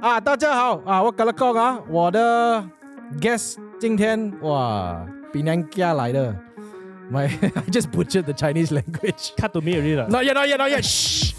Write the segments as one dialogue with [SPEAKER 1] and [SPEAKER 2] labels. [SPEAKER 1] 啊，大家好啊，我跟了讲啊，我的 guest 今天哇，比南加来的，my I just butchered the Chinese language。
[SPEAKER 2] cut to me already lah.
[SPEAKER 1] Not yet, not yet, not yet. Shh.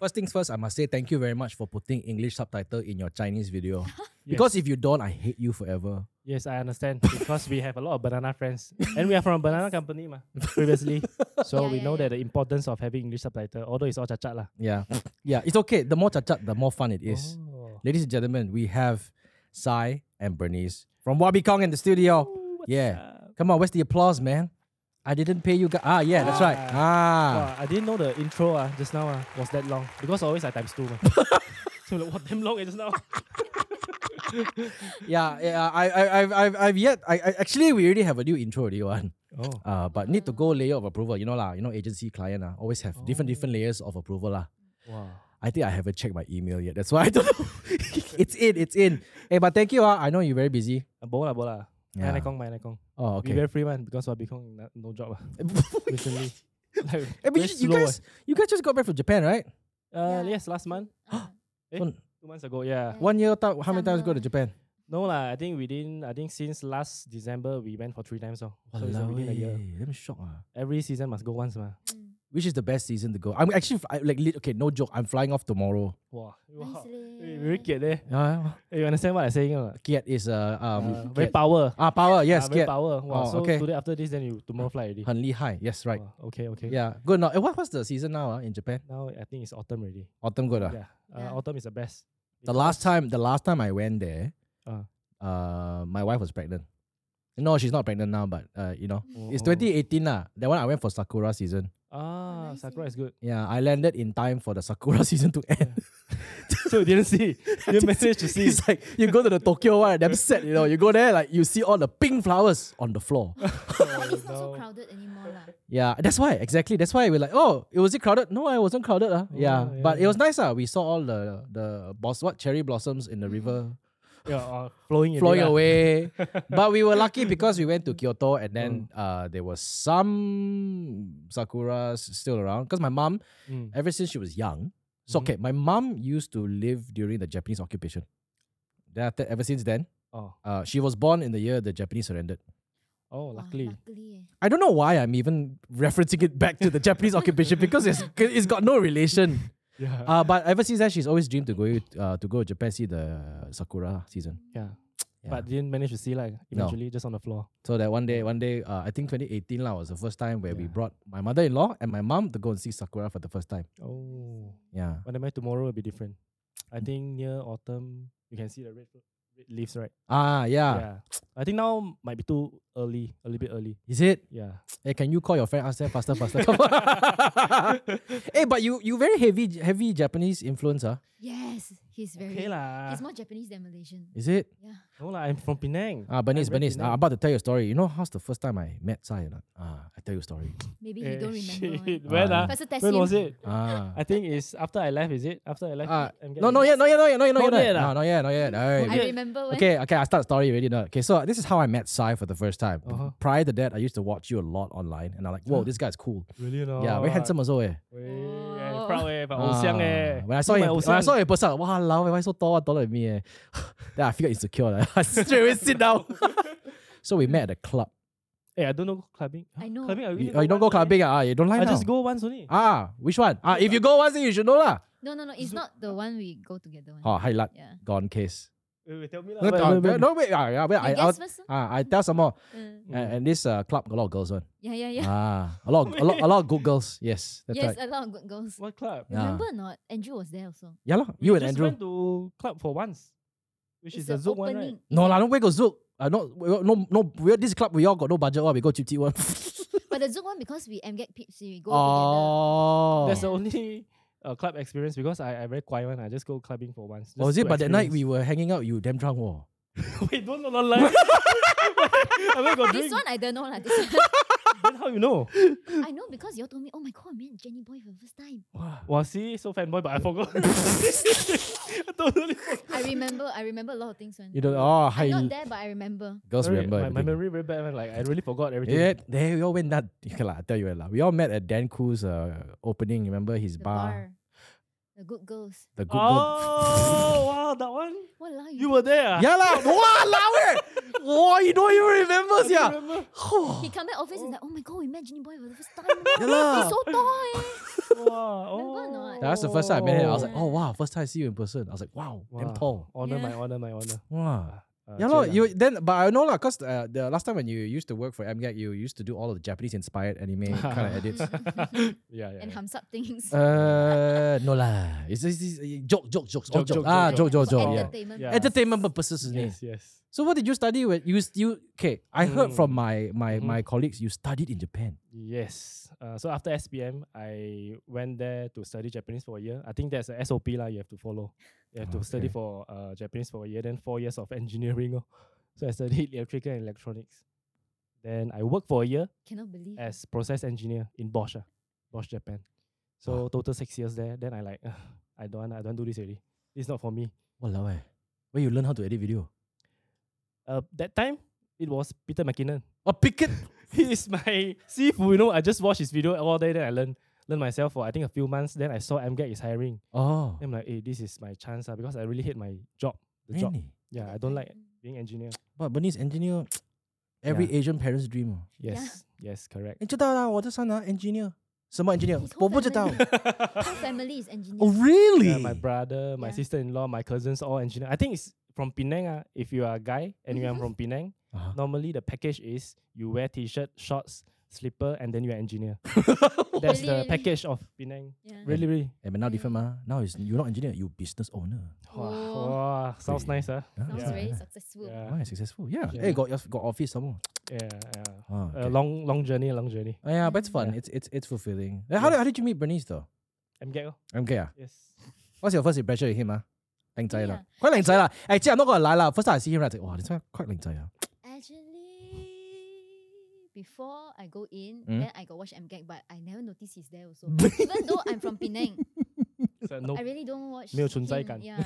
[SPEAKER 1] First things first, I must say thank you very much for putting English subtitle in your Chinese video. Because if you don't, I hate you forever.
[SPEAKER 2] Yes, I understand because we have a lot of banana friends and we are from a banana company ma, previously. So
[SPEAKER 3] Yeah,
[SPEAKER 2] we
[SPEAKER 3] yeah,
[SPEAKER 2] know
[SPEAKER 3] yeah.
[SPEAKER 2] that the importance of having English subtitle, although it's all cacat lah.
[SPEAKER 1] Yeah. Yeah, it's okay. The more chacat, the more fun it is.
[SPEAKER 2] Oh.
[SPEAKER 1] Ladies and gentlemen, we have Sai and Bernice from Wabi Kong in the studio. yeah. Come on, where's the applause, man? I didn't pay you guys. Ah, yeah, that's right. Ah.
[SPEAKER 2] Wow, I didn't know the intro ah, just now ah, was that long because always I times two ma. so like, what damn long it is now.
[SPEAKER 1] Yeah, yeah. I, I, I've, I've, I've yet. I, I actually we already have a new intro already one.
[SPEAKER 2] Oh.
[SPEAKER 1] Uh, but need to go layer of approval. You know lah. You know agency client ah, always have different
[SPEAKER 2] Oh.
[SPEAKER 1] different layers of approval lah.
[SPEAKER 2] Wow.
[SPEAKER 1] I think I haven't checked my email yet. That's why I don't know. it's in. It's in. Hey, but thank you ah. I know you're very busy.
[SPEAKER 2] Ah, Bo lah, bo lah.
[SPEAKER 1] Yeah.
[SPEAKER 2] Yeah. Mai kong, mai kong.
[SPEAKER 1] Oh, okay.
[SPEAKER 2] We very free man because Wabi Kong no- no job ah recently. like,
[SPEAKER 1] Eh, but
[SPEAKER 2] very
[SPEAKER 1] you, you
[SPEAKER 2] slow
[SPEAKER 1] guys, you guys just got back from Japan, right?
[SPEAKER 2] ah. Uh,
[SPEAKER 3] Yeah.
[SPEAKER 2] yes, last month, Eh?
[SPEAKER 1] One-
[SPEAKER 2] two months ago, yeah.
[SPEAKER 1] One year. Th- how many times go to
[SPEAKER 3] Summer.
[SPEAKER 1] Japan?
[SPEAKER 2] No lah, I think within I think since last December we went for three times so, so it's
[SPEAKER 1] Walao
[SPEAKER 2] within a year.
[SPEAKER 1] eh, Damn shocked ah.
[SPEAKER 2] Every season must go once ma.
[SPEAKER 1] Which is the best season to go? I'm actually f- I, like lit- okay, no joke. I'm flying off tomorrow.
[SPEAKER 2] Wow. wow.
[SPEAKER 3] Nice
[SPEAKER 2] Eh, Very
[SPEAKER 3] leh.
[SPEAKER 2] kiat there.
[SPEAKER 1] Uh,
[SPEAKER 2] You understand what I'm saying? or not?
[SPEAKER 1] Kiat is uh, um
[SPEAKER 2] Uh, very
[SPEAKER 1] Kiat.
[SPEAKER 2] power.
[SPEAKER 1] Ah, power.
[SPEAKER 2] Ah,
[SPEAKER 1] Yes,
[SPEAKER 2] very
[SPEAKER 1] get
[SPEAKER 2] power.
[SPEAKER 1] Oh,
[SPEAKER 2] Wow. so
[SPEAKER 1] okay.
[SPEAKER 2] today after this then you tomorrow fly already.
[SPEAKER 1] 很厉害. Yes, right.
[SPEAKER 2] Wow, okay, okay.
[SPEAKER 1] Yeah, good. Now, eh, what was the season now? Uh, in Japan,
[SPEAKER 2] Now I think it's autumn already.
[SPEAKER 1] autumn good. ah.
[SPEAKER 2] Yeah.
[SPEAKER 3] Yeah.
[SPEAKER 2] Uh, autumn is the best.
[SPEAKER 1] The last time, the last time I went there,
[SPEAKER 2] Ah.
[SPEAKER 1] uh, my wife was pregnant. No, she's not pregnant now, but uh, you know,
[SPEAKER 2] Oh,
[SPEAKER 1] it's
[SPEAKER 2] oh.
[SPEAKER 1] 2018 lah. That one I went for Sakura season.
[SPEAKER 2] Ah,
[SPEAKER 3] nice
[SPEAKER 2] Sakura
[SPEAKER 3] leh.
[SPEAKER 2] is good.
[SPEAKER 1] Yeah, I landed in time for the Sakura season to end.
[SPEAKER 2] so you didn't see. You didn't manage to see.
[SPEAKER 1] It's like you go to the Tokyo one, damn sad, you know. You go there, like you see all the pink flowers on the floor.
[SPEAKER 2] Oh,
[SPEAKER 3] It's not so
[SPEAKER 2] no.
[SPEAKER 3] crowded anymore lah.
[SPEAKER 1] Yeah, that's why exactly. That's why we're like, oh, it was it crowded? No, I wasn't crowded. Uh. yeah,
[SPEAKER 2] Oh, yeah,
[SPEAKER 1] but it
[SPEAKER 2] yeah.
[SPEAKER 1] was nice. Uh. we saw all the the boss what cherry blossoms in the river
[SPEAKER 2] Yeah, uh, flowing. already
[SPEAKER 1] flowing
[SPEAKER 2] lah.
[SPEAKER 1] away. but we were lucky because we went to Kyoto and then
[SPEAKER 2] Mm.
[SPEAKER 1] uh, there was some sakuras still around. Because my mom,
[SPEAKER 2] Mm.
[SPEAKER 1] ever since she was young, so
[SPEAKER 2] Mhm.
[SPEAKER 1] okay, my mom used to live during the Japanese occupation. Then after, ever since then,
[SPEAKER 2] Oh,
[SPEAKER 1] uh, she was born in the year the Japanese surrendered.
[SPEAKER 2] oh,
[SPEAKER 3] Wah,
[SPEAKER 2] luckily.
[SPEAKER 3] Luckily eh.
[SPEAKER 1] I don't know why I'm even referencing it back to the Japanese occupation because it's it's got no relation.
[SPEAKER 2] Yeah.
[SPEAKER 1] Uh, but ever since that, she's always dreamed to go uh, to go to Japan see the sakura season.
[SPEAKER 2] yeah.
[SPEAKER 1] Yeah.
[SPEAKER 2] But didn't manage to see like eventually just on the floor.
[SPEAKER 1] So that one day, one day, uh, I think 2018 lah was the first time where we
[SPEAKER 2] Yeah.
[SPEAKER 1] brought my mother-in-law and my mom to go and see sakura for the first time.
[SPEAKER 2] Oh.
[SPEAKER 1] Yeah.
[SPEAKER 2] But then tomorrow will be different. I think near autumn you can see the red, fl- red leaves, right?
[SPEAKER 1] Ah, yeah.
[SPEAKER 2] Yeah. I think now might be too early, a little bit early.
[SPEAKER 1] Is it?
[SPEAKER 2] Yeah.
[SPEAKER 1] Hey, can you call your friend? Ask them faster, faster. Come on. hey, but you you very heavy heavy Japanese influencer.
[SPEAKER 3] Yes, he's very.
[SPEAKER 2] Okay lah.
[SPEAKER 3] He's more Japanese than Malaysian.
[SPEAKER 1] Is it?
[SPEAKER 3] Yeah.
[SPEAKER 2] No lah, I'm from Penang.
[SPEAKER 1] Ah, Bernice,
[SPEAKER 2] I'm very
[SPEAKER 1] Bernice. Ah, I'm
[SPEAKER 2] Penang.
[SPEAKER 1] about to tell you a story. You know how's the first time I met Sai or not? Ah, I tell you a story.
[SPEAKER 3] Maybe you
[SPEAKER 2] Eh,
[SPEAKER 3] don't remember.
[SPEAKER 2] Shit.
[SPEAKER 3] one.
[SPEAKER 2] When
[SPEAKER 1] Ah.
[SPEAKER 2] ah?
[SPEAKER 3] Faster test
[SPEAKER 2] When
[SPEAKER 3] him.
[SPEAKER 2] was it?
[SPEAKER 1] Ah.
[SPEAKER 2] I think it's after I left, is it? After I left?
[SPEAKER 1] Ah,
[SPEAKER 2] I'm
[SPEAKER 1] No,
[SPEAKER 2] getting-
[SPEAKER 1] no, yeah, no, yeah, no, yeah, no, yeah, no,
[SPEAKER 2] Not
[SPEAKER 1] yeah,
[SPEAKER 2] yet
[SPEAKER 1] no,
[SPEAKER 2] ah.
[SPEAKER 1] no, yeah, no, yeah, no.
[SPEAKER 3] I
[SPEAKER 1] yeah.
[SPEAKER 3] remember when.
[SPEAKER 1] Okay, okay, I start story already. No, okay, so this is how I met Sai for the first time.
[SPEAKER 2] Uh-huh.
[SPEAKER 1] Prior to that, I used to watch you a lot online, and I'm like, whoa, this guy's cool.
[SPEAKER 2] Really no.
[SPEAKER 1] Yeah, very handsome also. Eh.
[SPEAKER 2] Yeah,
[SPEAKER 3] Wow.
[SPEAKER 2] proud eh, Oh, but 偶像
[SPEAKER 1] Ah,
[SPEAKER 2] eh.
[SPEAKER 1] When I saw
[SPEAKER 2] You
[SPEAKER 1] him,
[SPEAKER 2] my
[SPEAKER 1] when I
[SPEAKER 2] 偶像。
[SPEAKER 1] saw him person, wow, lao, why so tall, taller than me? Eh. then I feel insecure. lah. I straight away sit down. so we met at a club.
[SPEAKER 2] Eh, I don't know clubbing.
[SPEAKER 3] I know.
[SPEAKER 2] Clubbing, I really
[SPEAKER 1] You, oh, you don't go
[SPEAKER 2] once only.
[SPEAKER 1] clubbing, ah? ah, You don't like
[SPEAKER 2] I
[SPEAKER 1] now?
[SPEAKER 2] just go once only.
[SPEAKER 1] Ah, which one? Ah, if you go once, then you should know lah.
[SPEAKER 3] No, no, no. It's not the one we go together. One.
[SPEAKER 1] Oh, highlight
[SPEAKER 3] Yeah.
[SPEAKER 1] gone case.
[SPEAKER 2] Wait, wait, tell me lah.
[SPEAKER 1] No,
[SPEAKER 2] Wait,
[SPEAKER 1] uh,
[SPEAKER 2] wait, wait.
[SPEAKER 1] no, wait, ah, yeah, wait,
[SPEAKER 3] You
[SPEAKER 1] I, I'll-
[SPEAKER 3] guess first.
[SPEAKER 1] ah, I tell some more.
[SPEAKER 3] Uh,
[SPEAKER 1] A-
[SPEAKER 2] Mm.
[SPEAKER 1] And, this uh, club got a lot of girls one.
[SPEAKER 3] yeah, yeah, yeah.
[SPEAKER 1] Ah, a lot, of, a lot, a lot of good girls. Yes, that's
[SPEAKER 3] yes,
[SPEAKER 1] right.
[SPEAKER 2] uh,
[SPEAKER 3] a lot of good girls.
[SPEAKER 2] What club?
[SPEAKER 1] Yeah.
[SPEAKER 3] Remember or not? Andrew was there also.
[SPEAKER 1] Yeah, lah.
[SPEAKER 2] We
[SPEAKER 1] You and
[SPEAKER 2] just
[SPEAKER 1] Andrew.
[SPEAKER 2] went to club for once, which is
[SPEAKER 3] It's
[SPEAKER 2] the
[SPEAKER 3] the
[SPEAKER 2] Zouk one, right?
[SPEAKER 3] opening.
[SPEAKER 1] No, lah, don't wait go Zook. Uh, no, we, no, no. We, this club we all got no budget. One, we go cheap cheap one.
[SPEAKER 3] But the Zoom one because we MGAT Pips, we go together.
[SPEAKER 1] oh,
[SPEAKER 2] That's the only uh, club experience because I, I very quiet one. I just go clubbing for
[SPEAKER 1] was
[SPEAKER 2] once. just
[SPEAKER 1] Oh, it?
[SPEAKER 2] to
[SPEAKER 1] But that night we
[SPEAKER 2] experience.
[SPEAKER 1] were hanging out. You damn drunk, oh.
[SPEAKER 2] wait don't don't don't lie. I mean, got
[SPEAKER 3] This
[SPEAKER 2] drink.
[SPEAKER 3] one I don't know lah. This one.
[SPEAKER 2] then how you know?
[SPEAKER 3] I know because you all told me, oh my god, man, Jenny Boy for the first time.
[SPEAKER 2] Well, see, so fanboy, but I forgot. I totally forgot.
[SPEAKER 3] I remember, I remember a lot of things, man.
[SPEAKER 1] You don't. Oh, hi.
[SPEAKER 3] I'm not there, but I remember.
[SPEAKER 1] Girls
[SPEAKER 2] Sorry,
[SPEAKER 1] remember.
[SPEAKER 2] my, my
[SPEAKER 1] everything.
[SPEAKER 2] memory very bad. Man. Like I really forgot everything.
[SPEAKER 1] Yeah, there we all went that. Okay, lah, I tell you what, lah. We all met at Dan Koo's uh, opening. Remember his
[SPEAKER 3] The
[SPEAKER 1] bar,
[SPEAKER 3] bar. The good girls.
[SPEAKER 1] the good girl.
[SPEAKER 2] Oh wow, that one.
[SPEAKER 3] What lah?
[SPEAKER 2] You were there. ah?
[SPEAKER 1] Yeah lah. Wow, lah. weh. Wow, you don't even remember,
[SPEAKER 2] I
[SPEAKER 1] yeah.
[SPEAKER 2] remember.
[SPEAKER 3] He come back office and like, oh my god, we met Jenny Boy for the first time. man.
[SPEAKER 1] Yeah lah.
[SPEAKER 3] He's so tall. Eh.
[SPEAKER 2] Wow. Oh.
[SPEAKER 3] Remember or not?
[SPEAKER 1] That's the first time I met him. I was like,
[SPEAKER 3] Yeah.
[SPEAKER 1] oh wow, first time I see you in person. I was like, wow, damn
[SPEAKER 2] Wow.
[SPEAKER 1] tall.
[SPEAKER 2] Honor
[SPEAKER 3] Yeah.
[SPEAKER 2] my honor, my honor.
[SPEAKER 1] Wow.
[SPEAKER 2] Uh,
[SPEAKER 1] Yeah, no,
[SPEAKER 2] Jay lah.
[SPEAKER 1] you then, but I know lah, cause uh, the last time when you used to work for MGAG, you used to do all of the Japanese-inspired anime kind of edits.
[SPEAKER 2] Yeah, yeah. yeah.
[SPEAKER 3] and hums up things.
[SPEAKER 1] Uh, no lah, it's, it's, it's uh, joke, joke, jokes, all
[SPEAKER 2] Joke,
[SPEAKER 1] joke,
[SPEAKER 2] joke,
[SPEAKER 1] ah, joke,
[SPEAKER 2] joke,
[SPEAKER 1] joke, joke,
[SPEAKER 3] For
[SPEAKER 1] yeah.
[SPEAKER 3] Entertainment.
[SPEAKER 2] Yeah.
[SPEAKER 1] Entertainment purposes ni.
[SPEAKER 2] Yes, yes.
[SPEAKER 1] So what did you study when you s- you okay? I heard from
[SPEAKER 2] Mm.
[SPEAKER 1] my my
[SPEAKER 2] Mhm.
[SPEAKER 1] my colleagues you studied in Japan.
[SPEAKER 2] Yes. Uh, so after SPM, I went there to study Japanese for a year. I think there's a SOP lah you have to follow. You have to
[SPEAKER 1] Ah,
[SPEAKER 2] study
[SPEAKER 1] Okay.
[SPEAKER 2] for uh, Japanese for a year, then four years of engineering. Oh. So I studied electrical and electronics. Then I worked for a year
[SPEAKER 3] Cannot believe. it.
[SPEAKER 2] as process engineer in Bosch, ah, Bosch Japan.
[SPEAKER 1] Ah.
[SPEAKER 2] So total six years there. Then I like, I don't, want, I don't do this already. It's not for me.
[SPEAKER 1] Walao eh. Where you learn how to edit video?
[SPEAKER 2] Uh, that time it was Peter McKinnon.
[SPEAKER 1] Oh, picket.
[SPEAKER 2] He is my sifu. You know, I just watch his video all day. Then I learn, learn myself for I think a few months. Then I saw MGAT is hiring.
[SPEAKER 1] Oh,
[SPEAKER 2] Then I'm like, hey, this is my chance ah, because I really hate my job. The job.
[SPEAKER 1] really?
[SPEAKER 2] Yeah,
[SPEAKER 3] That
[SPEAKER 2] I don't
[SPEAKER 3] time,
[SPEAKER 2] like
[SPEAKER 3] mm.
[SPEAKER 2] being engineer.
[SPEAKER 1] But Bernice engineer, every Asian parent's dream. Eh, oh.
[SPEAKER 3] Yeah.
[SPEAKER 2] Yes. Yes, correct.
[SPEAKER 1] 你知道啦，我的son啊 engineer，什么 engineer？
[SPEAKER 3] His whole
[SPEAKER 1] 我不知道。
[SPEAKER 3] Whole family is engineers.
[SPEAKER 1] Oh really?
[SPEAKER 2] Yeah, my brother, my
[SPEAKER 3] Yeah.
[SPEAKER 2] sister-in-law, my cousins, all engineer. I think it's from Penang. Ah, if you are a guy and you are from Penang,
[SPEAKER 1] Uh-huh.
[SPEAKER 2] normally the package is you wear t-shirt, shorts, slipper, and then you're engineer. That's the
[SPEAKER 3] Really, really?
[SPEAKER 2] package of Penang.
[SPEAKER 3] Yeah.
[SPEAKER 2] Really, really.
[SPEAKER 1] Eh, but now different mah. Now is you're not engineer, you business owner.
[SPEAKER 2] Wow,
[SPEAKER 3] Oh.
[SPEAKER 2] wow, sounds
[SPEAKER 1] Really?
[SPEAKER 2] nice, huh?
[SPEAKER 1] Ah,
[SPEAKER 3] Sounds
[SPEAKER 1] yeah.
[SPEAKER 3] very successful.
[SPEAKER 2] Yeah,
[SPEAKER 1] Why successful? Yeah.
[SPEAKER 2] Yeah.
[SPEAKER 1] Hey, got your- got office some more.
[SPEAKER 2] yeah, yeah.
[SPEAKER 1] Ah,
[SPEAKER 2] A
[SPEAKER 1] okay.
[SPEAKER 2] Uh, long, long journey, long journey.
[SPEAKER 1] Ah, yeah, but it's fun.
[SPEAKER 2] Yeah.
[SPEAKER 1] It's it's it's fulfilling. Eh, How did how did you meet Bernice though?
[SPEAKER 2] I'm gay. oh.
[SPEAKER 1] Okay, ah.
[SPEAKER 2] Yes.
[SPEAKER 1] What's your first impression of him? Ah, Lengzai lah.
[SPEAKER 3] Yeah.
[SPEAKER 1] Quite lengzai lah. Actually, I'm not gonna lie lah. First time I see him, right, I was like, wow, this guy quite lengzai ah.
[SPEAKER 3] Actually, before I go in,
[SPEAKER 1] Mm.
[SPEAKER 3] then I got watch MGAG, but I never noticed he's there also. Even though I'm from Penang,
[SPEAKER 2] So no,
[SPEAKER 3] I really don't
[SPEAKER 2] Oh,
[SPEAKER 3] watch.
[SPEAKER 2] 没有存在感。
[SPEAKER 3] him, Yeah.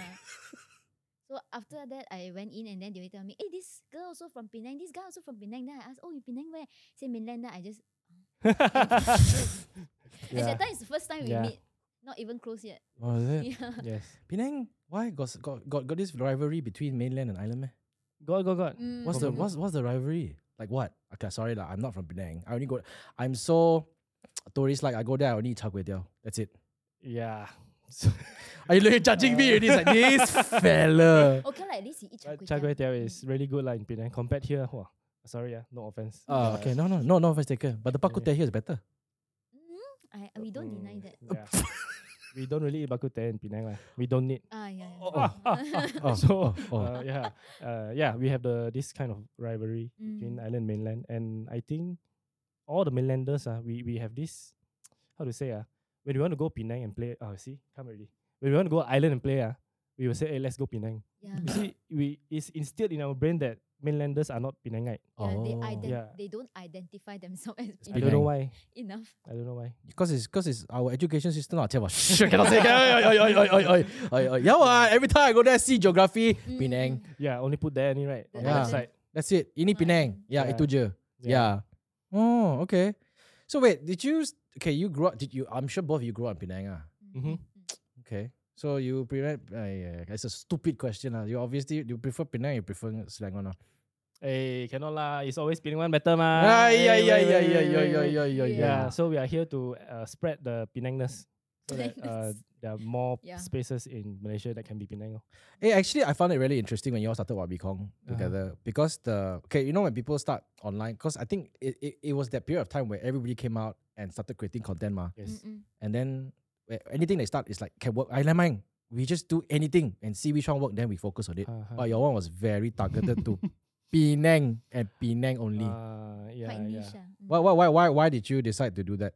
[SPEAKER 3] So after that, I went in and then they will tell me, "Hey, this girl also from Penang. This guy also from Penang." Then I ask, "Oh, you Penang where?" Say mainland. Then I just. And
[SPEAKER 2] Yeah.
[SPEAKER 3] that time is the first time we
[SPEAKER 2] Yeah.
[SPEAKER 3] meet, not even close yet.
[SPEAKER 1] Oh, is it?
[SPEAKER 3] Yeah.
[SPEAKER 2] yes.
[SPEAKER 1] Penang? Why got s- got got got this rivalry between mainland and island? Meh?
[SPEAKER 2] God, God, God.
[SPEAKER 3] Mm.
[SPEAKER 1] What's the what's what's the rivalry? Like what? Okay, sorry lah. I'm not from Penang. I only go. I'm so tourist like. I go there. I only eat char kway teow. That's it.
[SPEAKER 2] Yeah.
[SPEAKER 1] Are you looking judging me? already? It's like this fella.
[SPEAKER 3] Okay, like at least he eat char kway
[SPEAKER 2] Uh, Char
[SPEAKER 3] teow.
[SPEAKER 2] kway teow is really good lah in Penang compared here. Wow. Sorry, ah, no offense.
[SPEAKER 1] Uh, okay, no, no, no, no offense taken. But the bak kut teh here is better.
[SPEAKER 3] Mm, I, we don't deny that.
[SPEAKER 2] Mm, Yeah. we don't really eat bak kut teh in Penang lah. We don't need.
[SPEAKER 3] Ah, yeah. yeah.
[SPEAKER 2] Ah, ah, ah.
[SPEAKER 1] Oh,
[SPEAKER 2] So,
[SPEAKER 1] oh, oh.
[SPEAKER 2] Uh, yeah, uh, yeah, we have the this kind of rivalry between
[SPEAKER 3] Mm.
[SPEAKER 2] island and mainland, and I think all the mainlanders ah, we we have this how to say ah, when we want to go Penang and play ah, see come already when we want to go island and play ah, we will say hey let's go Penang.
[SPEAKER 3] yeah.
[SPEAKER 2] You see, we it's instilled in our brain that mainlanders are not Penangite.
[SPEAKER 3] Yeah, they,
[SPEAKER 1] Oh.
[SPEAKER 3] ident-
[SPEAKER 2] Yeah.
[SPEAKER 3] they don't identify themselves as
[SPEAKER 2] I don't know
[SPEAKER 1] Penang.
[SPEAKER 2] why.
[SPEAKER 3] enough.
[SPEAKER 2] I don't know why.
[SPEAKER 1] Because it's because it's our education system. I tell you, sure cannot say. Oi, oi, oi, oi, oi, oi, oi, oi. Yeah, wah, every time I go there, see geography,
[SPEAKER 3] Mm,
[SPEAKER 1] Penang.
[SPEAKER 3] mm,
[SPEAKER 2] Yeah, only put there only right. On the
[SPEAKER 1] Yeah.
[SPEAKER 2] left side.
[SPEAKER 1] That's it. Ini
[SPEAKER 3] Ah,
[SPEAKER 1] Penang. Yeah,
[SPEAKER 2] yeah.
[SPEAKER 1] itu je. Yeah. Oh, okay. So wait, did you? s- Okay, you grew up. Did you? I'm sure both of you grew up in Penang. Ah.
[SPEAKER 3] mm,
[SPEAKER 2] Mhm.
[SPEAKER 3] mm.
[SPEAKER 1] Okay. So you prefer? Uh, it's a stupid question. Ah, You obviously you prefer Penang. You prefer Selangor. lah.
[SPEAKER 2] Hey, Eh, cannot lah. It's always Penang one better mah.
[SPEAKER 1] Ah, yeah, yeah,
[SPEAKER 2] Hey, wait,
[SPEAKER 1] yeah,
[SPEAKER 2] wait,
[SPEAKER 1] yeah,
[SPEAKER 2] wait,
[SPEAKER 1] yeah,
[SPEAKER 2] wait,
[SPEAKER 1] yeah,
[SPEAKER 2] wait.
[SPEAKER 1] yeah, yeah, yeah.
[SPEAKER 2] Yeah, so we are here to uh, spread the Penangness so that uh,
[SPEAKER 3] Penangness.
[SPEAKER 2] there are more
[SPEAKER 3] Yeah.
[SPEAKER 2] spaces in Malaysia that can be Penang. oh.
[SPEAKER 1] Hey, Eh, actually, I found it really interesting when you all started Wabi Kong
[SPEAKER 2] Uh-huh.
[SPEAKER 1] together because the okay, you know when people start online, because I think it, it, it was that period of time where everybody came out and started creating content, ma.
[SPEAKER 2] Yes.
[SPEAKER 3] Mm, mm.
[SPEAKER 1] And then where anything they start is like can work. I like mine. We just do anything and see which one work, then we focus on it.
[SPEAKER 2] Uh-huh.
[SPEAKER 1] But your one was very targeted to Penang and Penang only.
[SPEAKER 2] Uh, yeah,
[SPEAKER 3] Quite
[SPEAKER 2] yeah.
[SPEAKER 3] niche. ah. Mm.
[SPEAKER 1] why, why, why, why, why did you decide to do that?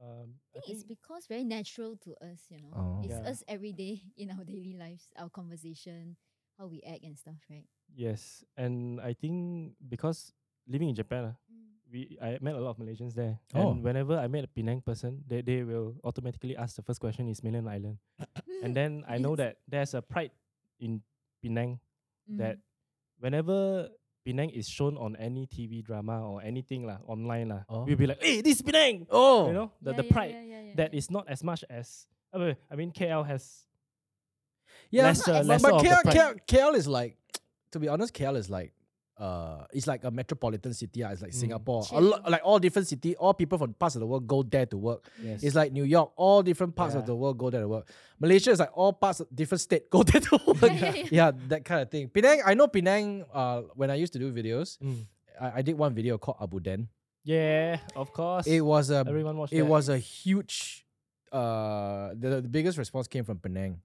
[SPEAKER 2] Um,
[SPEAKER 3] I think it's because very natural to us, you know.
[SPEAKER 1] Oh.
[SPEAKER 3] It's
[SPEAKER 2] Yeah.
[SPEAKER 3] us every day in our daily lives, our conversation, how we act and stuff, right?
[SPEAKER 2] yes, and I think because living in Japan, ah,
[SPEAKER 3] Mm.
[SPEAKER 2] we I met a lot of Malaysians there.
[SPEAKER 1] Oh.
[SPEAKER 2] And whenever I met a Penang person, they, they will automatically ask the first question is Mainland Island. and then I know
[SPEAKER 3] Yes.
[SPEAKER 2] that there's a pride in Penang
[SPEAKER 3] Mm.
[SPEAKER 2] that whenever Penang is shown on any TV drama or anything lah online lah,
[SPEAKER 1] Oh.
[SPEAKER 2] we'll be like, hey, this is Penang!
[SPEAKER 1] Oh,
[SPEAKER 2] You know, the,
[SPEAKER 3] Yeah,
[SPEAKER 2] the
[SPEAKER 3] yeah,
[SPEAKER 2] pride
[SPEAKER 3] yeah, yeah, yeah,
[SPEAKER 2] that
[SPEAKER 3] yeah.
[SPEAKER 2] is not as much as, I mean- I mean, KL has,
[SPEAKER 1] yeah,
[SPEAKER 2] lesser-
[SPEAKER 1] but-
[SPEAKER 2] lesser
[SPEAKER 1] but
[SPEAKER 2] of the
[SPEAKER 1] KL,
[SPEAKER 2] pride.
[SPEAKER 1] KL, KL is like, to be honest, KL is like, uh, it's like a metropolitan city. ah. It's like
[SPEAKER 2] Mm.
[SPEAKER 1] Singapore. A
[SPEAKER 3] Chill.
[SPEAKER 1] lot, like all different city, all people from parts of the world go there to work.
[SPEAKER 2] yes.
[SPEAKER 1] It's like New York, all different parts of
[SPEAKER 2] Yeah.
[SPEAKER 1] the world go there to work. Malaysia is like all parts, of different state go there to work.
[SPEAKER 3] Yeah, yeah, yeah.
[SPEAKER 1] yeah, that kind of thing. Penang, I know Penang. Uh, when I used to do videos,
[SPEAKER 2] Mm.
[SPEAKER 1] I, I did one video called Abu Den.
[SPEAKER 2] Yeah, of course.
[SPEAKER 1] It was a
[SPEAKER 2] Everyone watched
[SPEAKER 1] it
[SPEAKER 2] that.
[SPEAKER 1] was a huge. Uh, the, the biggest response came from Penang,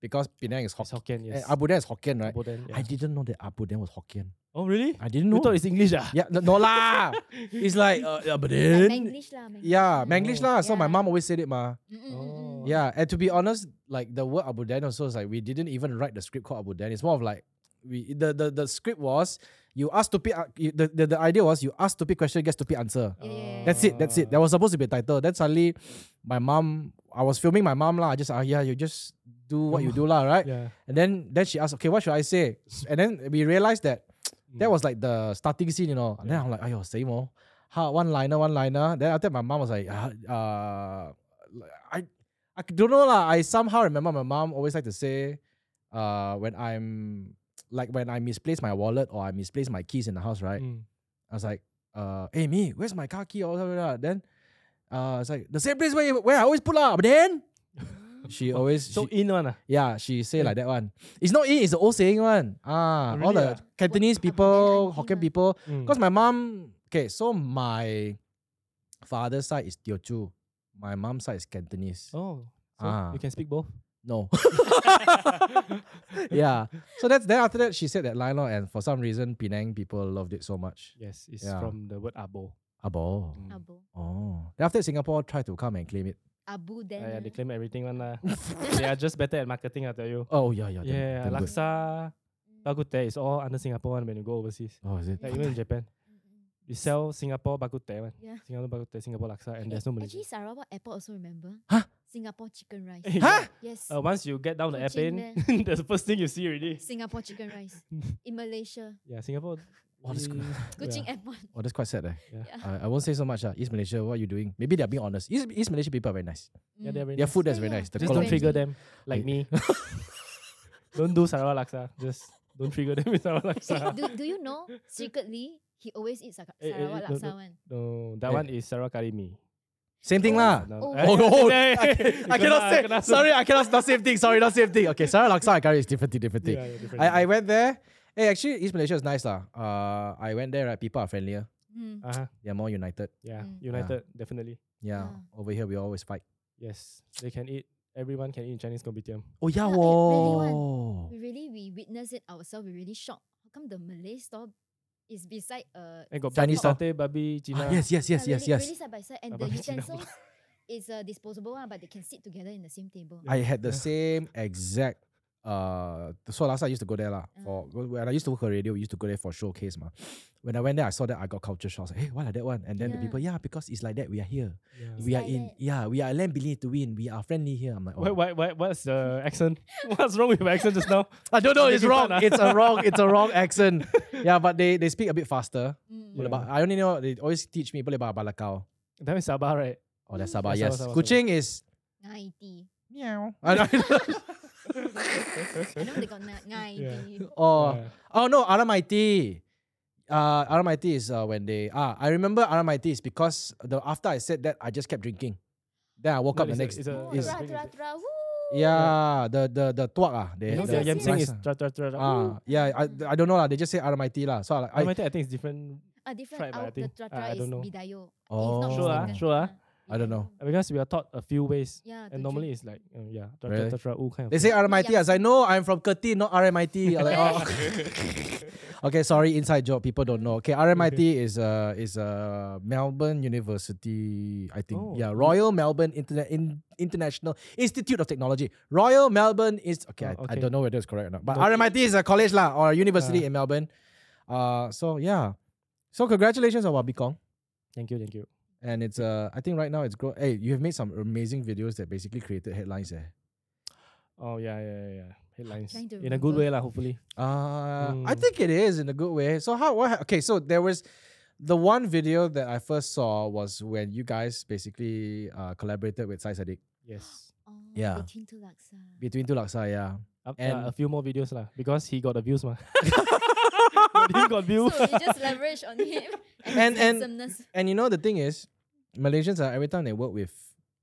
[SPEAKER 1] because Penang is
[SPEAKER 2] It's
[SPEAKER 1] Hokkien.
[SPEAKER 2] Hokkien, yes.
[SPEAKER 1] Abu Den is Hokkien, right?
[SPEAKER 2] Aboden, yeah.
[SPEAKER 1] I didn't know that Abu Den was Hokkien.
[SPEAKER 2] Oh, really?
[SPEAKER 1] I didn't
[SPEAKER 2] You
[SPEAKER 1] know.
[SPEAKER 2] thought it's English, ah?
[SPEAKER 1] yeah, no, no lah. It's like uh, Abu Den.
[SPEAKER 3] Like Manglish lah. Manglish
[SPEAKER 1] Yeah, Manglish
[SPEAKER 2] Oh.
[SPEAKER 1] lah. So my
[SPEAKER 3] Yeah.
[SPEAKER 1] mom always said it, ma.
[SPEAKER 3] Mm, mm, mm, mm.
[SPEAKER 2] Oh.
[SPEAKER 1] Yeah, and to be honest, like the word Abu Dan also is like we didn't even write the script called Abu Dan. It's more of like we the the, the script was you ask stupid uh, you, the, the the idea was you ask stupid question get stupid answer.
[SPEAKER 3] Yeah, yeah, yeah,
[SPEAKER 1] That's it. That's it. That was supposed to be a title. Then suddenly, my mom. I was filming my mom lah. I just ah yeah, you just do what you do lah, right?
[SPEAKER 2] Yeah.
[SPEAKER 1] And then then she asked, okay, what should I say? S- And then we realized that that
[SPEAKER 2] Mm.
[SPEAKER 1] was like the starting scene, you know. And then I'm like, ayo, same oh. Ha, one liner, one liner. Then after that, my mom was like, ah, uh, I, I don't know lah. I somehow remember my mom always like to say, uh, when I'm like when I misplace my wallet or I misplace my keys in the house, right?
[SPEAKER 2] Mm.
[SPEAKER 1] I was like, uh, hey me, where's my car key or something like that? Then, uh, it's like the same place where you- where I always put lah. But then she always
[SPEAKER 2] So
[SPEAKER 1] she-
[SPEAKER 2] in one, ah.
[SPEAKER 1] yeah, she say like that one. It's not it, it's the old saying one. Ah, all the
[SPEAKER 2] really ah?
[SPEAKER 1] Cantonese
[SPEAKER 3] What-
[SPEAKER 1] people, Hokkien
[SPEAKER 3] Hokkien auntie lah.
[SPEAKER 1] people.
[SPEAKER 2] Mm.
[SPEAKER 1] Because my mom, okay, so my father's side is Teochew. My mom's side is Cantonese.
[SPEAKER 2] Oh. So
[SPEAKER 1] Ah.
[SPEAKER 2] you can speak both?
[SPEAKER 1] No. yeah. So that's then after that she said that line lor, and for some reason Penang people loved it so much.
[SPEAKER 2] Yes, it's
[SPEAKER 1] Yeah.
[SPEAKER 2] from the word abo.
[SPEAKER 1] Abo.
[SPEAKER 2] Mm.
[SPEAKER 3] Abu.
[SPEAKER 1] Oh. Then after that, Singapore tried to come and claim it.
[SPEAKER 3] Abu
[SPEAKER 2] Ah,
[SPEAKER 3] then.
[SPEAKER 2] yeah, they
[SPEAKER 3] ah.
[SPEAKER 2] claim everything one lah. they are just better at marketing, I tell you.
[SPEAKER 1] Oh yeah, yeah. damn-
[SPEAKER 2] yeah,
[SPEAKER 1] damn good.
[SPEAKER 2] laksa,
[SPEAKER 3] mm,
[SPEAKER 2] bakute is all under Singapore one when you go overseas.
[SPEAKER 1] Oh, is it?
[SPEAKER 2] Like even in Japan,
[SPEAKER 3] Mm, mm.
[SPEAKER 2] we sell Singapore bakute one.
[SPEAKER 3] Yeah.
[SPEAKER 2] Singapore bakute, Singapore laksa, and
[SPEAKER 3] Eh,
[SPEAKER 2] there's no
[SPEAKER 3] Actually,
[SPEAKER 2] Malaysian.
[SPEAKER 3] Sarawak Airport also remember.
[SPEAKER 1] Huh?
[SPEAKER 3] Singapore chicken rice.
[SPEAKER 1] Huh?
[SPEAKER 3] Yes.
[SPEAKER 2] Uh, once you get down the
[SPEAKER 3] Kuching
[SPEAKER 2] airplane, that's the first thing you see already.
[SPEAKER 3] Singapore chicken rice in Malaysia.
[SPEAKER 2] Yeah, Singapore.
[SPEAKER 1] Wow, that's good.
[SPEAKER 2] we-
[SPEAKER 3] Kuching
[SPEAKER 2] Mm. yeah.
[SPEAKER 3] Airport.
[SPEAKER 1] Oh, that's quite sad. Eh?
[SPEAKER 2] Yeah.
[SPEAKER 3] Yeah.
[SPEAKER 1] I, I won't say so much. Uh. East Malaysia, what are you doing? Maybe they're being honest. East, East Malaysia people are very nice.
[SPEAKER 2] Yeah,
[SPEAKER 3] Mm.
[SPEAKER 2] they're very
[SPEAKER 1] Their
[SPEAKER 2] nice.
[SPEAKER 1] food is
[SPEAKER 3] Yeah,
[SPEAKER 1] very
[SPEAKER 3] yeah.
[SPEAKER 1] nice. The
[SPEAKER 3] Just
[SPEAKER 2] Just
[SPEAKER 1] quality-
[SPEAKER 2] don't trigger
[SPEAKER 3] Friendly.
[SPEAKER 2] them like me. don't do Sarawak laksa. Just don't trigger them with ah. Sarawak
[SPEAKER 3] Eh,
[SPEAKER 2] laksa.
[SPEAKER 3] do, do you know secretly he always eats Saka-
[SPEAKER 2] Eh, eh,
[SPEAKER 3] Sarawak
[SPEAKER 2] eh, no,
[SPEAKER 3] laksa
[SPEAKER 2] no.
[SPEAKER 3] one?
[SPEAKER 2] No, that
[SPEAKER 1] Eh.
[SPEAKER 2] one is Sarawak curry mee.
[SPEAKER 1] Same thing lah.
[SPEAKER 2] No.
[SPEAKER 3] Oh,
[SPEAKER 2] Eh,
[SPEAKER 1] Oh, oh,
[SPEAKER 2] eh,
[SPEAKER 1] I,
[SPEAKER 2] eh,
[SPEAKER 1] I
[SPEAKER 2] you
[SPEAKER 1] cannot say.
[SPEAKER 2] cannot-
[SPEAKER 1] Sorry, I cannot. Not same thing. Sorry, not same thing. Okay, Sarah Laksa Akari is different thing, different thing.
[SPEAKER 2] Yeah, yeah, different.
[SPEAKER 1] I, I went there. Hey, actually, East Malaysia is nice lah. Uh, I went there. Right, people are friendlier.
[SPEAKER 3] Mm.
[SPEAKER 2] Uh-huh.
[SPEAKER 1] They're more united.
[SPEAKER 2] Yeah,
[SPEAKER 3] Mm.
[SPEAKER 2] United definitely.
[SPEAKER 1] Yeah.
[SPEAKER 3] Yeah.
[SPEAKER 1] Over here, we always fight.
[SPEAKER 2] Yes, they can eat. Everyone can eat in Chinese kopitiam.
[SPEAKER 1] Oh yeah,
[SPEAKER 3] Yeah, eh, really one.
[SPEAKER 1] whoa.
[SPEAKER 3] We really we witness it ourselves. We really shocked. How come the Malay store is beside a
[SPEAKER 2] And Eh, got
[SPEAKER 1] Chinese
[SPEAKER 2] Chinese
[SPEAKER 1] style.
[SPEAKER 2] satay, babi,
[SPEAKER 1] Ah,
[SPEAKER 2] china.
[SPEAKER 1] yes, yes, yes,
[SPEAKER 3] Yeah,
[SPEAKER 1] yes,
[SPEAKER 3] really,
[SPEAKER 1] yes.
[SPEAKER 3] Really side by side, and
[SPEAKER 2] Ah,
[SPEAKER 3] the
[SPEAKER 2] but Cina
[SPEAKER 3] utensils is a disposable one, but they can sit together in the same table.
[SPEAKER 1] I had the
[SPEAKER 2] Yeah.
[SPEAKER 1] same exact. Uh, so last time I used to go there lah. For when I used to work at radio, we used to go there for showcase ma. When I went there, I saw that I got culture shock. I was like, hey, what like that one? And then the
[SPEAKER 3] Yeah.
[SPEAKER 1] people, yeah, because it's like that. We are here.
[SPEAKER 2] Yeah.
[SPEAKER 3] It's
[SPEAKER 1] we are
[SPEAKER 3] like
[SPEAKER 1] in.
[SPEAKER 3] that.
[SPEAKER 1] Yeah, we are land beneath to win. We are friendly here. I'm like,
[SPEAKER 2] Why,
[SPEAKER 1] oh.
[SPEAKER 2] why, why, what's the accent? What's wrong with my accent just now?
[SPEAKER 1] I don't know.
[SPEAKER 2] Make
[SPEAKER 1] It's
[SPEAKER 2] it
[SPEAKER 1] wrong.
[SPEAKER 2] fun, ah.
[SPEAKER 1] it's a wrong. It's a wrong accent. Yeah, but they they speak a bit faster.
[SPEAKER 3] Mm.
[SPEAKER 2] Yeah.
[SPEAKER 1] Boleh ba- I only know they always teach me boleh ba- balakau.
[SPEAKER 2] That is Sabah, right?
[SPEAKER 1] Oh, that's
[SPEAKER 3] Mm.
[SPEAKER 1] Sabah.
[SPEAKER 2] Yeah,
[SPEAKER 1] Yes,
[SPEAKER 2] Sabah, Sabah, Sabah.
[SPEAKER 1] Kuching is
[SPEAKER 3] Ninety.
[SPEAKER 1] meow. I don't-
[SPEAKER 3] I know they got ni- ninety.
[SPEAKER 1] oh. Oh no, RMIT. Uh, RMIT is uh, when they ah. I remember RMIT is because the after I said that, I just kept drinking. Then I woke
[SPEAKER 2] No,
[SPEAKER 1] up the
[SPEAKER 2] it's a-
[SPEAKER 1] next.
[SPEAKER 2] it's a-
[SPEAKER 3] Oh,
[SPEAKER 1] is-
[SPEAKER 2] Uh, it's a-
[SPEAKER 3] tra, tra, tra, woo.
[SPEAKER 1] yeah, the the the tuak ah. They,
[SPEAKER 2] You know,
[SPEAKER 3] Yes,
[SPEAKER 1] the
[SPEAKER 2] their
[SPEAKER 3] yes,
[SPEAKER 2] yam
[SPEAKER 3] yes.
[SPEAKER 2] sing is
[SPEAKER 1] rice ah.
[SPEAKER 2] tra tra tra.
[SPEAKER 1] Ah, yeah. I, I don't know lah. They just say RMIT lah. So I, like,
[SPEAKER 2] I,
[SPEAKER 1] I
[SPEAKER 2] I think it's different
[SPEAKER 3] Ah,
[SPEAKER 2] Fried,
[SPEAKER 3] different.
[SPEAKER 2] but I
[SPEAKER 3] Our, the
[SPEAKER 2] think-
[SPEAKER 3] tra
[SPEAKER 2] I-
[SPEAKER 3] tra
[SPEAKER 2] I
[SPEAKER 3] is
[SPEAKER 2] don't know.
[SPEAKER 3] bidayo.
[SPEAKER 1] Oh.
[SPEAKER 2] Sure ah, sure ah.
[SPEAKER 1] I don't know.
[SPEAKER 2] uh, because we are taught a few ways,
[SPEAKER 3] Yeah.
[SPEAKER 2] and normally it's like uh, yeah, tra
[SPEAKER 1] Really?
[SPEAKER 2] tra tra tra. Ooh, kind of.
[SPEAKER 1] they
[SPEAKER 2] thing.
[SPEAKER 1] say RMIT. I was like, no, I'm from Kerti, not RMIT. I was like, oh. okay, sorry, inside joke. People don't know. Okay, RMIT is uh is uh Melbourne University. I think
[SPEAKER 2] Oh.
[SPEAKER 1] yeah, Royal Melbourne Internet in, International Institute of Technology. Royal Melbourne is okay.
[SPEAKER 2] Oh,
[SPEAKER 1] I, I
[SPEAKER 2] okay.
[SPEAKER 1] don't know whether it's correct or not, but
[SPEAKER 2] No.
[SPEAKER 1] RMIT is a college lah or a university
[SPEAKER 2] Ah.
[SPEAKER 1] in Melbourne. Uh, so yeah, so congratulations on Wabikong.
[SPEAKER 2] Thank you, thank you.
[SPEAKER 1] And it's uh, I think right now it's grow. Hey, you have made some amazing videos that basically created headlines. Eh.
[SPEAKER 2] Oh yeah, yeah, yeah. yeah. Headlines
[SPEAKER 3] trying to
[SPEAKER 2] in a good
[SPEAKER 3] remember.
[SPEAKER 2] way lah. Hopefully.
[SPEAKER 1] Uh, I
[SPEAKER 2] Mm.
[SPEAKER 1] think it is in a good way. So how? What? hap- Okay, so there was the one video that I first saw was when you guys basically uh, collaborated with Sai Sadiq
[SPEAKER 2] Yes.
[SPEAKER 3] Oh,
[SPEAKER 1] Yeah.
[SPEAKER 3] Between two laksa.
[SPEAKER 1] between two laksa. Yeah,
[SPEAKER 2] Up,
[SPEAKER 1] And-
[SPEAKER 2] uh, a few more videos lah because he got the views mah. he got view.
[SPEAKER 3] so you just leverage on him
[SPEAKER 1] And-
[SPEAKER 3] and, his
[SPEAKER 1] and-
[SPEAKER 3] handsomeness.
[SPEAKER 1] and you know the thing is, Malaysians are every time they work with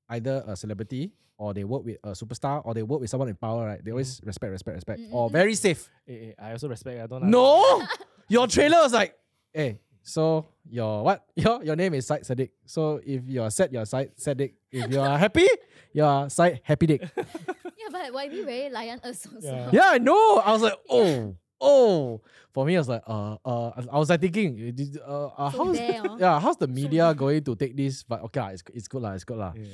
[SPEAKER 1] either a celebrity or they work with a superstar or they work with someone in power, right? They always respect, respect, respect, or
[SPEAKER 3] Mm, mm, mm.
[SPEAKER 1] very safe.
[SPEAKER 2] Eh, eh, I also respect. I don't. lah.
[SPEAKER 1] No, your trailer was like, hey, so your what? Your your name is Said Sadiq. So if you're sad, you're Said Sadiq. If you are happy, you're Said Happy Dick.
[SPEAKER 3] Yeah, but why be very lion also?
[SPEAKER 2] Yeah.
[SPEAKER 1] yeah, I know. I was like, oh, oh. For me, I was like, uh, uh. I was like thinking, eh, did- uh, uh
[SPEAKER 3] So
[SPEAKER 1] how's
[SPEAKER 3] there, oh.
[SPEAKER 1] yeah, how's the media going to take this? But okay, lah, it's it's good lah, it's good lah.
[SPEAKER 2] Yeah.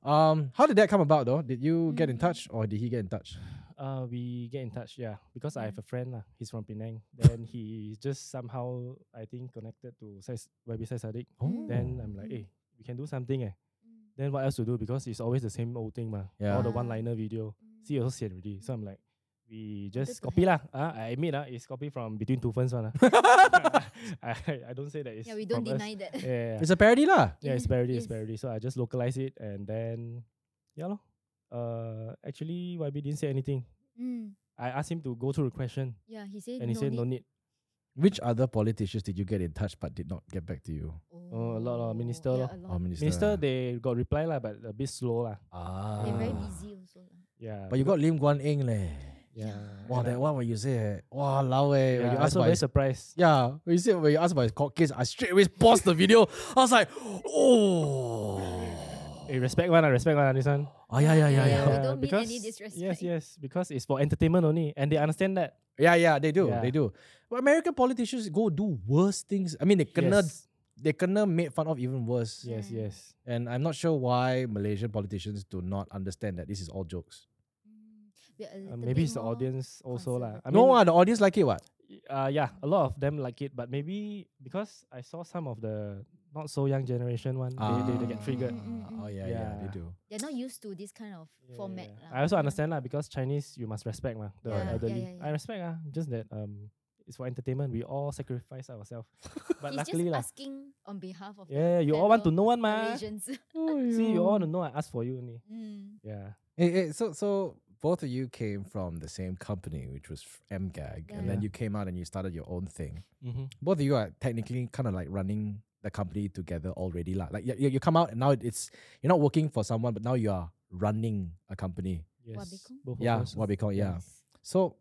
[SPEAKER 1] Um, how did that come about though? Did you get in
[SPEAKER 3] Mm.
[SPEAKER 1] touch or did he get in touch?
[SPEAKER 2] Uh, we get in touch. Yeah, because I
[SPEAKER 3] Yeah.
[SPEAKER 2] have a friend lah. He's from Penang. then he just somehow I think connected to Sais Wabi Sai Sadiq.
[SPEAKER 1] Oh.
[SPEAKER 2] Then I'm like, hey,
[SPEAKER 3] Mm.
[SPEAKER 2] we can do something eh.
[SPEAKER 3] Mm,
[SPEAKER 2] Then what else to do? Because it's always the same old thing mah. All the
[SPEAKER 3] Yeah.
[SPEAKER 2] one liner video.
[SPEAKER 3] mm.
[SPEAKER 2] See, also sian already. So I'm like, we just
[SPEAKER 3] to
[SPEAKER 2] copy lah.
[SPEAKER 3] have-
[SPEAKER 2] Ah, I admit ah, it's copy from Between Two Ferns one lah. I I don't say that it's
[SPEAKER 3] Yeah, we don't
[SPEAKER 2] from us.
[SPEAKER 3] deny that.
[SPEAKER 2] Yeah, yeah, yeah.
[SPEAKER 1] It's a parody lah.
[SPEAKER 2] Yeah, it's
[SPEAKER 3] Yeah,
[SPEAKER 2] parody, it's
[SPEAKER 3] yes.
[SPEAKER 2] parody. So I just localize it and then yeah lor. Uh, actually YB didn't say anything.
[SPEAKER 3] Mm,
[SPEAKER 2] I asked him to go through the question
[SPEAKER 3] yeah, he said.
[SPEAKER 2] and he
[SPEAKER 3] no
[SPEAKER 2] said
[SPEAKER 3] need.
[SPEAKER 2] no need.
[SPEAKER 1] Which other politicians did you get in touch but did not get back to you?
[SPEAKER 2] Oh, a lot lah, minister Um,
[SPEAKER 3] yeah,
[SPEAKER 2] lor.
[SPEAKER 3] a lot.
[SPEAKER 1] Oh, minister.
[SPEAKER 2] Minister they got reply lah, but a bit slow lah.
[SPEAKER 1] ah.
[SPEAKER 3] They're very
[SPEAKER 2] Ah.
[SPEAKER 3] busy also. lah.
[SPEAKER 2] Yeah.
[SPEAKER 1] But you got Lim Guan Eng leh.
[SPEAKER 2] yeah.
[SPEAKER 1] Wow,
[SPEAKER 2] and I-
[SPEAKER 1] that one when you say, wow, lao eh.
[SPEAKER 2] Yeah,
[SPEAKER 1] when you
[SPEAKER 2] I
[SPEAKER 1] ask
[SPEAKER 2] also
[SPEAKER 1] about
[SPEAKER 2] very
[SPEAKER 1] his,
[SPEAKER 2] surprised.
[SPEAKER 1] yeah, when you said when you asked about his court case, I straight away paused the video. I was like, oh,
[SPEAKER 2] Eh, respect one, ah, respect one, ah, this one.
[SPEAKER 1] oh yeah, yeah, yeah,
[SPEAKER 3] Yeah, we
[SPEAKER 1] yeah,
[SPEAKER 3] don't mean any
[SPEAKER 2] Yes,
[SPEAKER 3] disrespect.
[SPEAKER 2] yes, because it's for entertainment only, and they understand that.
[SPEAKER 1] yeah, yeah. They do,
[SPEAKER 2] Yeah.
[SPEAKER 1] they do. But American politicians go do worse things. I mean, they cannot,
[SPEAKER 2] yes,
[SPEAKER 1] they cannot make fun of even worse.
[SPEAKER 2] yes,
[SPEAKER 3] Yeah.
[SPEAKER 2] yes.
[SPEAKER 1] And I'm not sure why Malaysian politicians do not understand that this is all jokes.
[SPEAKER 3] Mm, we are a
[SPEAKER 2] Uh,
[SPEAKER 3] little
[SPEAKER 2] maybe
[SPEAKER 3] bit
[SPEAKER 2] it's the
[SPEAKER 3] more-
[SPEAKER 2] audience also lah. I mean,
[SPEAKER 1] no, ah, the audience like it. What?
[SPEAKER 2] uh, yeah, a lot of them like it, but maybe because I saw some of the not so young generation one, they, they, they get
[SPEAKER 3] Ah.
[SPEAKER 2] triggered.
[SPEAKER 3] Mm, mm,
[SPEAKER 1] Oh
[SPEAKER 3] mm.
[SPEAKER 1] yeah, yeah, they
[SPEAKER 2] Yeah.
[SPEAKER 1] do.
[SPEAKER 3] They're not used to this kind of
[SPEAKER 2] Yeah, yeah,
[SPEAKER 3] format.
[SPEAKER 2] yeah.
[SPEAKER 3] lah.
[SPEAKER 2] I also
[SPEAKER 3] Yeah.
[SPEAKER 2] understand lah because Chinese you must respect lah the
[SPEAKER 3] Yeah, yeah,
[SPEAKER 2] elderly.
[SPEAKER 3] yeah,
[SPEAKER 2] I
[SPEAKER 3] yeah.
[SPEAKER 2] respect ah, just that um, it's for entertainment. We all sacrifice ourselves, but
[SPEAKER 3] He's
[SPEAKER 2] luckily
[SPEAKER 3] just
[SPEAKER 2] lah.
[SPEAKER 3] asking on behalf of
[SPEAKER 2] Yeah, you all want to know one mah.
[SPEAKER 3] Malaysians.
[SPEAKER 2] See, you all want to know. I ask for you only.
[SPEAKER 3] Mm.
[SPEAKER 2] Yeah.
[SPEAKER 1] Eh, eh, so, so both of you came from the same company, which was f- MGAG, and then
[SPEAKER 2] Yeah.
[SPEAKER 1] you came out and you started your own thing.
[SPEAKER 2] Mm-hmm.
[SPEAKER 1] Both of you are technically kind of like running the company together already, lah. Like you, you you come out and now it's you're not working for someone, but now you are running a company.
[SPEAKER 2] Yes.
[SPEAKER 3] Wabicon?
[SPEAKER 2] Both
[SPEAKER 1] yeah,
[SPEAKER 2] Of us.
[SPEAKER 1] what we call yeah.
[SPEAKER 3] Yes.
[SPEAKER 1] So.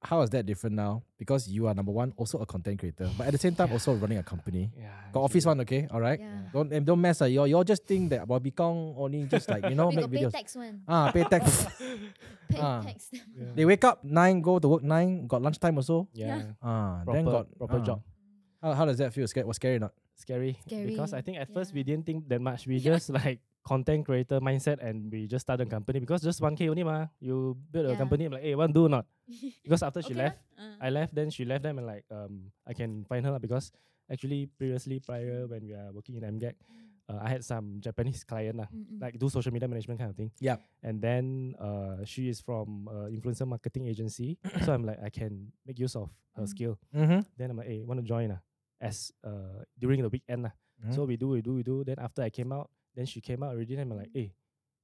[SPEAKER 1] How is that different now? Because you are number one, also a content creator, but at the same time, also running a company.
[SPEAKER 2] Yeah.
[SPEAKER 1] Got office one, okay? All right.
[SPEAKER 3] Yeah.
[SPEAKER 1] Don't eh, don't mess. Uh, you all- you all just think that Bobby Kong only just like you know
[SPEAKER 3] we
[SPEAKER 1] make
[SPEAKER 3] got pay
[SPEAKER 1] videos.
[SPEAKER 3] tax one.
[SPEAKER 1] Ah, pay tax.
[SPEAKER 3] Pay
[SPEAKER 1] ah.
[SPEAKER 3] tax.
[SPEAKER 2] Yeah.
[SPEAKER 1] they wake up nine, go to work nine, got lunchtime also.
[SPEAKER 2] yeah.
[SPEAKER 1] Ah,
[SPEAKER 2] Proper,
[SPEAKER 1] then got
[SPEAKER 2] proper
[SPEAKER 1] ah.
[SPEAKER 2] job.
[SPEAKER 1] How, how does that feel? Scary? Was scary or not?
[SPEAKER 2] Scary. Because I
[SPEAKER 3] Scary,
[SPEAKER 2] think at first we
[SPEAKER 3] yeah.
[SPEAKER 2] didn't think that much. We
[SPEAKER 3] Yeah.
[SPEAKER 2] just like content creator mindset and we just started a company because just 1K only ma. You build a
[SPEAKER 3] Yeah.
[SPEAKER 2] company, I'm like, hey, want do or not? Because after she
[SPEAKER 3] Okay
[SPEAKER 2] left,
[SPEAKER 3] lah. Ah.
[SPEAKER 2] I left, then she left them and like um I can find her lah because actually previously prior when we are working in MGAC, uh, I had some Japanese client lah.
[SPEAKER 3] Mm, mm.
[SPEAKER 2] Like do social media management kind of thing.
[SPEAKER 1] Yup.
[SPEAKER 2] And then uh, she is from uh, influencer marketing agency, so I'm like I can make use of her
[SPEAKER 3] Mm.
[SPEAKER 2] skill.
[SPEAKER 1] Mm-hmm.
[SPEAKER 2] Then I'm like, hey, want to join? Uh, as uh, during the weekend. lah.
[SPEAKER 1] Mm-hmm.
[SPEAKER 2] So we do, we do, we do. Then after I came out, then she came out already. Then I'm
[SPEAKER 3] Mm.
[SPEAKER 2] like, hey,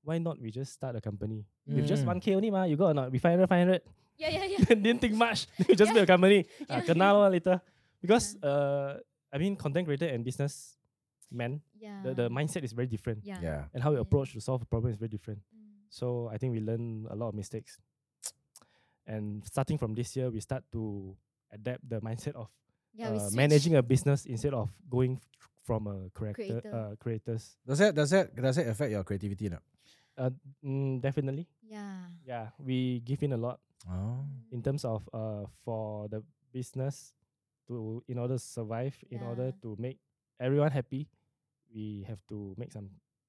[SPEAKER 2] why not we just start a company? With just
[SPEAKER 1] Mm.
[SPEAKER 2] 1K only, ma, you got or not? We 500, 500.
[SPEAKER 3] Yeah, yeah, yeah.
[SPEAKER 2] Didn't think much. we just build a company.
[SPEAKER 3] Yeah.
[SPEAKER 2] Uh, kenal lah later. Because, uh, I mean, content creator and business man,
[SPEAKER 3] yeah.
[SPEAKER 2] the, the mindset is very different.
[SPEAKER 3] Yeah.
[SPEAKER 1] yeah.
[SPEAKER 2] And how you
[SPEAKER 3] Ah. Yeah.
[SPEAKER 2] approach to solve a problem is very different.
[SPEAKER 3] Mm.
[SPEAKER 2] So I think we learn a lot of mistakes. And starting from this year, we start to adapt the mindset of
[SPEAKER 3] Yeah, we
[SPEAKER 2] uh,
[SPEAKER 3] switch.
[SPEAKER 2] managing a business instead of going f- from a corrector,
[SPEAKER 3] Creator.
[SPEAKER 2] Uh, creators.
[SPEAKER 1] Does that does that does that affect your creativity now?
[SPEAKER 2] Mm, definitely,
[SPEAKER 3] Yeah.
[SPEAKER 2] yeah. We give in a lot
[SPEAKER 1] Oh.
[SPEAKER 2] in terms of uh for the business to in order to survive, in order
[SPEAKER 3] Yeah.
[SPEAKER 2] to make everyone happy, we have to make some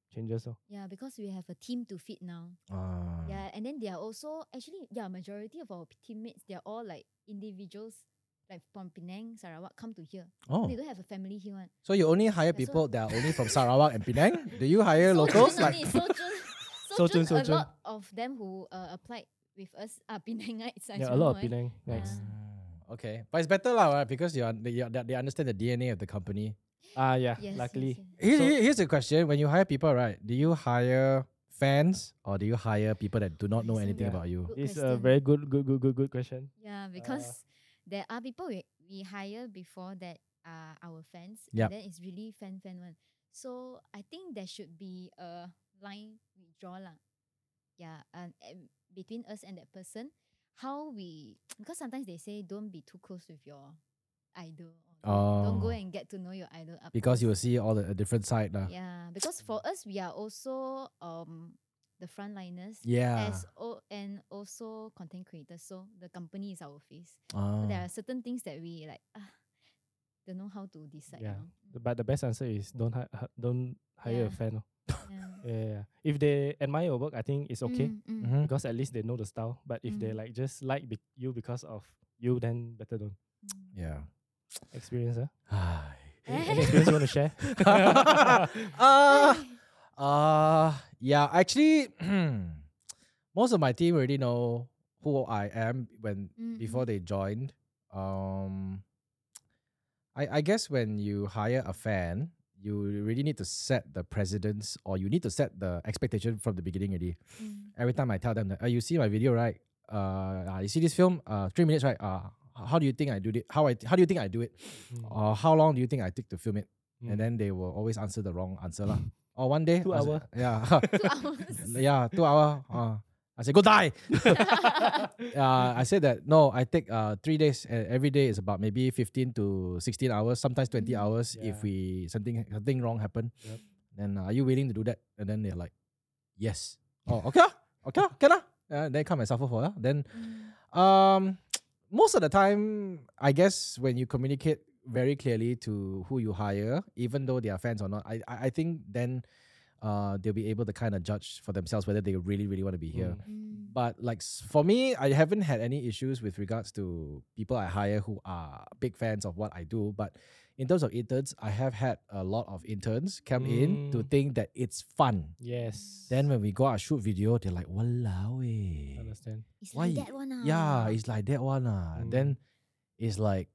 [SPEAKER 2] changes. oh. So
[SPEAKER 3] Yeah, because we have a team to feed now.
[SPEAKER 1] Ah.
[SPEAKER 3] Yeah, and then they are also actually yeah majority of our teammates they are all like individuals like from Penang, Sarawak, come to here.
[SPEAKER 1] Oh,
[SPEAKER 3] They don't have a family here. One.
[SPEAKER 1] so you only hire
[SPEAKER 3] so-
[SPEAKER 1] people that are only from Sarawak and Penang? Do you hire locals? Like,
[SPEAKER 2] Sojourn,
[SPEAKER 3] Sojourn, a
[SPEAKER 2] sojourn.
[SPEAKER 3] lot of them who uh, applied with us are Penangites. I
[SPEAKER 2] yeah, a
[SPEAKER 3] don't know
[SPEAKER 2] lot of
[SPEAKER 3] why.
[SPEAKER 2] Penang. Nice.
[SPEAKER 3] Yeah.
[SPEAKER 1] Ah, okay, but it's better lah, right? Because you are, they, you are- they understand the DNA of the company.
[SPEAKER 2] Ah, yeah.
[SPEAKER 3] Yes, yes,
[SPEAKER 2] luckily,
[SPEAKER 3] yes.
[SPEAKER 1] Here,
[SPEAKER 2] So-
[SPEAKER 1] here- here's a question: When you hire people, right? Do you hire fans or do you hire people that do not know
[SPEAKER 3] Nice,
[SPEAKER 1] anything
[SPEAKER 2] yeah.
[SPEAKER 1] about you?
[SPEAKER 3] Good
[SPEAKER 2] it's a
[SPEAKER 3] question.
[SPEAKER 2] very good, good, good, good, good question.
[SPEAKER 1] Uh.
[SPEAKER 3] Yeah, because there are people we, we hire before that are our fans.
[SPEAKER 1] Yup.
[SPEAKER 3] And then it's really fan fan one. So I think there should be a line we draw lah. Yeah, and, and between us and that person, how we because sometimes they say don't be too close with your idol. or Don't go
[SPEAKER 1] Oh.
[SPEAKER 3] and get to know your idol up
[SPEAKER 1] Because you uh. Mm.
[SPEAKER 3] close.
[SPEAKER 1] will see all the a different side, lah.
[SPEAKER 3] Yeah, because for us we are also um the frontliners.
[SPEAKER 1] Yeah.
[SPEAKER 3] As o- and also content creators. So the company is our face.
[SPEAKER 1] Ah.
[SPEAKER 3] There
[SPEAKER 2] Mm.
[SPEAKER 3] are certain things that we like ah, don't know how to decide.
[SPEAKER 2] Yeah.
[SPEAKER 3] you know.
[SPEAKER 2] But the best answer is don't hi- hi- don't hire a
[SPEAKER 3] Yeah.
[SPEAKER 2] fan. lor.
[SPEAKER 3] Yeah.
[SPEAKER 2] Yeah, yeah, yeah. If they admire your work, I think it's okay Mm-hmm.
[SPEAKER 3] Mm, mm.
[SPEAKER 1] Mhm.
[SPEAKER 2] because at least they know the style. But if they
[SPEAKER 3] Mm.
[SPEAKER 2] like just like be- you because of you, then better don't
[SPEAKER 3] Mm.
[SPEAKER 1] Yeah. Ah.
[SPEAKER 2] experience. Huh?
[SPEAKER 3] Eh.
[SPEAKER 2] Any experience you want to share? Mm.
[SPEAKER 1] uh,
[SPEAKER 3] Mm,
[SPEAKER 1] uh, yeah, actually, most of my team already know who I am when
[SPEAKER 3] Mm,
[SPEAKER 1] before they joined. Um, I, I guess when you hire a fan, you really need to set the precedence or you need to set the expectation from the beginning already.
[SPEAKER 3] mm,
[SPEAKER 1] Every time I tell them that, oh, you see my video, right? Uh, uh, you see this film, uh, three minutes, right? Uh, h- how do you think I do it? How I how do you think I do it?
[SPEAKER 2] Mm,
[SPEAKER 1] Or how long do you think I take to film it?
[SPEAKER 2] mm.
[SPEAKER 1] Oh, and then they will always answer the wrong answer lah. Or one day,
[SPEAKER 2] Two
[SPEAKER 1] I was-
[SPEAKER 2] hour.
[SPEAKER 1] yeah,
[SPEAKER 3] Two hours.
[SPEAKER 1] yeah, two hour. Uh, I said go die. Uh, I said that no, I take uh three days. And every day is about maybe fifteen to sixteen hours, sometimes twenty
[SPEAKER 3] Mm.
[SPEAKER 1] hours if
[SPEAKER 2] Yeah.
[SPEAKER 1] we something something wrong happen.
[SPEAKER 2] Yep.
[SPEAKER 1] Then uh, are you willing to do that? And then they're like, yes. Oh, okay, lah, okay, lah, can lah. Uh, then come and suffer for lah. Then
[SPEAKER 3] Mm,
[SPEAKER 1] um, most of the time, I guess when you communicate very clearly to who you hire, even though they are fans or not, I I, I think then uh they'll be able to kind of judge for themselves whether they really really want to be here.
[SPEAKER 2] Mm.
[SPEAKER 3] mm.
[SPEAKER 1] But like s- for me, I haven't had any issues with regards to people I hire who are big fans of what I do. But in terms of interns, I have had a lot of interns come in to
[SPEAKER 2] Mm.
[SPEAKER 1] think that it's fun.
[SPEAKER 2] Yes.
[SPEAKER 1] Then when we go out and shoot video, they're like, "Walao eh."
[SPEAKER 2] understand.
[SPEAKER 3] it's
[SPEAKER 1] why-
[SPEAKER 3] like that one.
[SPEAKER 1] Yeah,
[SPEAKER 3] ah.
[SPEAKER 1] it's like that one lah.
[SPEAKER 2] Mm.
[SPEAKER 1] Then it's like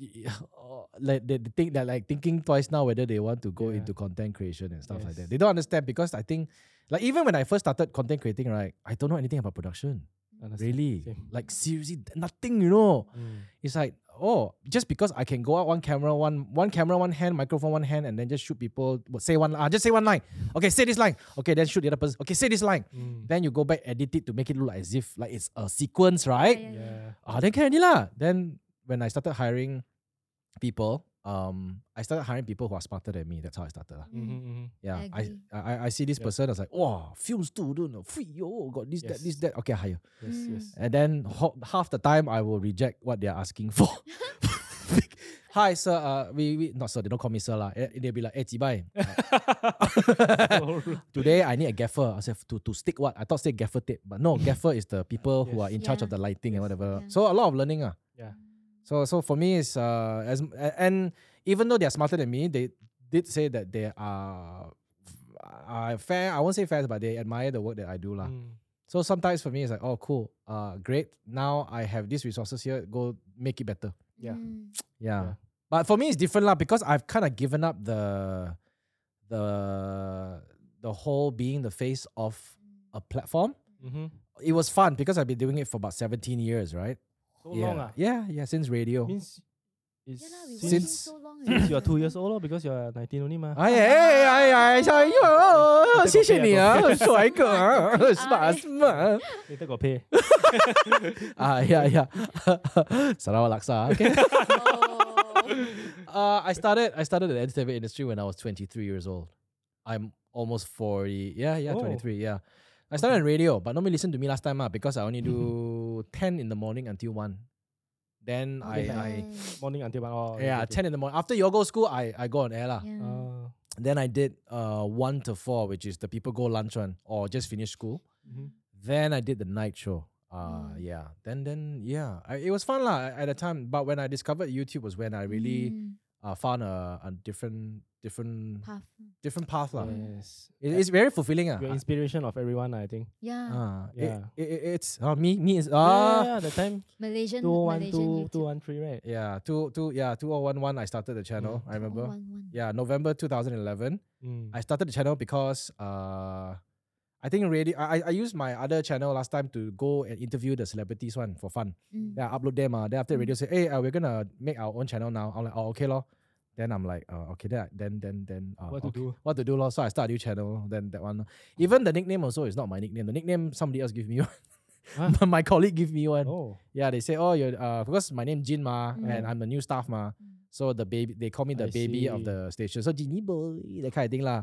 [SPEAKER 1] y- oh, like they they think that like thinking twice now whether they want to go
[SPEAKER 2] Yeah.
[SPEAKER 1] into content creation and stuff like that. They
[SPEAKER 2] Yes.
[SPEAKER 1] don't understand because I think like even when I first started content creating, right, I don't know anything about production.
[SPEAKER 2] understand.
[SPEAKER 1] Really.
[SPEAKER 2] Same.
[SPEAKER 1] Like seriously, th- nothing, you know.
[SPEAKER 2] Mm.
[SPEAKER 1] It's like, oh, just because I can go out one camera, one one camera, one hand, microphone, one hand, and then just shoot people, what, say one ah, just say one line. Okay, say this line. Okay, then shoot the other person. Okay, say this line.
[SPEAKER 2] Mm.
[SPEAKER 1] Then you go back, edit it to make it look like as if like it's a sequence, right?
[SPEAKER 3] Yeah, yeah.
[SPEAKER 2] Yeah.
[SPEAKER 1] ah, then can already lah. Then when I started hiring people, um, I started hiring people who are smarter than me. That's how I started lah.
[SPEAKER 2] Mm-hmm,
[SPEAKER 3] Mm.
[SPEAKER 2] mm-hmm.
[SPEAKER 1] Yeah, I,
[SPEAKER 3] agree.
[SPEAKER 1] I I- I see this
[SPEAKER 2] Yeah.
[SPEAKER 1] person. I was like, wow, film student, uh, free yo, got this that this
[SPEAKER 2] Yes.
[SPEAKER 1] that. Okay, hire.
[SPEAKER 2] Yes,
[SPEAKER 3] Mm.
[SPEAKER 2] yes.
[SPEAKER 1] And then ho- half the time I will reject what they are asking for. Like, Hi sir, uh, we, we not sir, they don't call me sir lah. Eh, They'll be like, eh, Jibai,
[SPEAKER 2] So rude.
[SPEAKER 1] today I need a gaffer. I said to, to stick what? I thought say gaffer tape, but no, gaffer is the people who are in charge of
[SPEAKER 3] Yeah.
[SPEAKER 1] the lighting and
[SPEAKER 2] Yes.
[SPEAKER 1] whatever.
[SPEAKER 3] Yeah.
[SPEAKER 1] So a lot of learning ah.
[SPEAKER 2] Yeah.
[SPEAKER 1] So so for me it's uh as m- a- and even though they're smarter than me, they did say that they are uh, fair. I won't say fair, but they admire the work that I do lah.
[SPEAKER 2] Mm.
[SPEAKER 1] So sometimes for me it's like, oh cool, uh great. Now I have these resources here. Go make it better.
[SPEAKER 2] Yeah.
[SPEAKER 3] Mm.
[SPEAKER 1] Yeah.
[SPEAKER 2] Yeah.
[SPEAKER 1] But for me it's different lah because I've kind of given up the the the whole being the face of a platform.
[SPEAKER 2] Mm-hmm.
[SPEAKER 1] It was fun because I've been doing it for about 17 years, right?
[SPEAKER 2] So
[SPEAKER 1] yeah.
[SPEAKER 2] long ah.
[SPEAKER 1] Yeah, yeah, since radio.
[SPEAKER 2] Means it's
[SPEAKER 3] Yeah, lah, we
[SPEAKER 1] Since-
[SPEAKER 2] since,
[SPEAKER 3] since, so long
[SPEAKER 2] since you are
[SPEAKER 3] already,
[SPEAKER 2] two
[SPEAKER 3] ah.
[SPEAKER 2] years old lor, because you are 19 only mah.
[SPEAKER 1] Ay, ay, ay, ay, oh, 小友，谢谢你啊， 帅哥
[SPEAKER 3] Smart,
[SPEAKER 1] ，smart smart，
[SPEAKER 2] Later got pay.
[SPEAKER 1] 哎呀 呀，Sarawak laksa. Okay,
[SPEAKER 3] Oh.
[SPEAKER 1] uh, I started I started in the entertainment industry when I was 23 years old. I'm almost 40. Yeah, yeah,
[SPEAKER 2] Oh.
[SPEAKER 1] 23. Yeah. I started on radio, but nobody listened to me last time ah, because I only do 10 in the morning until 1. Then I,
[SPEAKER 2] Mm-hmm. Okay,
[SPEAKER 1] I
[SPEAKER 2] Morning until one. Oh, okay,
[SPEAKER 1] yeah,
[SPEAKER 2] okay.
[SPEAKER 1] 10 in the morning. After you all go school, I, I go on air lah.
[SPEAKER 3] Yeah.
[SPEAKER 2] Oh.
[SPEAKER 1] Then I did uh one to four, which is the people go lunch one or just finish school.
[SPEAKER 2] Mm-hmm.
[SPEAKER 1] Then I did the night show. Uh,
[SPEAKER 3] Mm.
[SPEAKER 1] yeah. Then, then, yeah, I, it was fun lah at the time. But when I discovered YouTube was when I really
[SPEAKER 3] Mm,
[SPEAKER 1] uh, found a, a different, different,
[SPEAKER 3] path.
[SPEAKER 1] different path lah.
[SPEAKER 2] Yes.
[SPEAKER 1] It, it's very fulfilling ah.
[SPEAKER 2] Your inspiration of everyone, I think.
[SPEAKER 3] Yeah,
[SPEAKER 1] Ah, it-
[SPEAKER 2] Yeah.
[SPEAKER 1] it, it, it's uh, me, me is
[SPEAKER 2] Yeah,
[SPEAKER 1] ah.
[SPEAKER 2] yeah, yeah, the time
[SPEAKER 3] Malaysian,
[SPEAKER 2] two one
[SPEAKER 3] Malaysian
[SPEAKER 2] two
[SPEAKER 3] YouTube.
[SPEAKER 2] two one three, right?
[SPEAKER 1] Yeah, two two yeah two oh one one. I started the channel. I remember.
[SPEAKER 3] 211.
[SPEAKER 1] Yeah, November two thousand eleven.
[SPEAKER 2] Mm.
[SPEAKER 1] I started the channel because uh, I think really I I- I used my other channel last time to go and interview the celebrities one for fun.
[SPEAKER 3] Mm.
[SPEAKER 1] Then I upload them. Uh, then after
[SPEAKER 3] Mm.
[SPEAKER 1] radio say, hey, uh, we're gonna make our own channel now. I'm like, oh okay lor. Then I'm like, uh, okay then I- then then then uh,
[SPEAKER 2] what
[SPEAKER 1] okay.
[SPEAKER 2] to do?
[SPEAKER 1] What to do, lor? So I start a new channel. Then that one, lor. even the nickname also is not my nickname. The nickname somebody else give me one.
[SPEAKER 2] Huh?
[SPEAKER 1] my colleague give me one.
[SPEAKER 2] Oh,
[SPEAKER 1] Yeah, they say, oh, you're uh, because my name Jin Ma, and
[SPEAKER 3] Mm.
[SPEAKER 1] I'm the new staff ma.
[SPEAKER 3] Mm.
[SPEAKER 1] So the baby, they call me the
[SPEAKER 2] I
[SPEAKER 1] baby of
[SPEAKER 2] see.
[SPEAKER 1] the station. So Jinny boy, that kind of thing lah.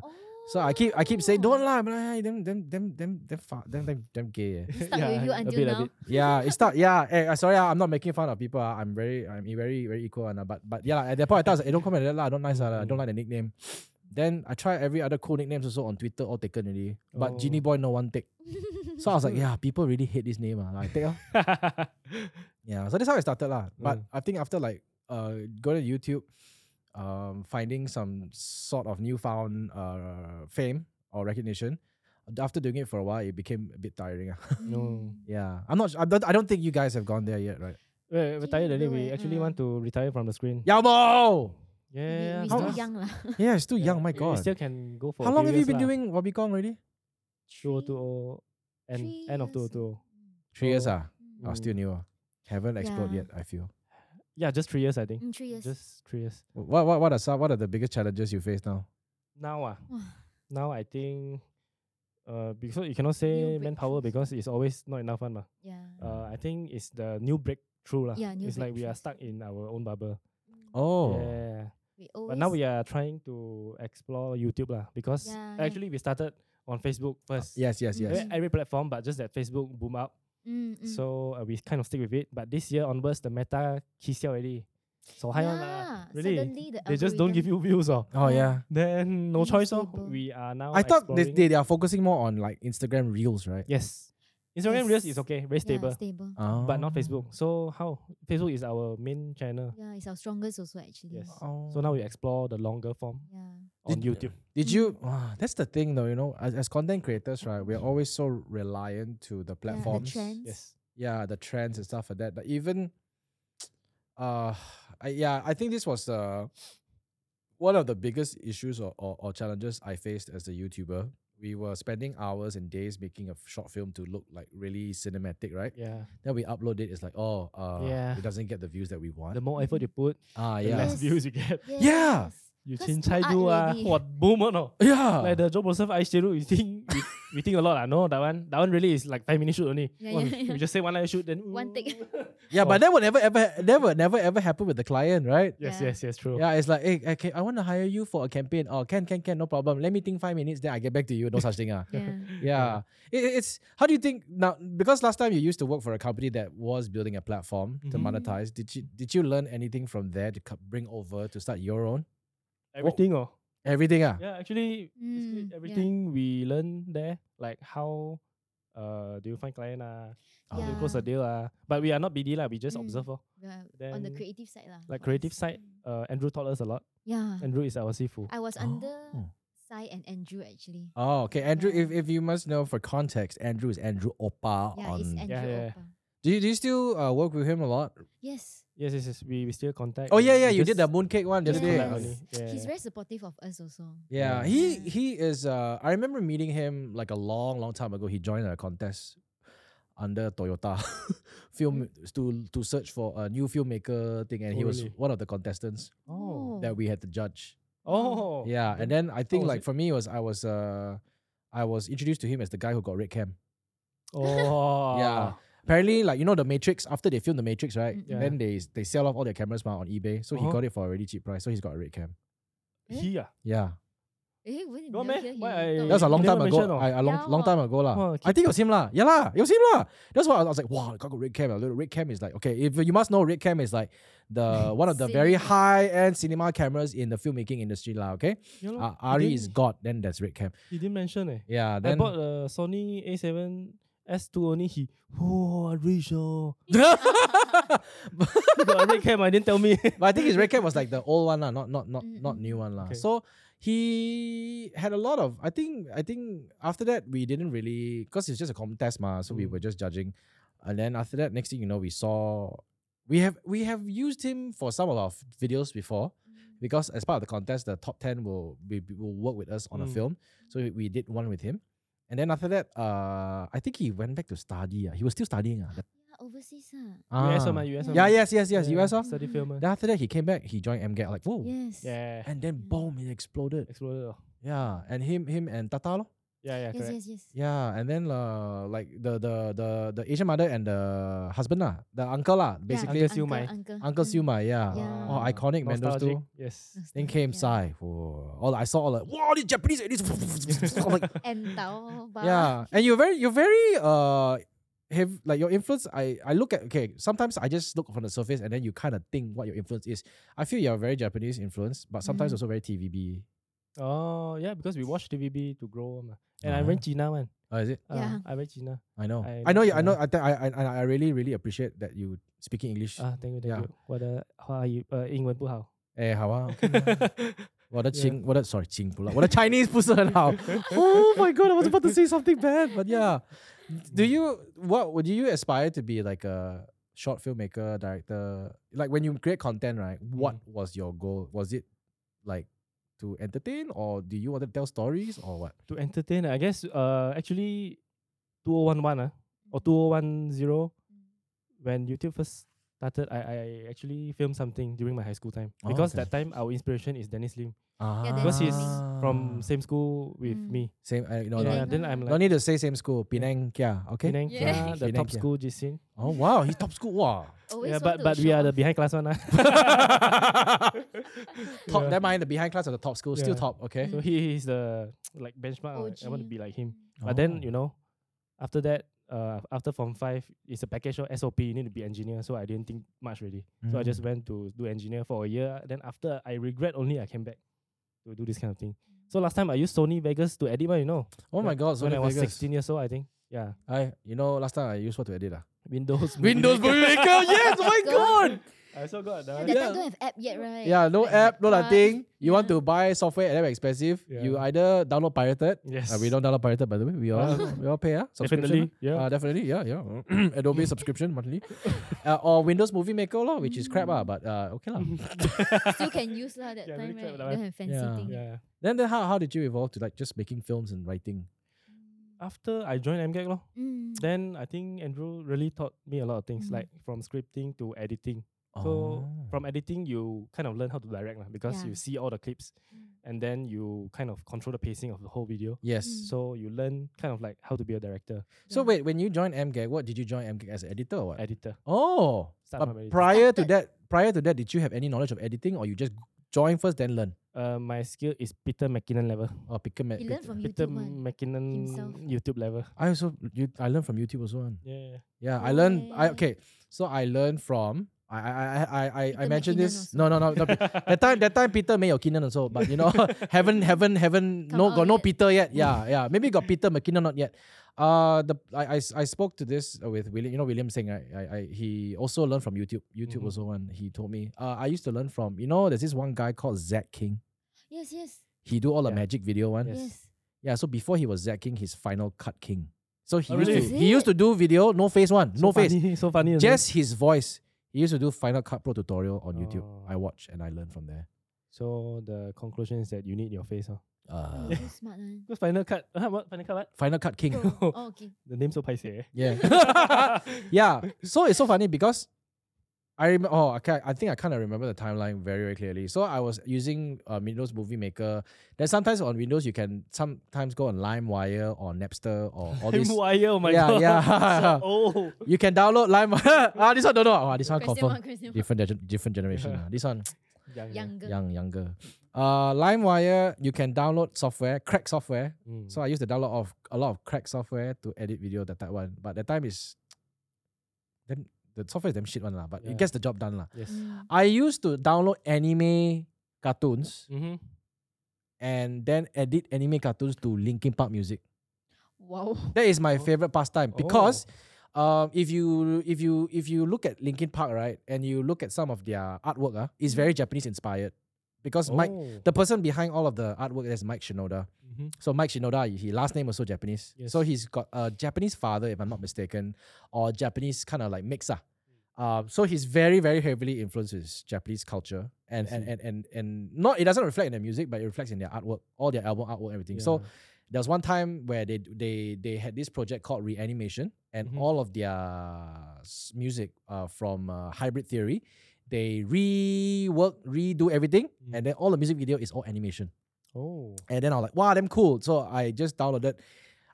[SPEAKER 1] So I keep, I keep saying,
[SPEAKER 3] Oh.
[SPEAKER 1] don't lie, but I, them, them, them, them, them, fa- them, them, them gay. eh."
[SPEAKER 3] It stuck with you
[SPEAKER 2] a
[SPEAKER 3] until
[SPEAKER 2] bit, a
[SPEAKER 3] now.
[SPEAKER 2] bit.
[SPEAKER 1] yeah, it's not. Yeah, eh, I- sorry, ah, I'm not making fun of people. ah, I'm very, I'm very, very equal, and but, but yeah, lah, at that point I thought, I was like, eh, don't comment like that lah. Don't nice lah. I don't
[SPEAKER 2] Mm.
[SPEAKER 1] like the nickname. Then I try every other cool nicknames also on Twitter, all taken already. But
[SPEAKER 2] Oh.
[SPEAKER 1] Genie Boy, no one take. So I was like, yeah, people really hate this name. Ah, I take ah. Yeah, so that's how I started lah. But
[SPEAKER 2] Mm.
[SPEAKER 1] I think after like uh going to YouTube, um, finding some sort of newfound uh fame or recognition. d- After doing it for a while, it became a bit tiring. ah.
[SPEAKER 2] No.
[SPEAKER 3] Mm.
[SPEAKER 1] yeah, I'm not. su- I don't. I don't think you guys have gone there yet, right?
[SPEAKER 2] We're, we're tired already. We
[SPEAKER 3] Jingle,
[SPEAKER 2] actually
[SPEAKER 3] uh.
[SPEAKER 2] want to retire from the screen.
[SPEAKER 1] Yamo.
[SPEAKER 2] Yeah,
[SPEAKER 3] We, we
[SPEAKER 1] How-
[SPEAKER 3] still
[SPEAKER 2] because-
[SPEAKER 3] young lah.
[SPEAKER 1] Yeah, it's too
[SPEAKER 2] yeah,
[SPEAKER 1] young. My
[SPEAKER 2] we-
[SPEAKER 1] God.
[SPEAKER 2] We still can go for.
[SPEAKER 1] How long have you been doing Wabi Kong already?
[SPEAKER 2] Two oh two O, and
[SPEAKER 3] three
[SPEAKER 2] end of two oh
[SPEAKER 3] years
[SPEAKER 2] two.
[SPEAKER 1] Three years
[SPEAKER 2] Oh.
[SPEAKER 1] ah.
[SPEAKER 3] Mm.
[SPEAKER 1] Oh, still new. ah. Haven't explored
[SPEAKER 3] Yeah.
[SPEAKER 1] yet. I feel.
[SPEAKER 2] Yeah, just three years, I think.
[SPEAKER 3] Mm, three years.
[SPEAKER 2] Just three years.
[SPEAKER 1] What what what are some, what are the biggest challenges you face now?
[SPEAKER 2] Now ah,
[SPEAKER 3] Wah.
[SPEAKER 2] now I think. Uh, because you cannot say manpower
[SPEAKER 3] breakthroughs.
[SPEAKER 2] because it's always not enough one mah.
[SPEAKER 3] yeah.
[SPEAKER 2] Uh, I think it's the new breakthrough lah.
[SPEAKER 3] Yeah, new
[SPEAKER 2] it's like we are
[SPEAKER 3] breakthroughs.
[SPEAKER 2] stuck in our own bubble.
[SPEAKER 1] Oh,
[SPEAKER 2] Yeah.
[SPEAKER 3] we always.
[SPEAKER 2] But now we are trying to explore YouTube lah because
[SPEAKER 3] Yeah, yeah.
[SPEAKER 2] actually we started on Facebook first.
[SPEAKER 1] yes, yes, yes.
[SPEAKER 2] Every- Every platform, but just that Facebook boom up.
[SPEAKER 3] Mm, mm.
[SPEAKER 2] So uh, we kind of stick with it. But this year onwards, the meta kiss already. So high on lah.
[SPEAKER 3] Yeah,
[SPEAKER 2] Really.
[SPEAKER 3] suddenly the
[SPEAKER 2] they just don't give
[SPEAKER 3] algorithm-
[SPEAKER 2] you views or
[SPEAKER 1] Oh yeah.
[SPEAKER 2] then no
[SPEAKER 3] Really
[SPEAKER 2] choice oh.
[SPEAKER 3] stable.
[SPEAKER 2] We are now
[SPEAKER 1] I thought they,
[SPEAKER 2] exploring-
[SPEAKER 1] they, they are focusing more on like Instagram Reels, right?
[SPEAKER 2] Yes. Instagram Reels is
[SPEAKER 3] Yes.
[SPEAKER 2] okay, very stable. Uh.
[SPEAKER 3] Yeah, stable.
[SPEAKER 2] But
[SPEAKER 1] Oh.
[SPEAKER 2] not Facebook. So how? Facebook is our main channel.
[SPEAKER 3] Yeah, it's our strongest also actually.
[SPEAKER 2] Yes.
[SPEAKER 1] Oh.
[SPEAKER 2] So now we explore the longer form
[SPEAKER 3] Yeah.
[SPEAKER 2] on
[SPEAKER 1] Did-
[SPEAKER 2] YouTube.
[SPEAKER 1] Did
[SPEAKER 3] Mm.
[SPEAKER 1] you? ah, that's the thing, though. You know, as, as content creators, right? We're always so reliant to the platforms.
[SPEAKER 3] trends.
[SPEAKER 2] Yes.
[SPEAKER 1] Yeah, the trends and stuff like that. But even, uh, I, yeah, I think this was uh, one of the biggest issues or, or, or challenges I faced as a YouTuber. We were spending hours and days making a f- short film to look like really cinematic, right?
[SPEAKER 2] Yeah.
[SPEAKER 1] Then we upload it. It's like, oh, uh,
[SPEAKER 2] Yeah.
[SPEAKER 1] it doesn't get the views that we want.
[SPEAKER 2] The more effort you put,
[SPEAKER 1] Ah,
[SPEAKER 2] the
[SPEAKER 1] yeah.
[SPEAKER 2] less
[SPEAKER 3] Yes.
[SPEAKER 2] views you get.
[SPEAKER 1] Yeah.
[SPEAKER 3] Yes.
[SPEAKER 2] You
[SPEAKER 3] Because
[SPEAKER 2] chin
[SPEAKER 3] too
[SPEAKER 2] chai
[SPEAKER 3] art
[SPEAKER 2] do ah,
[SPEAKER 3] already.
[SPEAKER 2] what boom or no?
[SPEAKER 1] Yeah.
[SPEAKER 2] Like the Joe Joseph I Shiru, you think we, we think a lot ah. No, that one, that one really is like five minute shoot only.
[SPEAKER 3] Yeah,
[SPEAKER 2] One-
[SPEAKER 3] yeah, yeah.
[SPEAKER 2] We just say one line shoot, then
[SPEAKER 3] One take.
[SPEAKER 1] Yeah,
[SPEAKER 2] Oh.
[SPEAKER 1] but that will never ever that will never ever happen with the client, right?
[SPEAKER 2] Yes,
[SPEAKER 3] Yeah.
[SPEAKER 2] yes, yes, true.
[SPEAKER 1] Yeah, it's like, hey, I, can, I want to hire you for a campaign. Oh, can, can, can, no problem. Let me think five minutes, then I get back to you. No such thing. ah.
[SPEAKER 3] Yeah.
[SPEAKER 1] Yeah. It, it- it's, how do you think now? Because last time you used to work for a company that was building a platform to
[SPEAKER 2] Mhm.
[SPEAKER 1] monetize, did you did you learn anything from there to co- bring over to start your own?
[SPEAKER 2] Everything oh.
[SPEAKER 1] Everything. ah.
[SPEAKER 2] Yeah, actually, basically
[SPEAKER 3] Mm, yeah.
[SPEAKER 2] everything we learn there, like how uh do you find client ah, how do you close a
[SPEAKER 3] Yeah.
[SPEAKER 2] deal ah. But we are not BD lah, we just
[SPEAKER 3] Mm.
[SPEAKER 2] observe oh.
[SPEAKER 3] Yeah,
[SPEAKER 2] Then
[SPEAKER 3] on the creative side lah.
[SPEAKER 2] like
[SPEAKER 3] for us.
[SPEAKER 2] creative side, uh Andrew taught us a lot.
[SPEAKER 3] Yeah.
[SPEAKER 2] Andrew is our sifu.
[SPEAKER 3] I was
[SPEAKER 1] Oh.
[SPEAKER 3] under Sai and Andrew actually.
[SPEAKER 2] Uh,
[SPEAKER 1] Oh, okay. Andrew,
[SPEAKER 3] Yeah.
[SPEAKER 1] if, if you must know for context, Andrew is Andrew Oppa.
[SPEAKER 3] Yeah,
[SPEAKER 1] on,
[SPEAKER 3] it's Andrew
[SPEAKER 2] Yeah, yeah.
[SPEAKER 3] Oppa.
[SPEAKER 1] do, you, do you still uh, work with him a lot?
[SPEAKER 3] Yes.
[SPEAKER 2] Yes, yes, yes. We, we still contact.
[SPEAKER 1] Oh, yeah,
[SPEAKER 2] we-
[SPEAKER 1] yeah.
[SPEAKER 2] we
[SPEAKER 1] You did the
[SPEAKER 2] just-
[SPEAKER 1] mooncake one the
[SPEAKER 2] just
[SPEAKER 1] other day.
[SPEAKER 2] collab
[SPEAKER 3] Yes.
[SPEAKER 2] only. Yeah.
[SPEAKER 3] He's very supportive of us also.
[SPEAKER 1] Yeah,
[SPEAKER 2] Yeah.
[SPEAKER 1] he
[SPEAKER 3] Yeah.
[SPEAKER 1] he is. Uh, I remember meeting him like a long, long time ago. He joined a contest under Toyota film to to search for a new filmmaker thing, and he
[SPEAKER 2] Oh,
[SPEAKER 1] was
[SPEAKER 2] really?
[SPEAKER 1] one of the contestants
[SPEAKER 2] Oh.
[SPEAKER 1] that we had to judge.
[SPEAKER 2] Oh.
[SPEAKER 1] yeah, and then I think
[SPEAKER 2] was
[SPEAKER 1] like
[SPEAKER 2] it?
[SPEAKER 1] for me it was I was uh I was introduced to him as the guy who got red cam.
[SPEAKER 2] Oh.
[SPEAKER 1] Yeah. Apparently, like you know, the Matrix. After they filmed the Matrix, right?
[SPEAKER 3] Mm,
[SPEAKER 2] Yeah.
[SPEAKER 1] Then they they sell off all their cameras now on eBay, so he
[SPEAKER 2] Uh-huh.
[SPEAKER 1] got it for a really cheap price. So he's got a red cam.
[SPEAKER 3] Eh?
[SPEAKER 2] He ah.
[SPEAKER 1] Yeah,
[SPEAKER 3] Eh, when did
[SPEAKER 2] Got meh?
[SPEAKER 3] never hear he
[SPEAKER 2] Why I-
[SPEAKER 3] talk
[SPEAKER 1] That was a
[SPEAKER 2] You
[SPEAKER 1] long
[SPEAKER 2] never
[SPEAKER 1] time
[SPEAKER 2] mention
[SPEAKER 1] ago.
[SPEAKER 2] or-
[SPEAKER 1] I, a long,
[SPEAKER 3] Yeah.
[SPEAKER 1] long time ago lah.
[SPEAKER 2] Oh,
[SPEAKER 1] I think it was him lah. Yeah lah, it was him lah. That's why I was like, wow, got Red Cam. A little Red Cam is like, okay, if you must know, Red Cam is like the one of the very
[SPEAKER 3] Cinema.
[SPEAKER 1] high end cinema cameras in the filmmaking industry lah. Okay,
[SPEAKER 2] You know,
[SPEAKER 1] uh,
[SPEAKER 2] he
[SPEAKER 1] Ari
[SPEAKER 2] didn't-
[SPEAKER 1] is God. Then that's Red Cam.
[SPEAKER 2] He didn't mention eh.
[SPEAKER 1] Yeah. Then
[SPEAKER 2] I bought a Sony A7 S two only he oh I rich oh
[SPEAKER 1] but
[SPEAKER 2] You got a red cap I didn't tell me
[SPEAKER 1] I think his red cap was like the old one, lah, not not not
[SPEAKER 3] Mm,
[SPEAKER 1] not
[SPEAKER 3] mm,
[SPEAKER 1] new one. lah.
[SPEAKER 2] Okay.
[SPEAKER 1] So he had a lot of I think I think after that we didn't really because it's just a contest ma, so we
[SPEAKER 2] Mm.
[SPEAKER 1] were just judging. And then after that, next thing you know, we saw we have we have used him for some of our f- videos before. because as part of the contest, the top ten will be, be- will work with us on a
[SPEAKER 2] Mm.
[SPEAKER 1] film. So we, we did one with him, and then after that, uh, I think he went back to study. ah. he was still studying. ah. The-
[SPEAKER 3] Yeah, overseas. ah.
[SPEAKER 2] US
[SPEAKER 1] ah.
[SPEAKER 2] one, my US one.
[SPEAKER 1] Yeah, yes, yes, yes. US off.
[SPEAKER 2] Study film. ah.
[SPEAKER 1] Then after that, he came back. He joined MGAT. Like whoa,
[SPEAKER 3] Yes.
[SPEAKER 2] Yeah.
[SPEAKER 1] and then boom, it exploded.
[SPEAKER 2] Exploded. oh.
[SPEAKER 1] Yeah, and him, him and Tata lor.
[SPEAKER 2] Yeah, yeah,
[SPEAKER 3] Yes,
[SPEAKER 2] correct.
[SPEAKER 3] yes, yes.
[SPEAKER 1] Yeah, and then uh, like the the the the Asian mother and the husband lah, the uncle lah, basically
[SPEAKER 2] Uncle Siu Mai.
[SPEAKER 3] Uncle,
[SPEAKER 1] Uncle
[SPEAKER 3] Mm.
[SPEAKER 1] Siu Mai. Yeah.
[SPEAKER 3] Yeah.
[SPEAKER 1] Oh, iconic, man, those
[SPEAKER 2] Nostalgic,
[SPEAKER 1] two.
[SPEAKER 2] Yes.
[SPEAKER 3] Nostalgia,
[SPEAKER 1] Then came
[SPEAKER 3] yeah.
[SPEAKER 1] Sai. Whoa. All I saw all like, wow, these Japanese and this. I'm like,
[SPEAKER 3] And Tao Bao.
[SPEAKER 1] Yeah, and you're very, you're very uh, have like your influence. I I look at okay. Sometimes I just look from the surface, and then you kind of think what your influence is. I feel you're very Japanese influence, but sometimes
[SPEAKER 3] Mm.
[SPEAKER 1] also very TVB.
[SPEAKER 2] Oh, yeah, because we watched TVB to grow. up, ah. And I
[SPEAKER 1] Ah.
[SPEAKER 2] went China, man.
[SPEAKER 1] Oh, is it?
[SPEAKER 2] Uh,
[SPEAKER 3] Yeah.
[SPEAKER 2] I went China.
[SPEAKER 1] I know. I,
[SPEAKER 2] I
[SPEAKER 1] know.
[SPEAKER 2] like
[SPEAKER 1] You, I
[SPEAKER 2] that
[SPEAKER 1] know.
[SPEAKER 2] one.
[SPEAKER 1] I, th- I I I I really really appreciate that you speaking English.
[SPEAKER 2] Ah, thank you, thank
[SPEAKER 1] Yeah.
[SPEAKER 2] you. 我的华语呃英文不好。
[SPEAKER 1] eh, how ah? Okay. lah. 我的 Qing- 我的 sorry 清我的 Chinese 不是很好。oh my god, I was about to say something bad, but yeah. Do you what would you aspire to be like a short filmmaker, director? Like when you create content, right? What
[SPEAKER 2] Mm.
[SPEAKER 1] was your goal? Was it like to entertain or do you want to tell stories or what?
[SPEAKER 2] to entertain, I guess uh actually 2011 uh, or 2010 when YouTube first started, I, I actually filmed something during my high school time.
[SPEAKER 1] Oh,
[SPEAKER 2] Because
[SPEAKER 1] okay.
[SPEAKER 2] that time our inspiration is Dennis Lim.
[SPEAKER 1] Ah,
[SPEAKER 2] Because he's
[SPEAKER 3] Ah.
[SPEAKER 2] from same school with
[SPEAKER 3] Mm.
[SPEAKER 2] me.
[SPEAKER 1] same uh, no,
[SPEAKER 2] yeah,
[SPEAKER 1] no,
[SPEAKER 3] Penang.
[SPEAKER 2] then I'm
[SPEAKER 1] no
[SPEAKER 2] like
[SPEAKER 1] need to say same school, Penang Kia, okay?
[SPEAKER 2] Penang,
[SPEAKER 3] Yeah.
[SPEAKER 2] yeah, the
[SPEAKER 1] Penang
[SPEAKER 2] top
[SPEAKER 1] Kia.
[SPEAKER 2] school Jisin.
[SPEAKER 1] Oh wow, he's top school. Wow.
[SPEAKER 3] Always
[SPEAKER 2] Yeah,
[SPEAKER 3] want
[SPEAKER 2] but
[SPEAKER 3] to
[SPEAKER 2] but we
[SPEAKER 3] show
[SPEAKER 2] are the
[SPEAKER 3] off.
[SPEAKER 2] behind class one. ah.
[SPEAKER 1] Top
[SPEAKER 2] Yeah.
[SPEAKER 1] never mind the behind class or the top school, still
[SPEAKER 2] Yeah.
[SPEAKER 1] top, okay?
[SPEAKER 3] Mm.
[SPEAKER 2] So he is the like benchmark. ah, I want to
[SPEAKER 3] OG.
[SPEAKER 2] be like him. But
[SPEAKER 1] Oh.
[SPEAKER 2] then you know, after that, uh, after form five, it's a package of SOP. You need to be engineer. So I didn't think much really. So I
[SPEAKER 1] Mm.
[SPEAKER 2] just went to do engineer for a year. Then after I regret only I came back to do this kind of thing. So last time I used Sony Vegas to edit one. You know,
[SPEAKER 1] Oh my
[SPEAKER 2] Like,
[SPEAKER 1] god, so
[SPEAKER 2] when I was
[SPEAKER 1] Vegas.
[SPEAKER 2] sixteen years old, I think. Yeah,
[SPEAKER 1] I you know last time I used what to edit ah.
[SPEAKER 2] Windows. Movie
[SPEAKER 1] Windows
[SPEAKER 2] Maker.
[SPEAKER 1] Movie Maker, yes, oh my
[SPEAKER 3] God.
[SPEAKER 1] god.
[SPEAKER 2] I also got that.
[SPEAKER 1] Yeah.
[SPEAKER 2] one.
[SPEAKER 3] Yeah, that time don't have app yet, right?
[SPEAKER 1] Yeah, no
[SPEAKER 3] Like
[SPEAKER 1] app, no
[SPEAKER 3] Netflix.
[SPEAKER 1] nothing. You want
[SPEAKER 3] Yeah.
[SPEAKER 1] to buy software and then expensive. You
[SPEAKER 2] Yeah.
[SPEAKER 1] either download pirated.
[SPEAKER 2] Yes.
[SPEAKER 1] Uh, we don't download pirated by the way. We all
[SPEAKER 2] Ah.
[SPEAKER 1] we all pay ah. subscription,
[SPEAKER 2] Definitely.
[SPEAKER 1] ah.
[SPEAKER 2] Yeah.
[SPEAKER 1] Uh, definitely, yeah, yeah. Adobe subscription monthly, uh, or Windows Movie Maker lor, which is crap ah, but uh, okay
[SPEAKER 2] Mm-hmm.
[SPEAKER 1] lah.
[SPEAKER 3] Still can use lah that
[SPEAKER 2] Yeah,
[SPEAKER 3] time,
[SPEAKER 2] really
[SPEAKER 3] right?
[SPEAKER 2] crap that
[SPEAKER 3] Don't have fancy
[SPEAKER 1] Yeah.
[SPEAKER 3] thing.
[SPEAKER 2] yeah.
[SPEAKER 1] Then then how, how did you evolve to like just making films and writing?
[SPEAKER 2] After I joined MGAG, lor,
[SPEAKER 3] Mm.
[SPEAKER 2] then I think Andrew really taught me a lot of things,
[SPEAKER 3] Mm.
[SPEAKER 2] like from scripting to editing. So from editing, you kind of learn how to direct lah, because
[SPEAKER 3] Yeah.
[SPEAKER 2] you see all the clips, and then you kind of control the pacing of the whole video.
[SPEAKER 1] yes.
[SPEAKER 3] Mm.
[SPEAKER 2] So you learn kind of like how to be a director,
[SPEAKER 1] So
[SPEAKER 3] Yeah.
[SPEAKER 1] wait, when you joined MGAG, what did you join MGAG as an editor or what?
[SPEAKER 2] editor.
[SPEAKER 1] Oh,
[SPEAKER 2] Start
[SPEAKER 1] but
[SPEAKER 2] from editing.
[SPEAKER 1] prior to
[SPEAKER 3] Started.
[SPEAKER 1] that, prior to that, did you have any knowledge of editing, or you just join first then learn?
[SPEAKER 2] Uh, my skill is Peter McKinnon level.
[SPEAKER 1] Or pick a ma-
[SPEAKER 3] He
[SPEAKER 1] pick-
[SPEAKER 3] learned from
[SPEAKER 2] Peter
[SPEAKER 3] YouTube one.
[SPEAKER 2] McKinnon
[SPEAKER 3] himself.
[SPEAKER 2] YouTube level.
[SPEAKER 1] I also you, I learned from YouTube also. one.
[SPEAKER 2] Yeah.
[SPEAKER 1] Yeah, I learned. I
[SPEAKER 3] Yay.
[SPEAKER 1] okay, so I learned from. I I I I I, I
[SPEAKER 3] Peter
[SPEAKER 1] mentioned
[SPEAKER 3] McKinnon
[SPEAKER 1] this. No no no. no Pe- that time that time Peter may or Keenan also, but you know haven't haven't haven't
[SPEAKER 3] Come
[SPEAKER 1] no
[SPEAKER 3] out
[SPEAKER 1] got no
[SPEAKER 3] yet.
[SPEAKER 1] Peter yet. Yeah yeah maybe got Peter McKinnon not yet. Uh the I I, s- I spoke to this uh, with William. You know William Singh right? I, I he also learned from YouTube. YouTube
[SPEAKER 2] Mhm.
[SPEAKER 1] also one. He told me. Uh, I used to learn from you know there's this one guy called Zach King.
[SPEAKER 3] Yes, yes,
[SPEAKER 1] He do all the
[SPEAKER 2] Yeah.
[SPEAKER 1] magic video one.
[SPEAKER 2] Yes.
[SPEAKER 3] yes.
[SPEAKER 1] Yeah, so before he was Zack King, he's Final Cut King. So he
[SPEAKER 2] Oh,
[SPEAKER 1] used
[SPEAKER 2] really?
[SPEAKER 1] to
[SPEAKER 3] Is
[SPEAKER 1] he used to do video, no face one, no
[SPEAKER 2] so
[SPEAKER 1] face.
[SPEAKER 2] Funny, so funny. isn't it?
[SPEAKER 1] Just his voice. He used to do Final Cut Pro tutorial on YouTube.
[SPEAKER 2] Oh.
[SPEAKER 1] I watch and I learn from there.
[SPEAKER 2] So the conclusion is that you need your face. Huh?
[SPEAKER 1] Uh,
[SPEAKER 3] Oh, so smart one.
[SPEAKER 2] Because Final Cut, uh, what? Final Cut what?
[SPEAKER 1] Final Cut King.
[SPEAKER 3] Pro. Oh, okay.
[SPEAKER 2] The name so paiseh. eh?
[SPEAKER 1] Yeah. yeah. So it's so funny because I remember. Oh, okay. I think I kind of remember the timeline very, very clearly. So I was using uh, Windows Movie Maker. Then sometimes on Windows you can sometimes go on LimeWire or Napster or all these.
[SPEAKER 2] LimeWire, oh my
[SPEAKER 1] Yeah,
[SPEAKER 2] god.
[SPEAKER 1] yeah.
[SPEAKER 2] so old.
[SPEAKER 1] You can download Lime. ah, this one don't know. Ah, this one
[SPEAKER 3] Question
[SPEAKER 1] confirm.
[SPEAKER 3] mark, question mark.
[SPEAKER 1] different gen- different generation.
[SPEAKER 2] Yeah.
[SPEAKER 1] ah. This one
[SPEAKER 2] Young, yeah.
[SPEAKER 3] Younger.
[SPEAKER 1] young younger. Uh, LimeWire you can download software, crack software.
[SPEAKER 2] Mm.
[SPEAKER 1] So I used to download of a lot of crack software to edit video that that one. But that time is, them the software is damn shit one lah. But
[SPEAKER 2] Yeah.
[SPEAKER 1] it gets the job done lah.
[SPEAKER 2] yes.
[SPEAKER 3] Mm.
[SPEAKER 1] I used to download anime cartoons
[SPEAKER 2] Mm-hmm.
[SPEAKER 1] and then edit anime cartoons to Linkin Park music.
[SPEAKER 3] Wow.
[SPEAKER 1] That is my
[SPEAKER 2] Oh.
[SPEAKER 1] favorite pastime because um, if you if you if you look at Linkin Park, right, and you look at some of their artwork, ah, it's very Japanese inspired.
[SPEAKER 2] Oh.
[SPEAKER 1] Because Mike, the person behind all of the artwork is Mike Shinoda.
[SPEAKER 2] hmm
[SPEAKER 1] So Mike Shinoda, his last name was so Japanese. So
[SPEAKER 2] Yes.
[SPEAKER 1] he's got a Japanese father, if I'm not mistaken, or Japanese kind of like mixer.
[SPEAKER 2] Hmm.
[SPEAKER 1] Um, so he's very, very heavily influenced with Japanese culture, and
[SPEAKER 2] I
[SPEAKER 1] and,
[SPEAKER 2] see.
[SPEAKER 1] and and and not it doesn't reflect in their music, but it reflects in their artwork, all their album artwork, everything. So there was one time where they they they had this project called Reanimation, and
[SPEAKER 2] Mhm.
[SPEAKER 1] all of their s- music uh, from uh, Hybrid Theory, they rework, redo everything,
[SPEAKER 2] Mm.
[SPEAKER 1] and then all the music video is all animation.
[SPEAKER 2] oh,
[SPEAKER 1] And then I was like, wow, damn cool. So I just downloaded.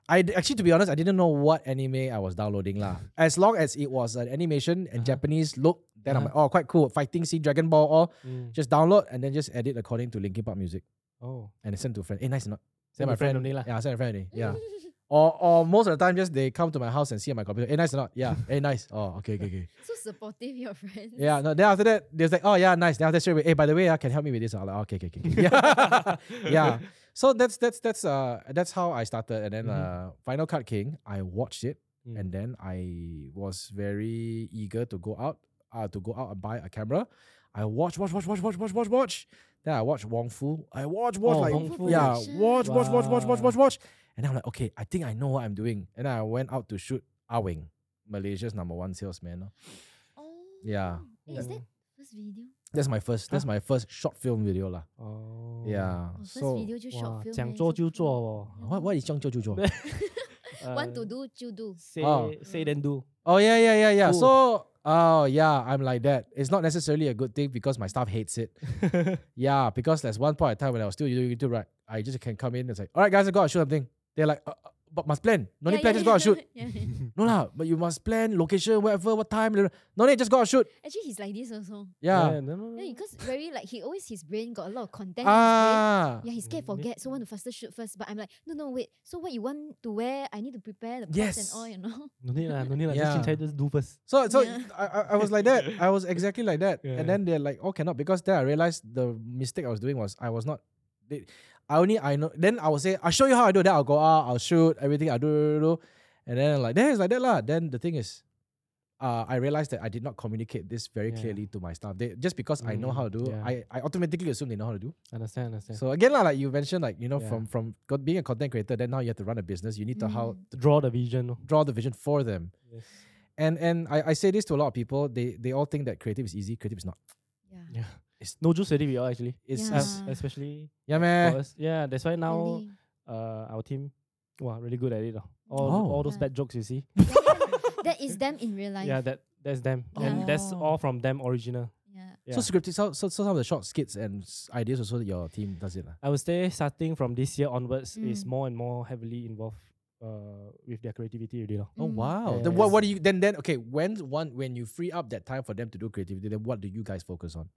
[SPEAKER 1] I d- actually, to be honest, I didn't know what anime I was downloading lah. As long as it was an animation and
[SPEAKER 2] Uh-huh.
[SPEAKER 1] Japanese look, then I'm
[SPEAKER 2] Uh-huh.
[SPEAKER 1] like, oh, quite cool. Fighting scene, Dragon Ball, all
[SPEAKER 2] mm,
[SPEAKER 1] just download and then just edit according to Linkin Park music
[SPEAKER 2] oh,
[SPEAKER 1] and send to a friend. Hey, nice or not?
[SPEAKER 2] Send
[SPEAKER 1] my
[SPEAKER 2] to friend
[SPEAKER 1] friend
[SPEAKER 2] only lah.
[SPEAKER 1] Yeah, send a friend only. Yeah. or or most of the time, just they come to my house and see my computer. Hey, nice or not? Yeah. hey, nice. Oh, okay, okay, okay.
[SPEAKER 3] so supportive, your friends.
[SPEAKER 1] Yeah. No. Then after that, they was like, oh yeah, nice. Then after that, straight away, hey, by the way, I can help me with this. I'm like, "Oh, okay, okay, okay. okay." Yeah. yeah. So that's that's that's uh that's how I started, and then
[SPEAKER 2] Mhm.
[SPEAKER 1] uh Final Cut King, I watched it,
[SPEAKER 2] Mm.
[SPEAKER 1] and then I was very eager to go out, uh, to go out and buy a camera. I watch, watch, watch, watch, watch, watch, watch, watch. Then I watch Wong Fu. I watch, watch,
[SPEAKER 2] Oh,
[SPEAKER 1] like
[SPEAKER 2] Wong Fu.
[SPEAKER 1] yeah,
[SPEAKER 3] Production.
[SPEAKER 1] watch, watch, watch, watch, watch, watch,
[SPEAKER 2] Wow.
[SPEAKER 1] watch. And I'm like, okay, I think I know what I'm doing. And I went out to shoot Awing, Malaysia's number one salesman. lor.
[SPEAKER 3] Oh.
[SPEAKER 1] Yeah.
[SPEAKER 3] Eh, is
[SPEAKER 2] Yeah.
[SPEAKER 3] that first video?
[SPEAKER 1] That's my first. That's
[SPEAKER 2] Huh?
[SPEAKER 1] my first short film video lah.
[SPEAKER 2] oh,
[SPEAKER 1] Yeah.
[SPEAKER 3] Oh, first
[SPEAKER 1] So
[SPEAKER 3] video 就 short
[SPEAKER 2] 哇
[SPEAKER 3] film，
[SPEAKER 2] 讲
[SPEAKER 3] leh，
[SPEAKER 2] 做
[SPEAKER 3] so
[SPEAKER 2] 就
[SPEAKER 3] cool
[SPEAKER 2] 做哦，
[SPEAKER 1] what what is Zhong Jiu Jiu Jiu?
[SPEAKER 3] Want to do 就 do。
[SPEAKER 2] Uh, say
[SPEAKER 1] Oh.
[SPEAKER 2] say then do
[SPEAKER 1] Oh yeah, yeah, yeah, yeah.
[SPEAKER 2] Cool.
[SPEAKER 1] So oh yeah, I'm like that. It's not necessarily a good thing because my staff hates it. yeah, because there's one point in time when I was still doing YouTube, right? I just can come in and say, all right, guys, I gotta shoot something. They're like, uh, uh, but must plan. No need plan,
[SPEAKER 3] Yeah, yeah,
[SPEAKER 1] just gotta shoot.
[SPEAKER 3] yeah, yeah.
[SPEAKER 1] No lah, but you must plan location, whatever, what time. blah, blah. No need, just gotta shoot.
[SPEAKER 3] Actually, he's like this also.
[SPEAKER 1] Yeah.
[SPEAKER 2] no, no, no.
[SPEAKER 3] No, because very like he always his brain got a lot of content. in his brain.
[SPEAKER 1] Ah.
[SPEAKER 3] Yeah, he scared
[SPEAKER 2] Mm,
[SPEAKER 3] forget, so want to faster shoot first. But I'm like, no, no, wait. So what you want to wear? I need to prepare the props
[SPEAKER 1] Yes.
[SPEAKER 3] and all, you know.
[SPEAKER 2] no need lah, no need lah. Just
[SPEAKER 1] Yeah.
[SPEAKER 2] chin just do first.
[SPEAKER 1] So so
[SPEAKER 3] Yeah.
[SPEAKER 1] I, I I was like that. I was exactly like that.
[SPEAKER 2] Yeah,
[SPEAKER 1] And
[SPEAKER 2] yeah.
[SPEAKER 1] then they're like, oh cannot because then I realized the mistake I was doing was I was not they, I only I know then I will say, I'll show you how I do that, I'll go out, I'll shoot, everything I do, do, do, do. and then like then it's like that lah. Then the thing is uh, I realized that I did not communicate this very
[SPEAKER 2] Yeah.
[SPEAKER 1] clearly to my staff. They, just because I know how to
[SPEAKER 2] Mm,
[SPEAKER 1] do,
[SPEAKER 2] yeah.
[SPEAKER 1] I, I automatically assume they know how to do.
[SPEAKER 2] Understand, understand.
[SPEAKER 1] So again, lah, like you mentioned, like you know,
[SPEAKER 2] Yeah.
[SPEAKER 1] from from got- being a content creator, then now you have to run a business. You need to how
[SPEAKER 3] Mm.
[SPEAKER 2] draw the vision. lor.
[SPEAKER 1] draw the vision for them
[SPEAKER 2] Yes.
[SPEAKER 1] and and I, I say this to a lot of people. They they all think that creative is easy. Creative is not.
[SPEAKER 3] Yeah.
[SPEAKER 2] Yeah. no juice already. We all actually,
[SPEAKER 1] It's yeah,
[SPEAKER 3] Yeah.
[SPEAKER 2] Es- especially
[SPEAKER 1] yeah
[SPEAKER 2] for
[SPEAKER 1] man.
[SPEAKER 2] us. Yeah, that's why now
[SPEAKER 3] Ah. Really.
[SPEAKER 2] uh, our team, wow, really good at it. lor. All
[SPEAKER 1] Oh.
[SPEAKER 2] all those bad
[SPEAKER 3] Yeah.
[SPEAKER 2] jokes you see.
[SPEAKER 3] that is them in real life.
[SPEAKER 2] Yeah, that that's them, and that's
[SPEAKER 1] Oh.
[SPEAKER 2] all from them original.
[SPEAKER 3] Yeah.
[SPEAKER 2] Yeah.
[SPEAKER 1] So scripted. So, so so some of the short skits and s- ideas also that your team does it. lah.
[SPEAKER 2] I would say starting from this year onwards is
[SPEAKER 3] Mm.
[SPEAKER 2] more and more heavily involved uh, with their creativity already. lor.
[SPEAKER 1] Oh
[SPEAKER 3] Mm.
[SPEAKER 1] wow. Then what
[SPEAKER 2] Yes.
[SPEAKER 1] what do you then then okay when one when you free up that time for them to do creativity then what do you guys focus on?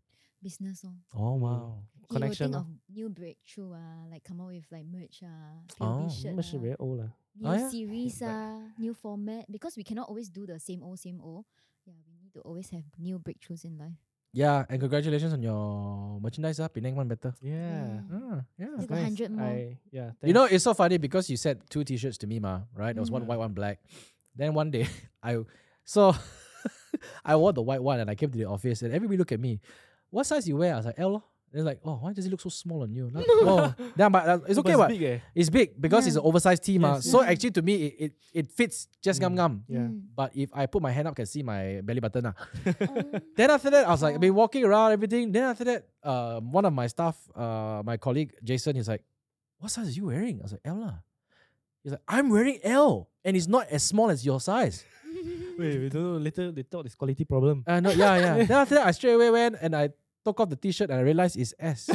[SPEAKER 3] Business. Oh.
[SPEAKER 1] Oh
[SPEAKER 2] wow. Connection.
[SPEAKER 3] He will
[SPEAKER 2] lor.
[SPEAKER 3] think of new breakthrough. Ah, like come up with like merch. Ah,
[SPEAKER 1] Oh.
[SPEAKER 3] PLB
[SPEAKER 2] Mm,
[SPEAKER 3] shirt.
[SPEAKER 2] but she
[SPEAKER 3] ah,
[SPEAKER 2] very old lah.
[SPEAKER 3] new
[SPEAKER 1] Ah, yeah.
[SPEAKER 3] series.
[SPEAKER 2] Back.
[SPEAKER 3] Ah, new format. Because we cannot always do the same old, same old. Yeah, we need to always have new breakthroughs in life.
[SPEAKER 1] Yeah, and congratulations on your merchandise. Uh, Penang one better.
[SPEAKER 2] Yeah.
[SPEAKER 3] Mm.
[SPEAKER 1] Ah, yeah.
[SPEAKER 3] You got 100 more.
[SPEAKER 2] I, yeah.
[SPEAKER 1] You know, it's so funny because you said two t-shirts to me, ma. Right? There was one
[SPEAKER 2] Mm.
[SPEAKER 1] white, one black. Then one day, I so I wore the white one, and I came to the office, and everybody looked at me. What size you wear? I was like L. lor." They're like, oh, why does it look so small on you? Like, oh, damn, but uh, it's okay,
[SPEAKER 2] but
[SPEAKER 1] but
[SPEAKER 2] big, eh?
[SPEAKER 1] it's big because it's an
[SPEAKER 3] Yeah.
[SPEAKER 1] oversized tee, ma.
[SPEAKER 2] Yes.
[SPEAKER 1] So
[SPEAKER 3] Yeah.
[SPEAKER 1] actually, to me, it it, it fits just
[SPEAKER 2] Mm.
[SPEAKER 1] gum gum.
[SPEAKER 2] Yeah.
[SPEAKER 3] Mm.
[SPEAKER 1] But if I put my hand up, can see my belly button. ah.
[SPEAKER 3] Oh.
[SPEAKER 1] Then after that, I was like,
[SPEAKER 3] Oh.
[SPEAKER 1] I've been walking around, everything. Then after that, um, one of my staff, uh, my colleague Jason, he's like, "What size are you wearing?" I was like, "L lah." He's like, "I'm wearing L, and it's not as small as your size."
[SPEAKER 2] Wait, we don't know. Later they thought it's quality problem.
[SPEAKER 1] Uh, no, yeah, yeah. then after that, I straight away went and I took off the T-shirt and I realized it's S.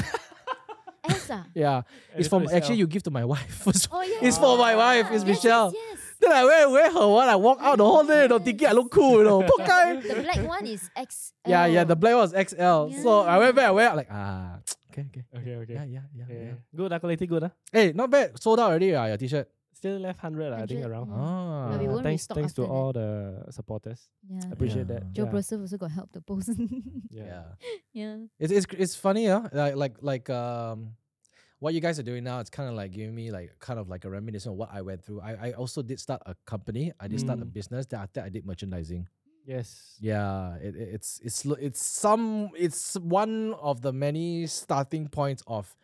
[SPEAKER 3] S ah.
[SPEAKER 1] yeah,
[SPEAKER 2] And
[SPEAKER 1] it's
[SPEAKER 2] Eh, they thought
[SPEAKER 1] from actually
[SPEAKER 2] L.
[SPEAKER 1] you give to my wife. first.
[SPEAKER 3] Oh yeah.
[SPEAKER 1] It's for my wife, it's
[SPEAKER 3] Yes, yes,
[SPEAKER 1] Michelle.
[SPEAKER 3] Yes.
[SPEAKER 1] then I wear wear her one. I walk out the whole day, you know, thinking I look cool, you know. Poor guy.
[SPEAKER 3] The black one is X. oh,
[SPEAKER 1] Yeah, yeah. The black one was XL, so I went back. I wear like ah, okay, okay.
[SPEAKER 2] oh, Okay, okay.
[SPEAKER 1] Yeah, yeah, yeah, yeah.
[SPEAKER 2] Yeah. Good lah, quality good lah.
[SPEAKER 1] Hey, not bad. Sold out already. Ah, your T-shirt.
[SPEAKER 2] Still left hundred lah, I think
[SPEAKER 3] 100,
[SPEAKER 2] around.
[SPEAKER 3] yeah.
[SPEAKER 1] Ah.
[SPEAKER 3] But we
[SPEAKER 2] Yeah,
[SPEAKER 3] won't
[SPEAKER 2] thanks,
[SPEAKER 3] restock
[SPEAKER 2] thanks to
[SPEAKER 3] after that.
[SPEAKER 2] all the supporters.
[SPEAKER 3] Yeah.
[SPEAKER 2] I appreciate
[SPEAKER 1] Yeah.
[SPEAKER 2] that.
[SPEAKER 3] Joe
[SPEAKER 2] yeah.
[SPEAKER 3] Broseph also got help to post.
[SPEAKER 2] Yeah.
[SPEAKER 1] Yeah.
[SPEAKER 3] yeah.
[SPEAKER 1] It's it's it's funny, huh? Like like like um what you guys are doing now, it's kind of like giving me like kind of like a reminiscence of what I went through. I, I also did start a company. I did start a
[SPEAKER 2] Mm.
[SPEAKER 1] business. Then after I did merchandising.
[SPEAKER 2] Yes.
[SPEAKER 1] Yeah, it, it- it's it's lo- it's some it's one of the many starting points of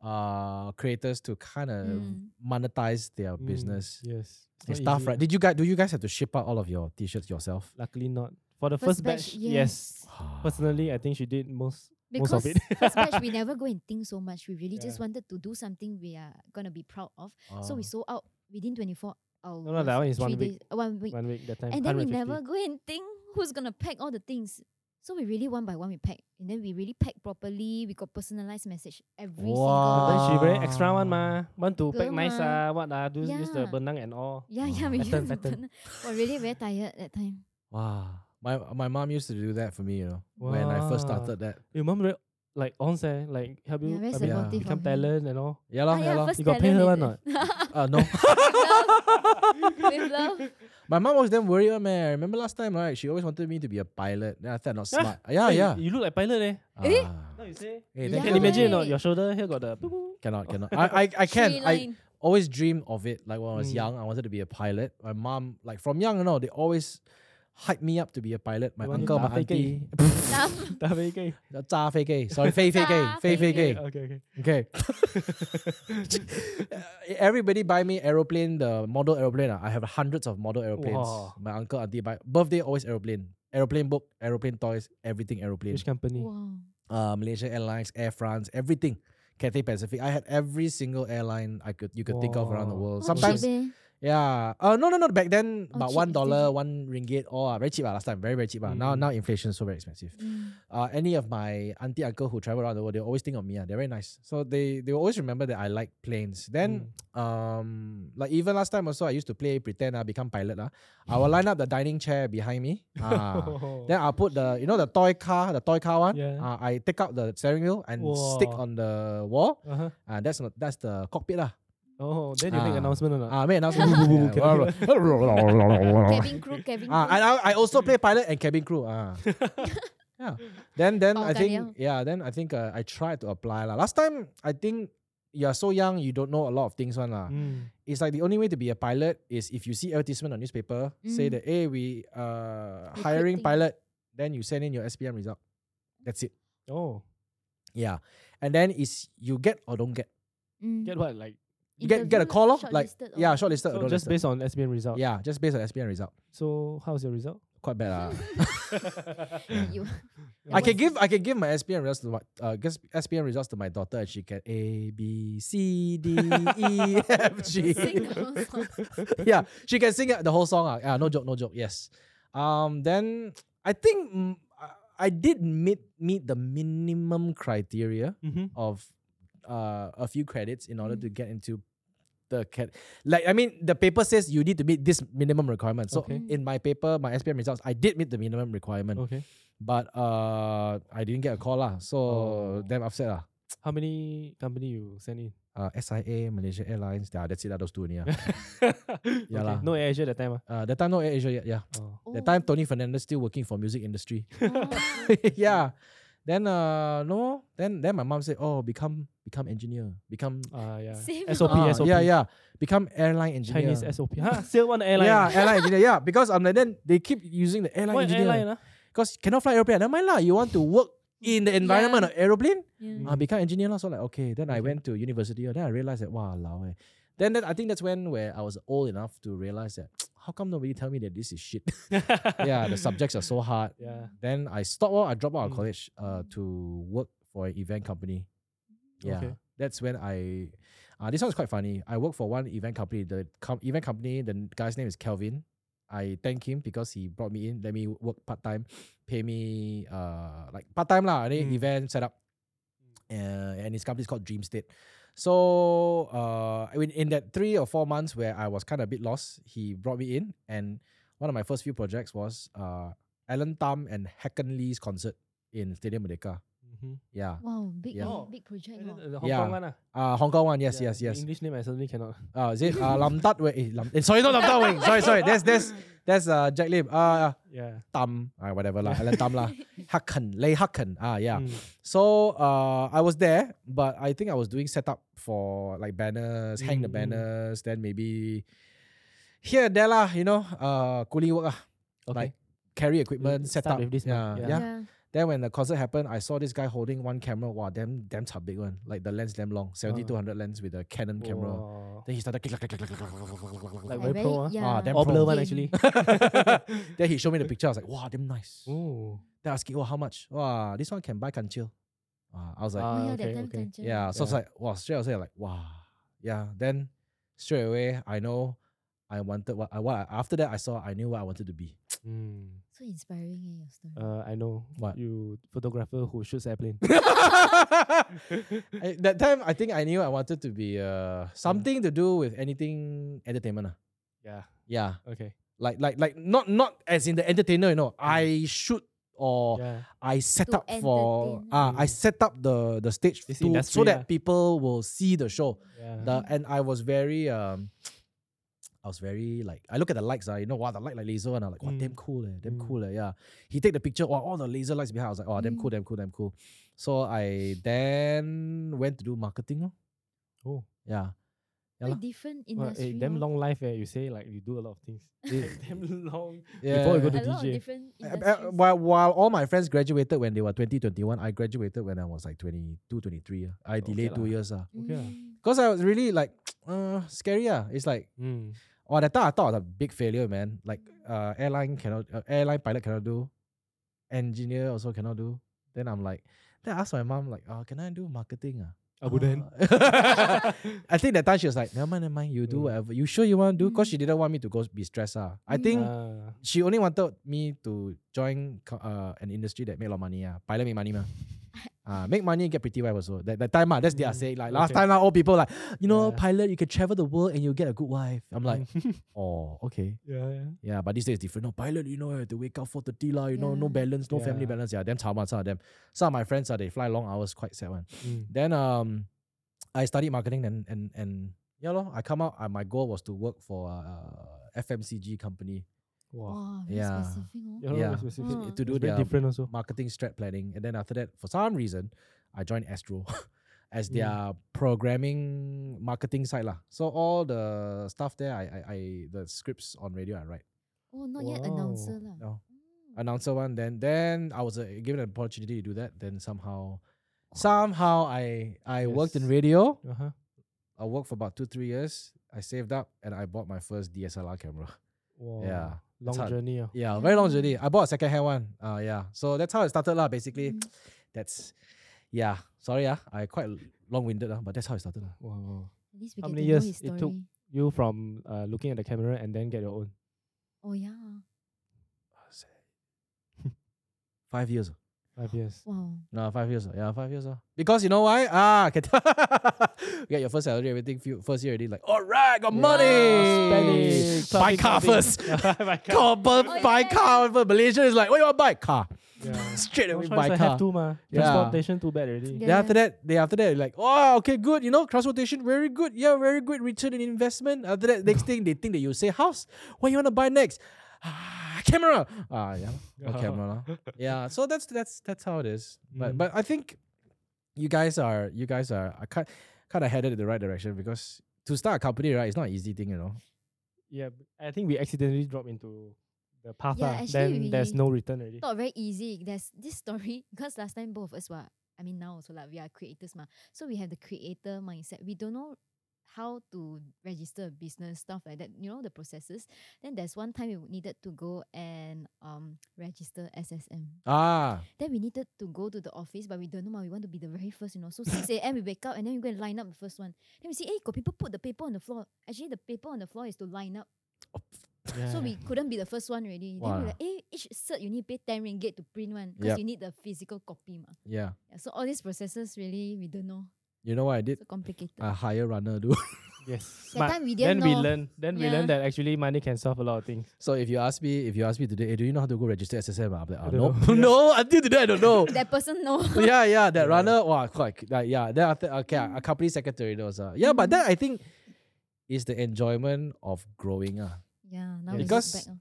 [SPEAKER 1] uh creators to kind of
[SPEAKER 3] Mm.
[SPEAKER 1] monetize their
[SPEAKER 2] Mm,
[SPEAKER 1] business
[SPEAKER 2] Yes.
[SPEAKER 1] and
[SPEAKER 2] It's
[SPEAKER 1] stuff,
[SPEAKER 2] not easy.
[SPEAKER 1] right? Did you guys do you guys have to ship out all of your t-shirts yourself?
[SPEAKER 2] Luckily not. For the
[SPEAKER 3] First
[SPEAKER 2] first,
[SPEAKER 3] batch,
[SPEAKER 2] batch, yes. Personally, I think she did most. most of
[SPEAKER 3] Because
[SPEAKER 2] it.
[SPEAKER 3] first batch we never go and think so much. We really just
[SPEAKER 2] Yeah.
[SPEAKER 3] wanted to do something we are gonna be proud of. So we
[SPEAKER 1] Oh.
[SPEAKER 3] sold out within 24 hours.
[SPEAKER 2] No, no, that one is one
[SPEAKER 3] three
[SPEAKER 2] week.
[SPEAKER 3] days- one week.
[SPEAKER 2] One week that time.
[SPEAKER 3] and then we
[SPEAKER 2] 150.
[SPEAKER 3] never go and think who's gonna pack all the things. So we really one by one we pack, and then we really pack properly. We got personalized message every
[SPEAKER 2] But
[SPEAKER 1] Wow.
[SPEAKER 3] single.
[SPEAKER 2] then she very extra one
[SPEAKER 1] Ah.
[SPEAKER 2] ma. Want to
[SPEAKER 3] Girl
[SPEAKER 2] pack nice
[SPEAKER 3] mah.
[SPEAKER 2] ah, what ah, do use the
[SPEAKER 3] Yeah.
[SPEAKER 2] benang and all.
[SPEAKER 1] Oh,
[SPEAKER 3] Yeah, yeah, we
[SPEAKER 2] Pattern,
[SPEAKER 3] just
[SPEAKER 2] pattern.
[SPEAKER 3] were really very tired that time.
[SPEAKER 1] Wow. My uh, my mom used to do that for me, you know, when I first
[SPEAKER 2] Wow.
[SPEAKER 1] started that.
[SPEAKER 2] Your mum very like on eh, like help
[SPEAKER 3] Yeah,
[SPEAKER 2] you
[SPEAKER 3] very
[SPEAKER 2] help you
[SPEAKER 3] supportive
[SPEAKER 2] become
[SPEAKER 3] of her.
[SPEAKER 2] talent and all.
[SPEAKER 1] Yeah, lah,
[SPEAKER 3] Ah,
[SPEAKER 1] yeah,
[SPEAKER 3] yeah,
[SPEAKER 1] lah.
[SPEAKER 3] first
[SPEAKER 2] You got pay her
[SPEAKER 3] talent
[SPEAKER 2] one
[SPEAKER 3] is it?
[SPEAKER 1] Uh, no.
[SPEAKER 3] With love. With love.
[SPEAKER 1] my mom was damn worried, one, man. I remember last time, right? She always wanted me to be a pilot. Then I thought not
[SPEAKER 2] Yeah.
[SPEAKER 1] smart. Yeah, Ah, yeah.
[SPEAKER 2] You, you look like pilot eh.
[SPEAKER 3] Eh?
[SPEAKER 1] Ah.
[SPEAKER 2] Now you say.
[SPEAKER 1] Hey,
[SPEAKER 3] You
[SPEAKER 1] thank
[SPEAKER 2] Can you
[SPEAKER 1] you.
[SPEAKER 2] imagine or
[SPEAKER 3] Right.
[SPEAKER 2] not? Your shoulder here got the. boop, boop.
[SPEAKER 1] Cannot, cannot. I, I, I
[SPEAKER 3] Three
[SPEAKER 1] can. I
[SPEAKER 3] line.
[SPEAKER 1] always dreamed of it. Like when I was
[SPEAKER 2] Mm.
[SPEAKER 1] young, I wanted to be a pilot. My mom, like from young, you know, they always hype me up to be a pilot. My
[SPEAKER 2] You want to
[SPEAKER 1] uncle, my
[SPEAKER 2] 打飞机?
[SPEAKER 1] auntie.
[SPEAKER 2] Dah very gay.
[SPEAKER 1] 炸飞机. Sorry, 飞飞机,飞飞机.
[SPEAKER 2] Okay, okay.
[SPEAKER 1] Okay. Uh, Everybody buy me aeroplane, the model aeroplane. ah. I have hundreds of model airplanes.
[SPEAKER 2] Wow.
[SPEAKER 1] My uncle, auntie buy birthday always aeroplane. Aeroplane book, aeroplane toys, everything aeroplane.
[SPEAKER 2] Which company?
[SPEAKER 3] wow.
[SPEAKER 1] Uh, Malaysia Airlines, Air France, everything. Cathay Pacific. I had every single airline I could you could think of around the
[SPEAKER 2] Wow.
[SPEAKER 1] world.
[SPEAKER 3] Not cheap
[SPEAKER 1] Sometimes
[SPEAKER 3] eh.
[SPEAKER 1] yeah. Uh no no no back then
[SPEAKER 3] Oh,
[SPEAKER 1] about
[SPEAKER 3] cheap,
[SPEAKER 1] one
[SPEAKER 3] it's still
[SPEAKER 1] dollar,
[SPEAKER 3] cheap.
[SPEAKER 1] one ringgit, all ah very cheap ah last time. Very, very cheap. ah. Now
[SPEAKER 2] Mm.
[SPEAKER 1] now inflation is so very expensive
[SPEAKER 3] Mm.
[SPEAKER 1] uh, any of my auntie uncle who travel around the world, they always think of me. ah. They're very nice. So they they will always remember that I like planes. Then um like even last time also I used to play pretend I become pilot. ah. I will line up the dining chair behind me. ah. then I'll put the you know the toy car, the toy car one.
[SPEAKER 2] Hmm. Oh. Yeah.
[SPEAKER 1] ah, I take out the steering wheel and stick
[SPEAKER 2] Woah.
[SPEAKER 1] on the wall.
[SPEAKER 2] Uh-huh.
[SPEAKER 1] And that's not that's the cockpit. lah.
[SPEAKER 2] Oh, then you make
[SPEAKER 1] Ah.
[SPEAKER 2] announcement or not?
[SPEAKER 1] Ah, make announcement.
[SPEAKER 2] Boom, boom,
[SPEAKER 1] Yeah,
[SPEAKER 2] boom,
[SPEAKER 3] Cabin crew, cabin
[SPEAKER 1] Oh.
[SPEAKER 3] crew.
[SPEAKER 1] Ah, and I, I also play pilot and cabin crew. Ah. yeah. Then then I think
[SPEAKER 3] Bao-ka-liao.
[SPEAKER 1] yeah, then I think uh, I tried to apply lah. Last time I think you're so young, you don't know a lot of things one lah.
[SPEAKER 2] Mm.
[SPEAKER 1] It's like the only way to be a pilot is if you see advertisement on newspaper, say
[SPEAKER 3] Mm.
[SPEAKER 1] that hey we uh
[SPEAKER 3] Recruiting.
[SPEAKER 1] hiring pilot, then you send in your SPM result. That's it.
[SPEAKER 2] Oh,
[SPEAKER 1] Yeah. And then is you get or don't get.
[SPEAKER 3] Mm.
[SPEAKER 2] get what? Like,
[SPEAKER 1] You get get a
[SPEAKER 3] Interview,
[SPEAKER 1] call lor, like
[SPEAKER 3] shortlisted or
[SPEAKER 1] yeah,
[SPEAKER 3] what?
[SPEAKER 1] shortlisted or
[SPEAKER 2] so
[SPEAKER 1] don't
[SPEAKER 2] just
[SPEAKER 1] listed.
[SPEAKER 2] based on SBN result.
[SPEAKER 1] Yeah, just based on SPM result.
[SPEAKER 2] So, how's your result?
[SPEAKER 1] Quite bad lah.
[SPEAKER 3] You-
[SPEAKER 1] I
[SPEAKER 3] That
[SPEAKER 1] can
[SPEAKER 3] was-
[SPEAKER 1] give I can give my SPM results to my uh, guess- SPM results to my daughter and she can A B C D E F G.
[SPEAKER 3] Sing the whole song.
[SPEAKER 1] yeah, she can sing uh, the whole song. Uh, yeah, no joke, no joke. Yes. Um. Then I think mm, I- I did meet meet the minimum criteria
[SPEAKER 2] Mm-hmm.
[SPEAKER 1] of uh, a few credits in order
[SPEAKER 3] Mm.
[SPEAKER 1] to get into the cat. Like I mean, the paper says you need to meet this minimum requirement. So
[SPEAKER 2] Okay.
[SPEAKER 3] Mm.
[SPEAKER 1] in my paper, my SPM results, I did meet the minimum requirement
[SPEAKER 2] Okay.
[SPEAKER 1] but uh, I didn't get a call lah. So
[SPEAKER 2] Oh.
[SPEAKER 1] damn upset lah.
[SPEAKER 2] How many company you send in?
[SPEAKER 1] Uh, SIA, Malaysia Airlines, yeah, that's it. That those two only. Yeah.
[SPEAKER 2] Okay,
[SPEAKER 1] lah.
[SPEAKER 2] No Air Asia that time. ah.
[SPEAKER 1] uh, that time no Air Asia yet. Yeah,
[SPEAKER 2] Oh.
[SPEAKER 1] that
[SPEAKER 3] Oh,
[SPEAKER 1] time Tony Fernandez still working for music industry.
[SPEAKER 3] oh,
[SPEAKER 1] yeah. Then uh no, then then my mom said, oh become become engineer, become
[SPEAKER 2] Ah, yeah.
[SPEAKER 3] Same
[SPEAKER 2] SOP,
[SPEAKER 1] Ah,
[SPEAKER 2] SOP.
[SPEAKER 1] yeah yeah become airline engineer.
[SPEAKER 2] Chinese SOP. Huh? Still one airline.
[SPEAKER 1] Yeah, Dạ. airline engineer. Yeah, because um, like, then they keep using the airline
[SPEAKER 2] Why
[SPEAKER 1] engineer
[SPEAKER 2] airline? ah?
[SPEAKER 1] because cannot fly airplane. Never mind lah. You want to work in the environment of airplane.
[SPEAKER 3] yeah.
[SPEAKER 1] I Ah, become engineer lah. So like okay, then I
[SPEAKER 2] Hmm. Okay.
[SPEAKER 1] went to university. Then I realized that wow, lao eh. Then that, I think that's when where I was old enough to realize that how come nobody tell me that this is shit? yeah, the subjects are so hard.
[SPEAKER 2] Yeah.
[SPEAKER 1] Then I stopped. Well, I dropped out of
[SPEAKER 2] Mm.
[SPEAKER 1] college uh, to work for an event company. Yeah,
[SPEAKER 2] Okay.
[SPEAKER 1] that's when I. Uh, this one's quite funny. I work for one event company. The com- event company, the n- guy's name is Kelvin. I thank him because he brought me in, let me work part time, pay me uh like part time lah. Any
[SPEAKER 2] Mm.
[SPEAKER 1] event set up, uh, and his company is called Dream State. So uh, in, in that three or four months where I was kind of a bit lost, he brought me in, and one of my first few projects was uh Alan Tam and Hacken Lee's concert in Stadium Merdeka.
[SPEAKER 2] Mhm.
[SPEAKER 1] Yeah.
[SPEAKER 3] Wow, big
[SPEAKER 1] Yeah.
[SPEAKER 3] eh,
[SPEAKER 2] Oh,
[SPEAKER 3] big project.
[SPEAKER 2] And then
[SPEAKER 3] hor.
[SPEAKER 2] The the Hong
[SPEAKER 1] Yeah.
[SPEAKER 2] Kong one, ah.
[SPEAKER 1] Uh, Hong Kong one. Yes,
[SPEAKER 2] Yeah,
[SPEAKER 1] yes,
[SPEAKER 2] the
[SPEAKER 1] yes.
[SPEAKER 2] English name I certainly cannot.
[SPEAKER 1] Uh, is it uh, Lam Tat Wei? Eh, Lam, eh, sorry, not Lam Tat Wei. Sorry, sorry. That's that's that's uh Jack Lim. Uh,
[SPEAKER 2] Yeah.
[SPEAKER 1] Tam. Uh, whatever lah. Alan Tam lah. Hakken. Lay Hakken. Ah, yeah.
[SPEAKER 2] Mm.
[SPEAKER 1] So uh, I was there, but I think I was doing setup for like banners, hang the
[SPEAKER 2] Mm, mm.
[SPEAKER 1] banners, then maybe here and there lah. You know, uh, cooling work ah,
[SPEAKER 2] Okay.
[SPEAKER 1] like carry equipment,
[SPEAKER 2] Mm,
[SPEAKER 1] set
[SPEAKER 2] start
[SPEAKER 1] up.
[SPEAKER 2] with this one,
[SPEAKER 1] yeah,
[SPEAKER 2] yeah.
[SPEAKER 1] yeah. Then when the concert happened, I saw this guy holding one camera. Wow, damn, damn chub big one. Like the lens, damn long, seventy two hundred lens with a Canon camera.
[SPEAKER 2] Wow.
[SPEAKER 1] Then he started click, click, click, click, click, click, click, click, click, click, click,
[SPEAKER 2] Like
[SPEAKER 1] click.
[SPEAKER 2] very pro, ah.
[SPEAKER 1] Ah, damn
[SPEAKER 2] All
[SPEAKER 1] pro.
[SPEAKER 2] blur one
[SPEAKER 3] Game.
[SPEAKER 2] actually.
[SPEAKER 1] Then he showed me the picture. I was like, wow, damn nice.
[SPEAKER 2] Ooh.
[SPEAKER 1] Then I asked, oh, how much? Wow, this one can buy can chill. Ah, I was like,
[SPEAKER 2] Ah,
[SPEAKER 3] Oh yeah,
[SPEAKER 2] okay,
[SPEAKER 3] that time
[SPEAKER 2] okay.
[SPEAKER 3] Tanjung.
[SPEAKER 1] yeah. So it's
[SPEAKER 2] yeah.
[SPEAKER 1] like, wow, straight away like, wow, yeah. Then straight away, I know I wanted what I what after that I saw I knew what I wanted to be.
[SPEAKER 2] Mm.
[SPEAKER 3] So inspiring eh, your
[SPEAKER 1] Dạ.
[SPEAKER 3] story.
[SPEAKER 2] Uh, I know
[SPEAKER 1] What?
[SPEAKER 2] you photographer who shoots airplane.
[SPEAKER 1] I- that time I think I knew I wanted to be uh something to do with anything entertainment. ah.
[SPEAKER 2] yeah.
[SPEAKER 1] Yeah.
[SPEAKER 2] Okay.
[SPEAKER 1] Like like like not not as in the entertainer, you know. I shoot or
[SPEAKER 2] Mm. Yeah.
[SPEAKER 1] I set
[SPEAKER 3] To
[SPEAKER 1] up for
[SPEAKER 3] entertain,
[SPEAKER 1] uh, I
[SPEAKER 2] Mm.
[SPEAKER 1] set up the the stage
[SPEAKER 2] This
[SPEAKER 1] to, so
[SPEAKER 2] industry
[SPEAKER 1] that
[SPEAKER 2] lah.
[SPEAKER 1] people will see the show.
[SPEAKER 2] Yeah.
[SPEAKER 1] The and I was very um I was very like I look at the lights, uh, you know, wow, the light like laser, and I'm like, wow, damn
[SPEAKER 2] Mm.
[SPEAKER 1] cool, eh, damn
[SPEAKER 2] Mm.
[SPEAKER 1] cool, eh, yeah. He take the picture, wow, all the laser lights behind. I was like, oh, damn cool,
[SPEAKER 3] Mm.
[SPEAKER 1] damn cool, damn cool. So I then went to do marketing, lor.
[SPEAKER 2] oh.
[SPEAKER 1] yeah.
[SPEAKER 3] Quite
[SPEAKER 1] lah.
[SPEAKER 3] different
[SPEAKER 2] Well,
[SPEAKER 3] industry.
[SPEAKER 2] eh, damn
[SPEAKER 3] hor.
[SPEAKER 2] long life, eh. You say like you do a lot of things.
[SPEAKER 1] Dạ.
[SPEAKER 2] Like, damn long.
[SPEAKER 1] yeah.
[SPEAKER 2] Before we go to
[SPEAKER 3] A lot of
[SPEAKER 2] DJ.
[SPEAKER 3] different
[SPEAKER 1] Uh, uh,
[SPEAKER 3] industries.
[SPEAKER 1] while, while all my friends graduated when they were 20, 21, I graduated when I was like 22, 23. ah. I
[SPEAKER 2] Okay
[SPEAKER 1] delayed two
[SPEAKER 2] lah.
[SPEAKER 1] years. ah.
[SPEAKER 2] okay lah.
[SPEAKER 3] Mm.
[SPEAKER 1] Because I was really like, uh, scary. Yeah. It's like,
[SPEAKER 2] Mm.
[SPEAKER 1] oh, that time I thought I was a big failure, man. Like, uh, airline cannot, uh, airline pilot cannot do, engineer also cannot do. Then I'm like, then I asked my mom, like, uh, can I do marketing? Ah?
[SPEAKER 2] Abu Dhabi.
[SPEAKER 1] Uh, I think that time she was like, never mind, never mind, you do
[SPEAKER 2] Mm.
[SPEAKER 1] whatever. You sure you want to do? Because
[SPEAKER 3] Mm.
[SPEAKER 1] she didn't want me to go be stressed. Ah. I
[SPEAKER 3] Mm.
[SPEAKER 1] think
[SPEAKER 2] Ah.
[SPEAKER 1] she only wanted me to join co- uh, an industry that made a lot of money. Uh. Pilot make money. mah. Uh, make money and get pretty wife also. That, that time, uh, that's their
[SPEAKER 2] Mm,
[SPEAKER 1] saying. Like last
[SPEAKER 2] okay.
[SPEAKER 1] time, uh, all people like, you know,
[SPEAKER 2] Yeah.
[SPEAKER 1] pilot, you can travel the world and you'll get a good wife. I'm like, oh, okay.
[SPEAKER 2] yeah. Yeah.
[SPEAKER 1] Yeah, but these days it's different. No, pilot, you know, you have to wake up 4.30 lah, you know, no
[SPEAKER 3] Yeah.
[SPEAKER 1] balance, no family
[SPEAKER 2] Yeah.
[SPEAKER 1] balance. Yeah, them chama, some of them. Some of my friends, uh, they fly long hours, quite sad one.
[SPEAKER 2] Mm.
[SPEAKER 1] Then um, I studied marketing and, and, and yeah, lor, I come out, uh, my goal was to work for uh, FMCG company.
[SPEAKER 2] Wow.
[SPEAKER 3] Wow, very
[SPEAKER 1] Yeah.
[SPEAKER 3] specific. oh. hor.
[SPEAKER 2] You're not
[SPEAKER 1] Yeah.
[SPEAKER 2] very specific.
[SPEAKER 3] Mm.
[SPEAKER 1] To do
[SPEAKER 2] Hmm. It's very
[SPEAKER 1] their
[SPEAKER 2] different also.
[SPEAKER 1] marketing strat planning. And then after that, for some reason, I joined Astro as their
[SPEAKER 2] Hmm.
[SPEAKER 1] programming marketing side. lah. So all the stuff there, I, I, I the scripts on radio I write.
[SPEAKER 3] Oh, not yet
[SPEAKER 2] Wow.
[SPEAKER 3] announcer lah.
[SPEAKER 1] No.
[SPEAKER 3] Mm.
[SPEAKER 1] Announcer one, then then I was uh, given an opportunity to do that. Then somehow somehow I I worked in
[SPEAKER 2] Yes.
[SPEAKER 1] radio.
[SPEAKER 2] Uh huh.
[SPEAKER 1] I worked for about two, three years. I saved up and I bought my first DSLR camera.
[SPEAKER 2] Wow.
[SPEAKER 1] Yeah.
[SPEAKER 2] Long
[SPEAKER 1] hard.
[SPEAKER 2] journey. ah.
[SPEAKER 1] Yeah, very long
[SPEAKER 3] Ah.
[SPEAKER 1] journey. I bought a second hand one. Uh yeah. So that's how it started, lah, basically.
[SPEAKER 2] Mm-hmm.
[SPEAKER 3] Mm.
[SPEAKER 1] That's yeah. Sorry, ah, I quite long winded, ah, but that's how it started. ah.
[SPEAKER 2] Wow.
[SPEAKER 3] At least we
[SPEAKER 2] How
[SPEAKER 3] get to
[SPEAKER 2] many
[SPEAKER 3] know
[SPEAKER 2] years
[SPEAKER 3] his
[SPEAKER 2] it took?
[SPEAKER 3] story.
[SPEAKER 2] You from uh, looking at the camera and then get your own.
[SPEAKER 3] Oh yeah.
[SPEAKER 1] Five years. ah.
[SPEAKER 2] Five years.
[SPEAKER 3] Wow.
[SPEAKER 1] No, five years. ah. Yeah, five years. ah. Because you know why? Ah, okay. you get your first salary, everything. Few, first year already, like, all right, got money.
[SPEAKER 2] Spending.
[SPEAKER 1] Buy
[SPEAKER 2] Shopping,
[SPEAKER 1] car
[SPEAKER 2] shopping.
[SPEAKER 1] first.
[SPEAKER 2] Buy car.
[SPEAKER 1] Car, bu-
[SPEAKER 3] yeah,
[SPEAKER 1] buy
[SPEAKER 3] Oh, yeah,
[SPEAKER 1] car. But Malaysia is like, what you want buy? Car.
[SPEAKER 2] Yeah.
[SPEAKER 1] Straight
[SPEAKER 2] No
[SPEAKER 1] away
[SPEAKER 2] choice,
[SPEAKER 1] buy
[SPEAKER 2] I
[SPEAKER 1] car.
[SPEAKER 2] have to ma.
[SPEAKER 1] Yeah.
[SPEAKER 2] Transportation too bad already.
[SPEAKER 1] Then
[SPEAKER 3] Yeah.
[SPEAKER 1] after that, they after that like, oh, okay, good, you know, transportation, very good, yeah, very good return in investment. After that, next thing they think that you say house, what you want to buy next? Ah, camera. Ah, yeah, or camera. lah. yeah, so that's that's that's how it is. But
[SPEAKER 2] Mm.
[SPEAKER 1] but I think you guys are you guys are I kind kind of headed in the right direction because to start a company, right, it's not an easy thing, you know.
[SPEAKER 2] Yeah, b- I think we accidentally drop into the path.
[SPEAKER 3] Yeah,
[SPEAKER 2] lah.
[SPEAKER 3] actually
[SPEAKER 2] then there's
[SPEAKER 3] we-
[SPEAKER 2] no return already.
[SPEAKER 3] Not very easy. There's this story because last time both of us were, I mean now also like we are creators ma. So we have the creator mindset. We don't know how to register a business stuff like that. You know the processes. Then there's one time we needed to go and um register SSM.
[SPEAKER 1] Ah,
[SPEAKER 3] Then we needed to go to the office, but we don't know. mah, We want to be the very first, you know. So 6 a.m. we wake up and then we go and line up the first one. Then we see, hey, got people put the paper on the floor. Actually, the paper on the floor is to line up. So we couldn't be the first one already. Then
[SPEAKER 1] Wow.
[SPEAKER 3] we like, eh, each cert you need to pay 10 ringgit to print one because
[SPEAKER 1] Yup.
[SPEAKER 3] you need the physical copy. Ma.
[SPEAKER 1] yeah.
[SPEAKER 3] Yeah, so all these processes really, we don't know.
[SPEAKER 1] You know what I did?
[SPEAKER 3] So complicated.
[SPEAKER 1] I hire runner, dude.
[SPEAKER 2] Yes.
[SPEAKER 3] That
[SPEAKER 2] Ma-
[SPEAKER 3] time we
[SPEAKER 2] Ah, then
[SPEAKER 3] didn't
[SPEAKER 2] we
[SPEAKER 3] know.
[SPEAKER 2] learn. Then we learn that actually money can solve a lot of things.
[SPEAKER 1] So if you ask me, if you ask me today, hey, do you know how to go register SSM? I'm like,
[SPEAKER 2] I
[SPEAKER 1] "Ah,
[SPEAKER 2] don't
[SPEAKER 1] nope.
[SPEAKER 2] know."
[SPEAKER 1] no, until today I don't know.
[SPEAKER 3] that person know.
[SPEAKER 1] yeah, yeah, that
[SPEAKER 2] Yeah.
[SPEAKER 1] runner. Wow, quite like, yeah. Then after, okay, a company secretary knows. Uh. Yeah, but
[SPEAKER 3] Mm.
[SPEAKER 1] that I think is the enjoyment of growing. Uh.
[SPEAKER 3] yeah, now
[SPEAKER 2] Yeah.
[SPEAKER 3] we look
[SPEAKER 1] Because-
[SPEAKER 3] back, ah.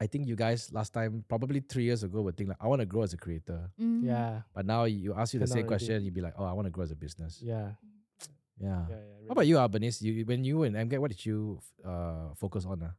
[SPEAKER 1] I think you guys last time, probably three years ago, would think like, I want to grow as a creator.
[SPEAKER 3] Mm.
[SPEAKER 2] Yeah.
[SPEAKER 1] But now you ask you the
[SPEAKER 2] Cannot
[SPEAKER 1] same
[SPEAKER 2] already.
[SPEAKER 1] question, you'd be like, oh, I want to grow as a business.
[SPEAKER 2] Yeah.
[SPEAKER 1] Yeah.
[SPEAKER 2] Yeah. yeah
[SPEAKER 1] Ah. How about you, Albanese? You when you were in MGAT, E what did you f- uh focus on? Uh?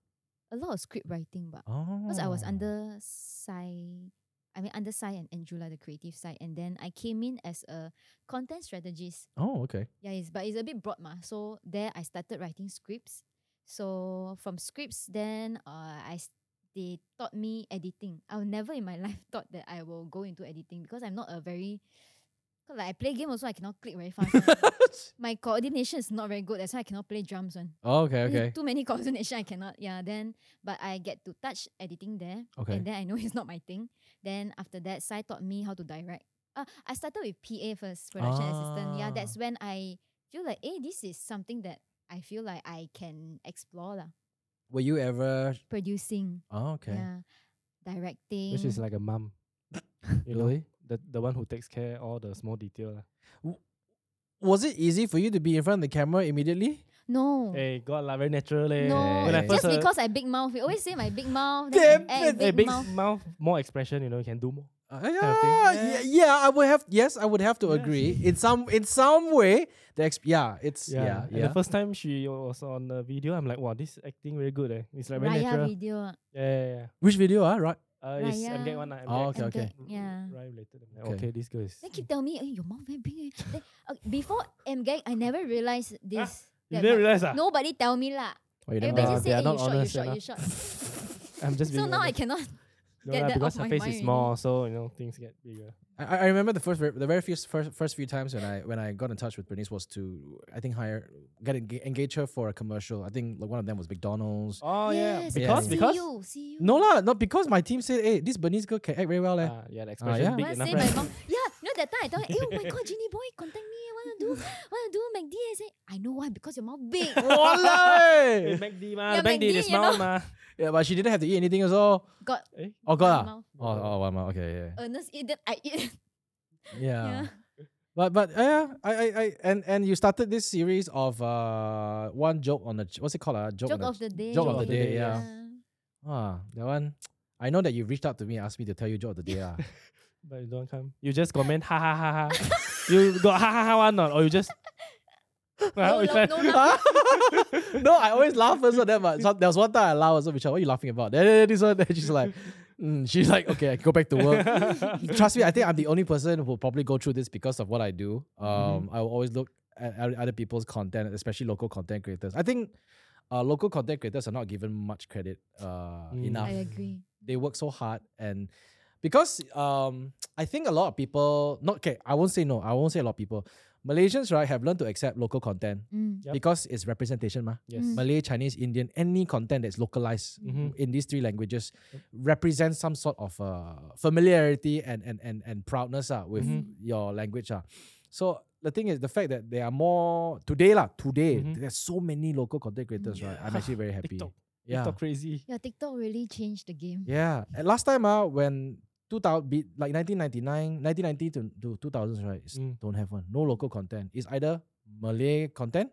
[SPEAKER 3] a lot of script writing, but
[SPEAKER 1] Oh,
[SPEAKER 3] because I was under Sai, I mean under Sai and Angela, the creative side, and then I came in as a content strategist.
[SPEAKER 1] Oh, okay.
[SPEAKER 3] Yeah, it's, but it's a bit broad, ma. So there, I started writing scripts. So from scripts, then uh, I s- they taught me editing. I will never in my life thought that I will go into editing because I'm not a very cause like I play game also I cannot click very fast. one. my coordination is not very good. That's why I cannot play drums one.
[SPEAKER 1] Oh, okay,
[SPEAKER 3] Really
[SPEAKER 1] okay.
[SPEAKER 3] Too many coordination, I cannot. Yeah, then but I get to touch editing there.
[SPEAKER 1] Okay.
[SPEAKER 3] And then I know it's not my thing. Then after that, Sai taught me how to direct. Uh, I started with PA first, production assistant. Yeah,
[SPEAKER 1] Ah.
[SPEAKER 3] that's when I feel like, hey, this is something that I feel like I can explore lah.
[SPEAKER 1] Were you ever?
[SPEAKER 3] Producing,
[SPEAKER 1] Oh, okay.
[SPEAKER 3] yeah, directing.
[SPEAKER 2] Which is like a mum. you know,
[SPEAKER 1] Really?
[SPEAKER 2] the the one who takes care all the small detail. ah. lah.
[SPEAKER 1] Was it easy for you to be in front of the camera immediately?
[SPEAKER 3] no.
[SPEAKER 2] Hey, God, lah, very natural. eh. leh.
[SPEAKER 3] Oh. No,
[SPEAKER 2] Eh. When I
[SPEAKER 1] Hey.
[SPEAKER 2] first
[SPEAKER 3] just
[SPEAKER 2] heard-
[SPEAKER 3] because I big mouth. We always say my big mouth.
[SPEAKER 1] Damn
[SPEAKER 3] then I add
[SPEAKER 1] it.
[SPEAKER 2] hey,
[SPEAKER 3] big,
[SPEAKER 2] big
[SPEAKER 3] mouth.
[SPEAKER 2] mouth, more expression. You know, you can do more.
[SPEAKER 1] Uh,
[SPEAKER 2] of thing.
[SPEAKER 1] yeah, yeah, yeah, I would have. Yes, I would have to
[SPEAKER 2] Yeah.
[SPEAKER 1] agree. In some, in some way, the exp- yeah, it's
[SPEAKER 2] Yeah.
[SPEAKER 1] yeah,
[SPEAKER 2] And
[SPEAKER 1] yeah.
[SPEAKER 2] the first time she was on the video, I'm like, wow, this acting very good. Eh. It's like very
[SPEAKER 3] Raya
[SPEAKER 2] natural.
[SPEAKER 3] video. ah.
[SPEAKER 2] yeah, yeah, yeah.
[SPEAKER 1] Which video? Ah, right.
[SPEAKER 2] Uh, it's
[SPEAKER 3] Raya.
[SPEAKER 2] I'm getting one. lah, I'm
[SPEAKER 1] Oh, okay,
[SPEAKER 2] getting-
[SPEAKER 1] okay.
[SPEAKER 3] MGAT, Yeah.
[SPEAKER 2] Right Mm, related. I'm like,
[SPEAKER 1] Okay.
[SPEAKER 2] Okay. this girl is.
[SPEAKER 3] They keep telling me, hey, your mouth very big. Eh. Then, uh, before M gang, I never realized this.
[SPEAKER 2] You
[SPEAKER 3] that
[SPEAKER 2] didn't
[SPEAKER 3] my-
[SPEAKER 2] realize ah?
[SPEAKER 3] Nobody tell me lah.
[SPEAKER 1] Oh, you don't
[SPEAKER 3] Everybody
[SPEAKER 2] Ah,
[SPEAKER 3] just
[SPEAKER 2] they
[SPEAKER 3] say,
[SPEAKER 2] are
[SPEAKER 3] hey,
[SPEAKER 2] not
[SPEAKER 3] you shot, you
[SPEAKER 2] honest
[SPEAKER 3] shot, you
[SPEAKER 2] enough.
[SPEAKER 3] shot.
[SPEAKER 2] I'm just
[SPEAKER 3] so
[SPEAKER 2] being
[SPEAKER 3] now I
[SPEAKER 2] honest.
[SPEAKER 3] cannot.
[SPEAKER 2] No,
[SPEAKER 3] get
[SPEAKER 2] lah,
[SPEAKER 3] that
[SPEAKER 2] because her
[SPEAKER 3] off my
[SPEAKER 2] face
[SPEAKER 3] mind
[SPEAKER 2] is
[SPEAKER 3] already.
[SPEAKER 2] small, so you know things get bigger.
[SPEAKER 1] I, I- I remember the first, ver- the very few first, first few times when I when I got in touch with Bernice was to I think hire get enga- engage her for a commercial. I think like one of them was McDonald's.
[SPEAKER 2] Oh
[SPEAKER 3] Yes,
[SPEAKER 1] Yeah.
[SPEAKER 2] because
[SPEAKER 3] see
[SPEAKER 2] because
[SPEAKER 3] you, see you.
[SPEAKER 1] No lah, not because my team said, hey, this Bernice girl can act very well eh." leh.
[SPEAKER 2] Ah, yeah, the expression
[SPEAKER 1] Oh, yeah.
[SPEAKER 2] big
[SPEAKER 3] Wanna
[SPEAKER 2] enough.
[SPEAKER 3] say
[SPEAKER 2] right?
[SPEAKER 3] my mom? Yeah, you know that time I tell her, hey, oh my god, Ginny boy, contact me. I wanna do, wanna do McD. I say, I know why because your mouth big. Oh,
[SPEAKER 2] Eh,
[SPEAKER 1] Walao!
[SPEAKER 2] MACD mah,
[SPEAKER 3] Yeah,
[SPEAKER 2] the MACD
[SPEAKER 3] MACD,
[SPEAKER 2] is
[SPEAKER 3] you
[SPEAKER 2] small
[SPEAKER 3] know.
[SPEAKER 2] mah.
[SPEAKER 1] yeah, but she didn't have to eat anything also.
[SPEAKER 3] Got
[SPEAKER 2] Eh,
[SPEAKER 1] Oh
[SPEAKER 3] got
[SPEAKER 1] god. ah.
[SPEAKER 3] mouth.
[SPEAKER 1] Oh, oh, one more. Okay,
[SPEAKER 3] Ernest eat that I eat.
[SPEAKER 1] yeah. Yeah.
[SPEAKER 3] Yeah.
[SPEAKER 1] But but uh, yeah, I, I I and and you started this series of uh one joke on the ch- what's it called? Uh, joke,
[SPEAKER 3] Joke
[SPEAKER 1] on
[SPEAKER 3] of the day.
[SPEAKER 1] joke
[SPEAKER 2] of the day, yeah.
[SPEAKER 1] the ah, that one. I know that you reached out to me and asked me to tell you joke of the day. ah.
[SPEAKER 2] But you don't come. You just comment ha ha ha ha. you got ha ha ha one not, or you just.
[SPEAKER 3] No,
[SPEAKER 2] Which
[SPEAKER 3] no,
[SPEAKER 2] one?
[SPEAKER 3] no, no.
[SPEAKER 1] no, I always laugh also that but some, there was one time I laughed also, Michelle, what are you laughing about? Then, then this one then she's like mm, she's like, Okay, I can go back to work. Trust me, I think I'm the only person who will probably go through this because of what I do. Um, I will always look at at other people's content, especially local content creators. I think uh, local content creators are not given much credit uh,
[SPEAKER 2] Mm.
[SPEAKER 1] enough.
[SPEAKER 3] I agree.
[SPEAKER 1] They work so hard, and because um, I think a lot of people, not okay, I won't say no, I won't say a lot of people. Malaysians right have learned to accept local content
[SPEAKER 3] Mm.
[SPEAKER 2] Yep.
[SPEAKER 1] because it's representation, ma.
[SPEAKER 2] Yes.
[SPEAKER 3] Mm.
[SPEAKER 1] Malay, Chinese, Indian, any content that's localized
[SPEAKER 2] Mm-hmm.
[SPEAKER 1] in these three languages represents some sort of uh, familiarity and and and, and proudness uh, with
[SPEAKER 2] Mhm.
[SPEAKER 1] your language. Uh. So the thing is the fact that there are more today lah, today
[SPEAKER 2] Mhm.
[SPEAKER 1] there's so many local content creators, right? I'm actually very happy.
[SPEAKER 2] TikTok.
[SPEAKER 1] Yeah.
[SPEAKER 2] TikTok crazy.
[SPEAKER 3] Yeah, TikTok really changed the game.
[SPEAKER 1] Yeah. And last time uh, when 2000 be, like 1999, 1990 to, to 2000s right, is
[SPEAKER 2] Mm.
[SPEAKER 1] don't have one. No local content. It's either Malay content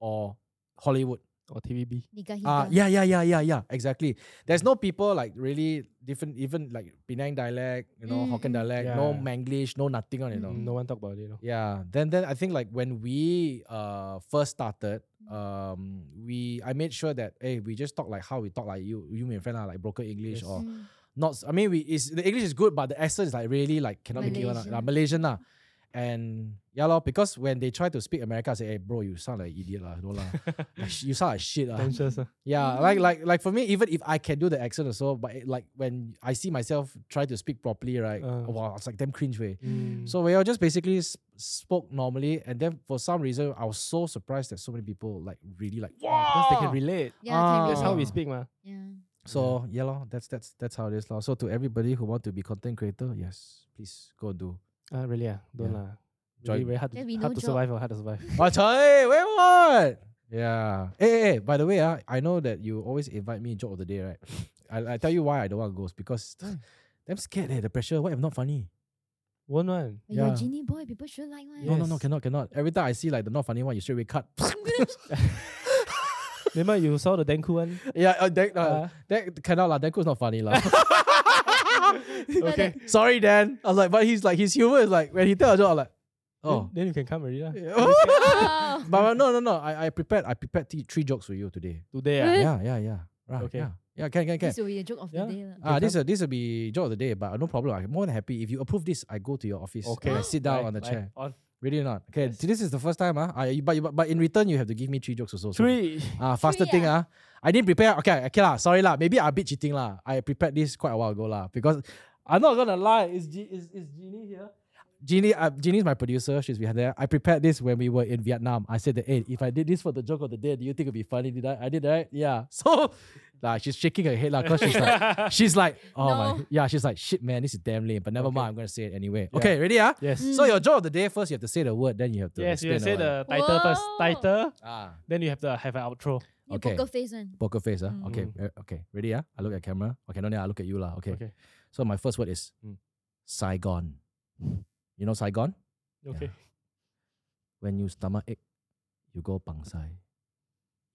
[SPEAKER 1] or Hollywood.
[SPEAKER 2] Or TVB.
[SPEAKER 3] Nikahi
[SPEAKER 1] Uh,
[SPEAKER 2] Ah,
[SPEAKER 3] girl.
[SPEAKER 1] yeah, yeah, yeah, yeah, yeah. Exactly. There's no people like really different, even like Penang dialect, you know,
[SPEAKER 3] Mm,
[SPEAKER 1] Hokkien
[SPEAKER 3] mm.
[SPEAKER 1] dialect, no
[SPEAKER 2] Yeah.
[SPEAKER 1] Manglish, no nothing on it. you know.
[SPEAKER 3] Mm.
[SPEAKER 2] No one talk about it. You know.
[SPEAKER 1] Yeah. Then, then I think like when we uh first started, um, we I made sure that hey, we just talk like how we talk like you, you and your friend are like broken English
[SPEAKER 2] Yes.
[SPEAKER 1] or
[SPEAKER 3] Mm.
[SPEAKER 1] not. s- I mean, we is the English is good, but the accent is like really like cannot be given
[SPEAKER 3] Malaysian.
[SPEAKER 1] like Malaysian lah. And yeah, lor, because when they try to speak America, I say, hey, bro, you sound like idiot lah, no lah. you sound like shit lah.
[SPEAKER 2] Anxious, ah.
[SPEAKER 1] Yeah, like like like for me, even if I can do the accent or so, but it, like when I see myself try to speak properly, right? oh,
[SPEAKER 2] Uh.
[SPEAKER 1] Wow, it's like damn cringe way.
[SPEAKER 2] Mm.
[SPEAKER 1] So we all just basically s- spoke normally, and then for some reason, I was so surprised that so many people like really like wow.
[SPEAKER 2] Because they can relate.
[SPEAKER 3] Yeah, can
[SPEAKER 1] Ah.
[SPEAKER 2] That's how we
[SPEAKER 3] relate.
[SPEAKER 2] speak, mah.
[SPEAKER 3] Yeah.
[SPEAKER 1] So yeah, lor, that's that's that's how it is, lor. So to everybody who want to be content creator, yes, please go do.
[SPEAKER 2] Ah, really? Ah, don't
[SPEAKER 1] Yeah.
[SPEAKER 2] lah. Really
[SPEAKER 1] Join-
[SPEAKER 2] very hard to,
[SPEAKER 3] There'll be
[SPEAKER 2] hard
[SPEAKER 3] no
[SPEAKER 2] to
[SPEAKER 3] job.
[SPEAKER 2] survive or hard to survive.
[SPEAKER 1] oh, wait, what? Yeah. Hey, hey, hey, by the way, ah, I know that you always invite me joke of the day, right? I, I tell you why I don't want to go is because
[SPEAKER 2] Why?
[SPEAKER 1] I'm scared eh, the pressure. What if not funny?
[SPEAKER 2] One one.
[SPEAKER 3] When you're
[SPEAKER 1] Yeah.
[SPEAKER 3] a genie boy, people should like one.
[SPEAKER 1] No, no, no,
[SPEAKER 2] Yes.
[SPEAKER 1] cannot, cannot. Every time I see like the not funny one, you straight away cut.
[SPEAKER 2] Remember you saw the Denku one?
[SPEAKER 1] yeah, uh, that, uh,
[SPEAKER 2] Uh,
[SPEAKER 1] that cannot lah. That could not funny lah.
[SPEAKER 2] Ah. okay.
[SPEAKER 1] Sorry, Dan. I was like, but he's like his humor is like when he tell a joke, I'm like,
[SPEAKER 2] Oh.
[SPEAKER 1] oh.
[SPEAKER 2] Then, you can come already lah.
[SPEAKER 3] Wow.
[SPEAKER 1] but uh, no, no, no. I, I prepared I prepared th- three jokes for you today.
[SPEAKER 2] Today ah.
[SPEAKER 3] Eh?
[SPEAKER 1] yeah, yeah, yeah. Right.
[SPEAKER 2] Okay.
[SPEAKER 1] Yeah. Yeah. Can can can.
[SPEAKER 3] This will be a joke of
[SPEAKER 2] Yeah.
[SPEAKER 3] the day. lah.
[SPEAKER 1] Ah,
[SPEAKER 2] Okay,
[SPEAKER 1] this will this will be job of the day, but no problem. I'm more than happy if you approve this. I go to your office.
[SPEAKER 2] Okay.
[SPEAKER 1] and I sit down
[SPEAKER 2] Bye,
[SPEAKER 1] on the
[SPEAKER 2] bye.
[SPEAKER 1] chair.
[SPEAKER 2] On
[SPEAKER 1] Really not. Okay.
[SPEAKER 2] Yes.
[SPEAKER 1] This is the first time. Ah, I, but, but but in return you have to give me three jokes also. so-
[SPEAKER 2] three.
[SPEAKER 1] Ah, faster
[SPEAKER 3] Three,
[SPEAKER 1] thing. Ah, I didn't prepare. Okay. Okay lah. Sorry lah. Maybe I a bit cheating lah. I prepared this quite a while ago lah because I'm not gonna lie. Is G is is Jeannie here? Jeannie, uh, Jeannie is my producer. She's behind there. I prepared this when we were in Vietnam. I said that, hey, if I did this for the joke of the day, do you think it'd be funny? Did I? I did, right? Yeah. So, like, she's shaking her head, like, cause she's like, She's like, oh my,
[SPEAKER 3] No.
[SPEAKER 1] yeah. She's like, shit, man, this is damn lame. But never
[SPEAKER 2] Okay.
[SPEAKER 1] mind, I'm gonna say it anyway.
[SPEAKER 2] Yeah.
[SPEAKER 1] Okay, ready? Ah.
[SPEAKER 2] yes.
[SPEAKER 3] Mm.
[SPEAKER 1] So your job of the day first, you have to say the word, then you have to
[SPEAKER 2] Yes, you
[SPEAKER 1] explain
[SPEAKER 2] say
[SPEAKER 1] or whatever.
[SPEAKER 2] the title first.
[SPEAKER 3] Whoa.
[SPEAKER 2] Title.
[SPEAKER 1] ah
[SPEAKER 2] Then you have to have an outro.
[SPEAKER 3] Your
[SPEAKER 1] Okay.
[SPEAKER 3] poker face one.
[SPEAKER 1] poker face. Ah,
[SPEAKER 3] Mm.
[SPEAKER 1] okay,
[SPEAKER 2] Mm.
[SPEAKER 1] eh, okay, ready? Ah, I look at camera. Okay, no, no, I look at you lah. Okay.
[SPEAKER 2] Okay.
[SPEAKER 1] So my first word is
[SPEAKER 2] Mm.
[SPEAKER 1] Saigon. You know Saigon?
[SPEAKER 2] Okay.
[SPEAKER 1] When you stomach ache, you go pangsai.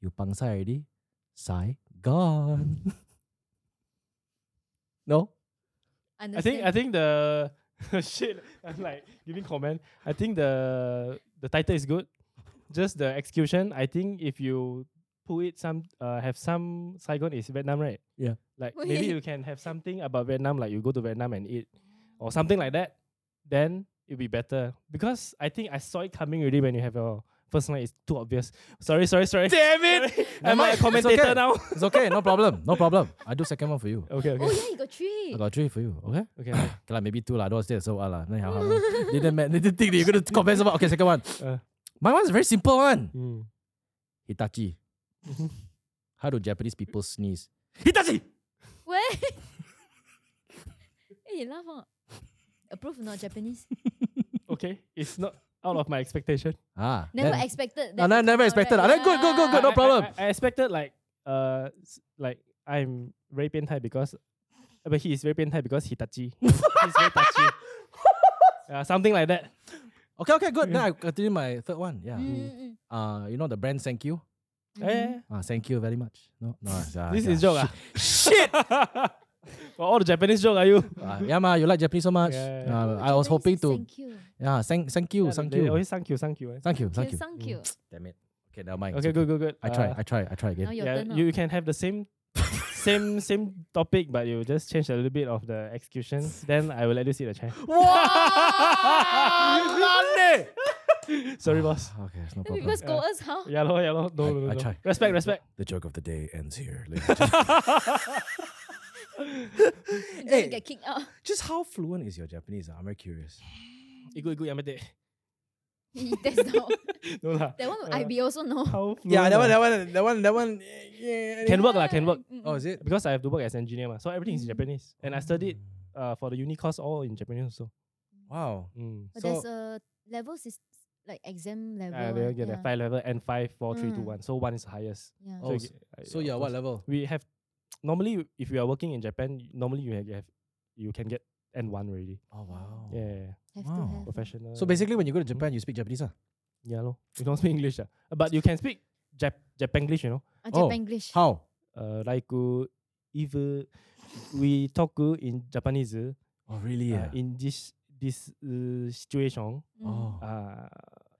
[SPEAKER 1] You pangsai already, Saigon. no,
[SPEAKER 2] I think I think the shit. I'm like giving comment. I think the the title is good. Just the execution. I think if you put it some uh, have some Saigon is Vietnam, right?
[SPEAKER 1] Yeah.
[SPEAKER 2] Like maybe you can have something about Vietnam, like you go to Vietnam and eat or something like that. Then it'll be better because I think I saw it coming already when you have your first line. It's too obvious. Sorry, sorry, sorry.
[SPEAKER 1] damn
[SPEAKER 2] Sorry. Am I a
[SPEAKER 1] It's okay.
[SPEAKER 2] commentator now?
[SPEAKER 1] It's okay, no problem, no problem. I do second one for you.
[SPEAKER 2] okay,
[SPEAKER 3] Oh
[SPEAKER 2] okay,
[SPEAKER 3] yeah, you got three.
[SPEAKER 1] I got three for you, okay?
[SPEAKER 2] okay. okay.
[SPEAKER 1] Okay, lah, maybe two lah. I don't want to say so well lah. Then how- how- how- didn't ma- didn't think that you're gonna comment about. Okay, second one.
[SPEAKER 2] Uh.
[SPEAKER 1] My one's a very simple one.
[SPEAKER 2] Mm.
[SPEAKER 1] Hitachi. How do Japanese people sneeze? Hitachi.
[SPEAKER 3] Where? hey, you laugh on. Approve or not Japanese?
[SPEAKER 2] okay, it's not out of my expectation.
[SPEAKER 1] Ah.
[SPEAKER 3] Never
[SPEAKER 1] then-
[SPEAKER 3] expected.
[SPEAKER 1] Ah, ne- never expected. Ah, then good, good, good, good.
[SPEAKER 2] I-
[SPEAKER 1] No
[SPEAKER 2] I-
[SPEAKER 1] problem.
[SPEAKER 2] I, I expected like uh s- like I'm very pain high because uh, but he is very pain high because he touchy. He's very touchy. Uh, something like that.
[SPEAKER 1] Okay, okay, good. Now I continue my third one. Yeah.
[SPEAKER 3] Mm, mm,
[SPEAKER 1] Uh, you know the brand thank you.
[SPEAKER 3] mm.
[SPEAKER 2] Eh,
[SPEAKER 1] Uh, thank you very much. No, no. ah,
[SPEAKER 2] this
[SPEAKER 1] yeah.
[SPEAKER 2] is joke. ah. Shit. For all the Japanese joke, are you?
[SPEAKER 1] Ah, yeah, ma, you like Japanese so much.
[SPEAKER 2] Yeah, yeah,
[SPEAKER 1] Ah, I
[SPEAKER 3] Oh,
[SPEAKER 1] was hoping
[SPEAKER 3] Japanese is
[SPEAKER 1] to.
[SPEAKER 3] Thank you.
[SPEAKER 1] Yeah, thank, thank you,
[SPEAKER 2] Yeah,
[SPEAKER 1] thank
[SPEAKER 2] they
[SPEAKER 1] you,
[SPEAKER 2] Always thank you, thank you. eh.
[SPEAKER 1] thank you, thank you.
[SPEAKER 3] you.
[SPEAKER 1] Mm.
[SPEAKER 3] Thank you.
[SPEAKER 1] Damn it. Okay, never mind. it's
[SPEAKER 2] Okay, good, good, good.
[SPEAKER 1] I try,
[SPEAKER 2] Uh,
[SPEAKER 1] I try, I try
[SPEAKER 3] Now
[SPEAKER 1] again.
[SPEAKER 3] your
[SPEAKER 2] yeah,
[SPEAKER 3] turn.
[SPEAKER 2] you
[SPEAKER 3] lah.
[SPEAKER 2] can have the same, same, same topic, but you just change a little bit of the execution. Then I will let you see the chair.
[SPEAKER 1] Wow,
[SPEAKER 2] Sorry, boss.
[SPEAKER 1] Okay, it's no
[SPEAKER 3] Then
[SPEAKER 1] problem.
[SPEAKER 3] people scold us, how?
[SPEAKER 2] Yeah, lor, yeah, lor.
[SPEAKER 1] I-
[SPEAKER 2] No, no, no,
[SPEAKER 1] I
[SPEAKER 2] no.
[SPEAKER 1] try.
[SPEAKER 2] Respect, respect.
[SPEAKER 1] The joke of the day ends here.
[SPEAKER 3] Then
[SPEAKER 1] Hey.
[SPEAKER 3] you get kicked out.
[SPEAKER 1] Just how fluent is your Japanese? ah? I'm very curious.
[SPEAKER 2] Igu, igu, yamete.
[SPEAKER 3] That's the
[SPEAKER 2] No lah.
[SPEAKER 3] That one
[SPEAKER 2] Uh,
[SPEAKER 3] I we also know.
[SPEAKER 2] How
[SPEAKER 1] one, that one, that one. Yeah.
[SPEAKER 2] Can work lah, can work.
[SPEAKER 3] Mm, mm.
[SPEAKER 1] Oh, is it?
[SPEAKER 2] Because I have to work as engineer, mah, so everything is in
[SPEAKER 3] Mm.
[SPEAKER 2] Japanese. And I studied
[SPEAKER 1] Mm.
[SPEAKER 2] uh, for the uni course all in Japanese also.
[SPEAKER 1] Hmm. Wow.
[SPEAKER 2] Mm.
[SPEAKER 3] But
[SPEAKER 1] So-
[SPEAKER 3] there's a level sys- like exam level.
[SPEAKER 2] Uh,
[SPEAKER 3] one,
[SPEAKER 2] they get
[SPEAKER 3] yeah.
[SPEAKER 2] a five level and five, four, three, two,
[SPEAKER 3] Mm.
[SPEAKER 2] one. So one is the highest.
[SPEAKER 3] Yeah.
[SPEAKER 1] Oh,
[SPEAKER 2] you
[SPEAKER 1] s-
[SPEAKER 2] get- uh,
[SPEAKER 1] So
[SPEAKER 2] of
[SPEAKER 1] you're what
[SPEAKER 2] course.
[SPEAKER 1] level?
[SPEAKER 2] We have normally if you are working in Japan, y- normally you have you can get N one already.
[SPEAKER 1] Oh wow.
[SPEAKER 2] Yeah, yeah, yeah.
[SPEAKER 3] Have
[SPEAKER 1] Wow.
[SPEAKER 3] to have.
[SPEAKER 2] professional.
[SPEAKER 1] So basically, when you go to Japan, you speak Japanese, ah?
[SPEAKER 2] yeah, lor. You don't speak English, ah. Uh, but you can speak Jap Japanglish, you know.
[SPEAKER 3] Uh,
[SPEAKER 1] Oh,
[SPEAKER 3] Japanglish.
[SPEAKER 1] How?
[SPEAKER 2] Uh, like uh, if uh, we talk uh, in Japanese uh,
[SPEAKER 1] Oh really? ah?
[SPEAKER 2] in this this uh, situation,
[SPEAKER 3] Mm.
[SPEAKER 1] Oh,
[SPEAKER 2] uh,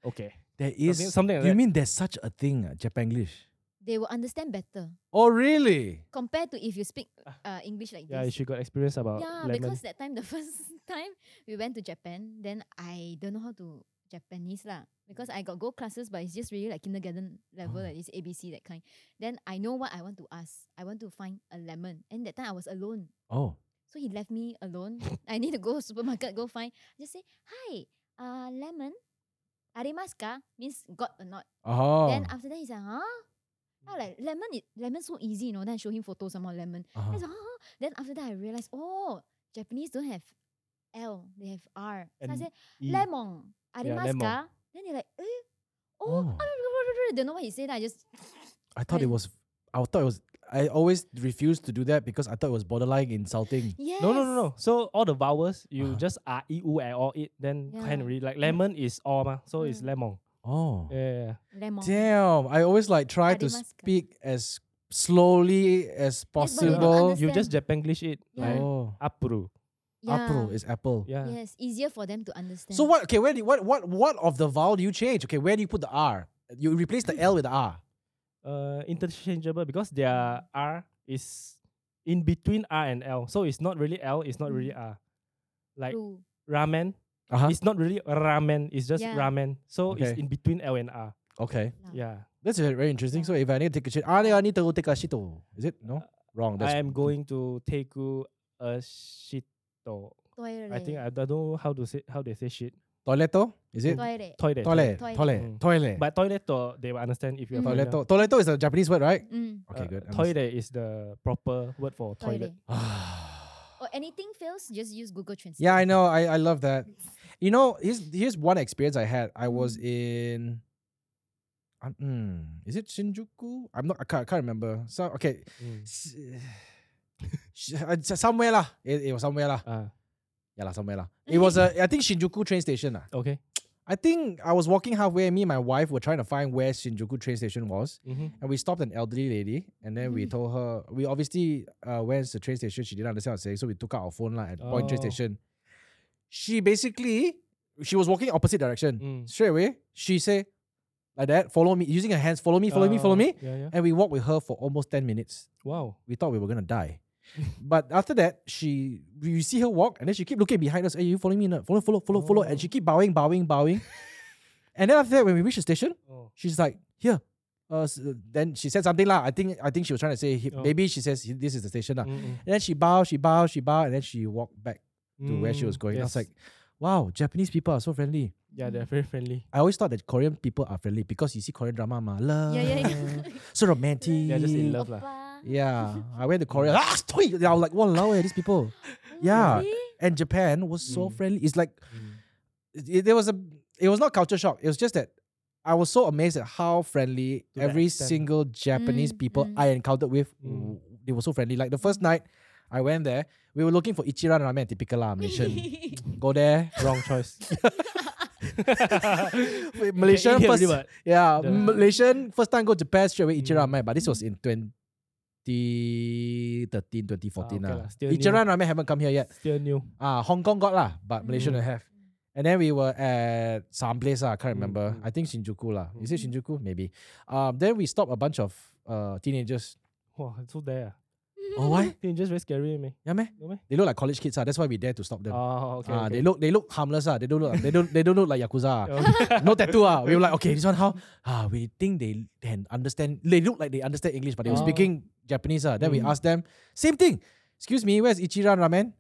[SPEAKER 2] okay,
[SPEAKER 1] there is.
[SPEAKER 2] something, something
[SPEAKER 1] you
[SPEAKER 2] like that.
[SPEAKER 1] mean there's such a thing, uh, Japanglish?
[SPEAKER 3] They will understand better
[SPEAKER 1] Oh really?
[SPEAKER 3] compared to if you speak uh, English like
[SPEAKER 2] yeah,
[SPEAKER 3] this.
[SPEAKER 2] she got experience about
[SPEAKER 3] yeah,
[SPEAKER 2] lemon.
[SPEAKER 3] because that time the first time we went to Japan, then I don't know how to Japanese lah. Because I got go classes, but it's just really like kindergarten level,
[SPEAKER 1] Oh.
[SPEAKER 3] like it's ABC that kind. Then I know what I want to ask. I want to find a lemon, and that time I was alone,
[SPEAKER 1] Oh.
[SPEAKER 3] so he left me alone. I need to go supermarket go find. I just say hi, uh, lemon, arimasu ka? means got or not.
[SPEAKER 1] Oh.
[SPEAKER 3] Then after that he's like huh. I'm like lemon, i- lemon so easy, you know. Then I show him photos some more lemon.
[SPEAKER 1] Uh-huh.
[SPEAKER 3] I
[SPEAKER 2] Oh.
[SPEAKER 3] was like, "Huh?" ah, Then after that, I realized, oh, Japanese don't have L, they have R. So I
[SPEAKER 2] And
[SPEAKER 3] said,
[SPEAKER 2] E.
[SPEAKER 3] lemon,
[SPEAKER 2] lemon.
[SPEAKER 3] arimasu ka? Then they're like, eh? Oh, don't know what he said. I just
[SPEAKER 1] I thought it
[SPEAKER 3] And-
[SPEAKER 1] was. I thought it was. I always refused to do that because I thought it was borderline insulting.
[SPEAKER 3] yes.
[SPEAKER 2] No, no, no, no. So all the vowels,
[SPEAKER 1] Uh-huh.
[SPEAKER 2] you just are e u I all it. Then
[SPEAKER 3] Yeah.
[SPEAKER 2] can read like lemon is all ma, so it's
[SPEAKER 3] Mm.
[SPEAKER 2] lemon.
[SPEAKER 1] Oh,
[SPEAKER 2] Yeah, yeah, yeah.
[SPEAKER 3] Lemon.
[SPEAKER 1] damn! I always like try to
[SPEAKER 3] Arimasu.
[SPEAKER 1] speak as slowly as
[SPEAKER 3] but you don't
[SPEAKER 1] possible.
[SPEAKER 2] You just
[SPEAKER 3] Understand.
[SPEAKER 2] Japanglish it. Like
[SPEAKER 1] oh,
[SPEAKER 2] apuru.
[SPEAKER 3] Yeah.
[SPEAKER 1] apple is apple.
[SPEAKER 2] Yeah.
[SPEAKER 3] Yes, easier for them to understand.
[SPEAKER 1] So what? Okay, where do you, what what what of the vowel do you change? Okay, where do you put the R? You replace the L with the R.
[SPEAKER 2] Uh, interchangeable because
[SPEAKER 3] Mm.
[SPEAKER 2] their r is in between r and l, so it's not really l, it's not really r. Like
[SPEAKER 3] Mm. True.
[SPEAKER 2] ramen,
[SPEAKER 1] Uh huh.
[SPEAKER 2] it's not really ramen, it's just
[SPEAKER 3] Yeah.
[SPEAKER 2] ramen. So it's
[SPEAKER 1] Okay.
[SPEAKER 2] in between l and r.
[SPEAKER 1] Okay,
[SPEAKER 3] Ah.
[SPEAKER 2] Yeah.
[SPEAKER 1] that's very very interesting. So if I need to take a shit, I need- I need to go take a shit. oh. Is it no wrong?
[SPEAKER 2] Uh, I am going to take a shito. I think I, I don't know how to say how they say shit.
[SPEAKER 1] toileto. Is it
[SPEAKER 3] Toire.
[SPEAKER 2] Toilet.
[SPEAKER 1] toilet?
[SPEAKER 3] Toilet.
[SPEAKER 1] Toilet.
[SPEAKER 2] Mm.
[SPEAKER 1] Toilet.
[SPEAKER 2] But toilet to, they will understand if you are
[SPEAKER 3] Mm.
[SPEAKER 2] foreigner.
[SPEAKER 1] Toileto. Toileto is a Japanese word, right?
[SPEAKER 3] Mm.
[SPEAKER 1] Okay,
[SPEAKER 2] Uh,
[SPEAKER 1] good. I'm
[SPEAKER 2] Toilet is the proper word for toilet.
[SPEAKER 3] Toire.
[SPEAKER 1] s-
[SPEAKER 3] Or Oh, anything fails, just use Google Translate.
[SPEAKER 1] yeah, I know. I, I love that. You know, here's here's one experience I had. I was in. Um, mm, is it Shinjuku? I'm not. I can't, I can't remember. So okay,
[SPEAKER 2] Mm.
[SPEAKER 1] s- sh- uh, s- somewhere lah. It, it was somewhere lah.
[SPEAKER 2] Ah,
[SPEAKER 1] Yeah lah, somewhere lah. It was a. I think Shinjuku train station lah.
[SPEAKER 2] okay.
[SPEAKER 1] I think I was walking halfway. and Me and my wife were trying to find where Shinjuku train station was.
[SPEAKER 2] Mm-hmm.
[SPEAKER 1] And we stopped an elderly lady, and then we
[SPEAKER 2] Mm.
[SPEAKER 3] Mhm.
[SPEAKER 1] told her we obviously uh, went to the train station. She didn't understand what I was saying, so we took out our phone line at point train
[SPEAKER 2] Oh.
[SPEAKER 1] station. She basically she was walking opposite direction
[SPEAKER 2] Mm.
[SPEAKER 1] straight away. She said like that, follow me, using her hands, follow me, follow me, follow
[SPEAKER 2] Uh,
[SPEAKER 1] me.
[SPEAKER 2] Yeah, yeah.
[SPEAKER 1] And we walked with her for almost ten minutes.
[SPEAKER 2] Wow.
[SPEAKER 1] We thought we were gonna die, but after that, she we we see her walk, and then she keep looking behind us. Hey, you following me? or Not? Follow, follow, follow, follow,
[SPEAKER 2] Oh.
[SPEAKER 1] and she keep bowing, bowing, bowing. and then after that, when we reached the station,
[SPEAKER 2] Oh.
[SPEAKER 1] She's like, here. Uh, s- uh," then she said something like, I think I think she was trying to say he-
[SPEAKER 2] Oh.
[SPEAKER 1] maybe she says "He- this is the station lah.
[SPEAKER 2] Mm,
[SPEAKER 1] And then she bowed, she bowed, she bowed, and then she walked back
[SPEAKER 2] mm.
[SPEAKER 1] to where she was
[SPEAKER 2] Mm,
[SPEAKER 1] going. I was
[SPEAKER 2] yes.
[SPEAKER 1] like, mm. wow, Japanese people are so friendly.
[SPEAKER 3] Mm.
[SPEAKER 2] yeah, they're very friendly.
[SPEAKER 1] I always thought that Korean people are friendly because you see Korean drama, ma, love,
[SPEAKER 3] Yeah, yeah,
[SPEAKER 1] so romantic.
[SPEAKER 2] They're just in love lah.
[SPEAKER 3] Oppa.
[SPEAKER 1] Yeah, I went to Korea. Ah, stoi! I was like, wow, eh, these people. Yeah.
[SPEAKER 3] Really?
[SPEAKER 1] And Japan was so
[SPEAKER 2] Mm.
[SPEAKER 1] friendly. It's like
[SPEAKER 2] Mm.
[SPEAKER 1] it, it- there was a it was not culture shock. It was just that I was so amazed at how friendly
[SPEAKER 2] To that
[SPEAKER 1] every
[SPEAKER 2] extent.
[SPEAKER 1] single Japanese
[SPEAKER 3] Mm,
[SPEAKER 1] people
[SPEAKER 3] mm.
[SPEAKER 1] I encountered with
[SPEAKER 2] Mm.
[SPEAKER 1] w- they were so friendly. Like the first night I went there, we were looking for Ichiran ramen at typical lah, Malaysian. Go there.
[SPEAKER 2] Wrong choice.
[SPEAKER 1] Wait, Malaysian
[SPEAKER 2] Indian
[SPEAKER 1] first
[SPEAKER 2] really, but-
[SPEAKER 1] Yeah,
[SPEAKER 2] the-
[SPEAKER 1] Malaysian first time go Japan straight away Ichiran
[SPEAKER 2] Mm.
[SPEAKER 1] ramen, but this was in 2013, 2014
[SPEAKER 2] Ah, okay
[SPEAKER 1] lah.
[SPEAKER 2] lah, still new.
[SPEAKER 1] Ichiran ramen haven't come here yet.
[SPEAKER 2] Still new.
[SPEAKER 1] Ah, Hong Kong got lah, but Malaysia
[SPEAKER 2] Mm.
[SPEAKER 1] don't have. And then we were at some place, ah, I can't
[SPEAKER 2] Mm,
[SPEAKER 1] remember.
[SPEAKER 2] mm.
[SPEAKER 1] I think Shinjuku lah. Is it
[SPEAKER 2] Hmm.
[SPEAKER 3] Mm.
[SPEAKER 1] Shinjuku? Maybe. Um, then we stopped a bunch of uh, teenagers.
[SPEAKER 2] Wow, it's so there.
[SPEAKER 1] Oh, why?
[SPEAKER 2] Teenagers very scary, me.
[SPEAKER 1] Yeah, man.
[SPEAKER 2] No meh?
[SPEAKER 1] They look like college kids, ah. That's why we dare to stop them.
[SPEAKER 2] Oh, okay.
[SPEAKER 1] Ah,
[SPEAKER 2] okay. Oh,
[SPEAKER 1] They look they look harmless, ah. They don't look they don't they don't look like Yakuza. ah. no tattoo, ah. We were like, okay, this one how? Ah, we think they can understand. They look like they understand English, but they were
[SPEAKER 2] Oh.
[SPEAKER 1] speaking Japanese, ah. Then we
[SPEAKER 2] Mm.
[SPEAKER 1] asked them, same thing. Excuse me, where's Ichiran ramen?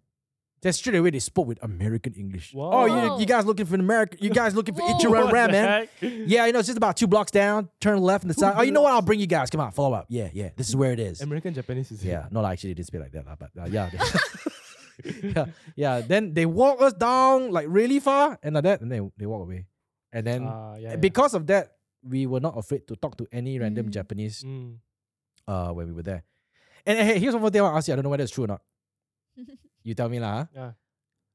[SPEAKER 1] Then straight away they spoke with American English. Oh, you,
[SPEAKER 3] Wow.
[SPEAKER 1] you guys looking for an American? You guys looking for
[SPEAKER 3] Whoa.
[SPEAKER 1] Ichiran
[SPEAKER 2] What the
[SPEAKER 1] ramen?
[SPEAKER 2] heck?
[SPEAKER 1] Yeah, you know, it's just about two blocks down. Turn left on the
[SPEAKER 2] Two
[SPEAKER 1] side. Oh, you know what?
[SPEAKER 2] blocks.
[SPEAKER 1] I'll bring you guys. Come on, follow up. Yeah, yeah. This is where it is.
[SPEAKER 2] American Japanese is
[SPEAKER 1] Yeah, not actually, it didn't speak like that, lah, but uh, yeah. yeah, yeah. Then they walk us down like really far and like that, and then they walk away. And then
[SPEAKER 2] Ah, yeah, yeah.
[SPEAKER 1] because of that, we were not afraid to talk to any random
[SPEAKER 3] Mm.
[SPEAKER 1] Japanese
[SPEAKER 2] Mm.
[SPEAKER 1] uh, when we were there. And hey, here's one more thing I want to ask you. I don't know whether it's true or not. you tell me, lah. huh?
[SPEAKER 2] Yeah.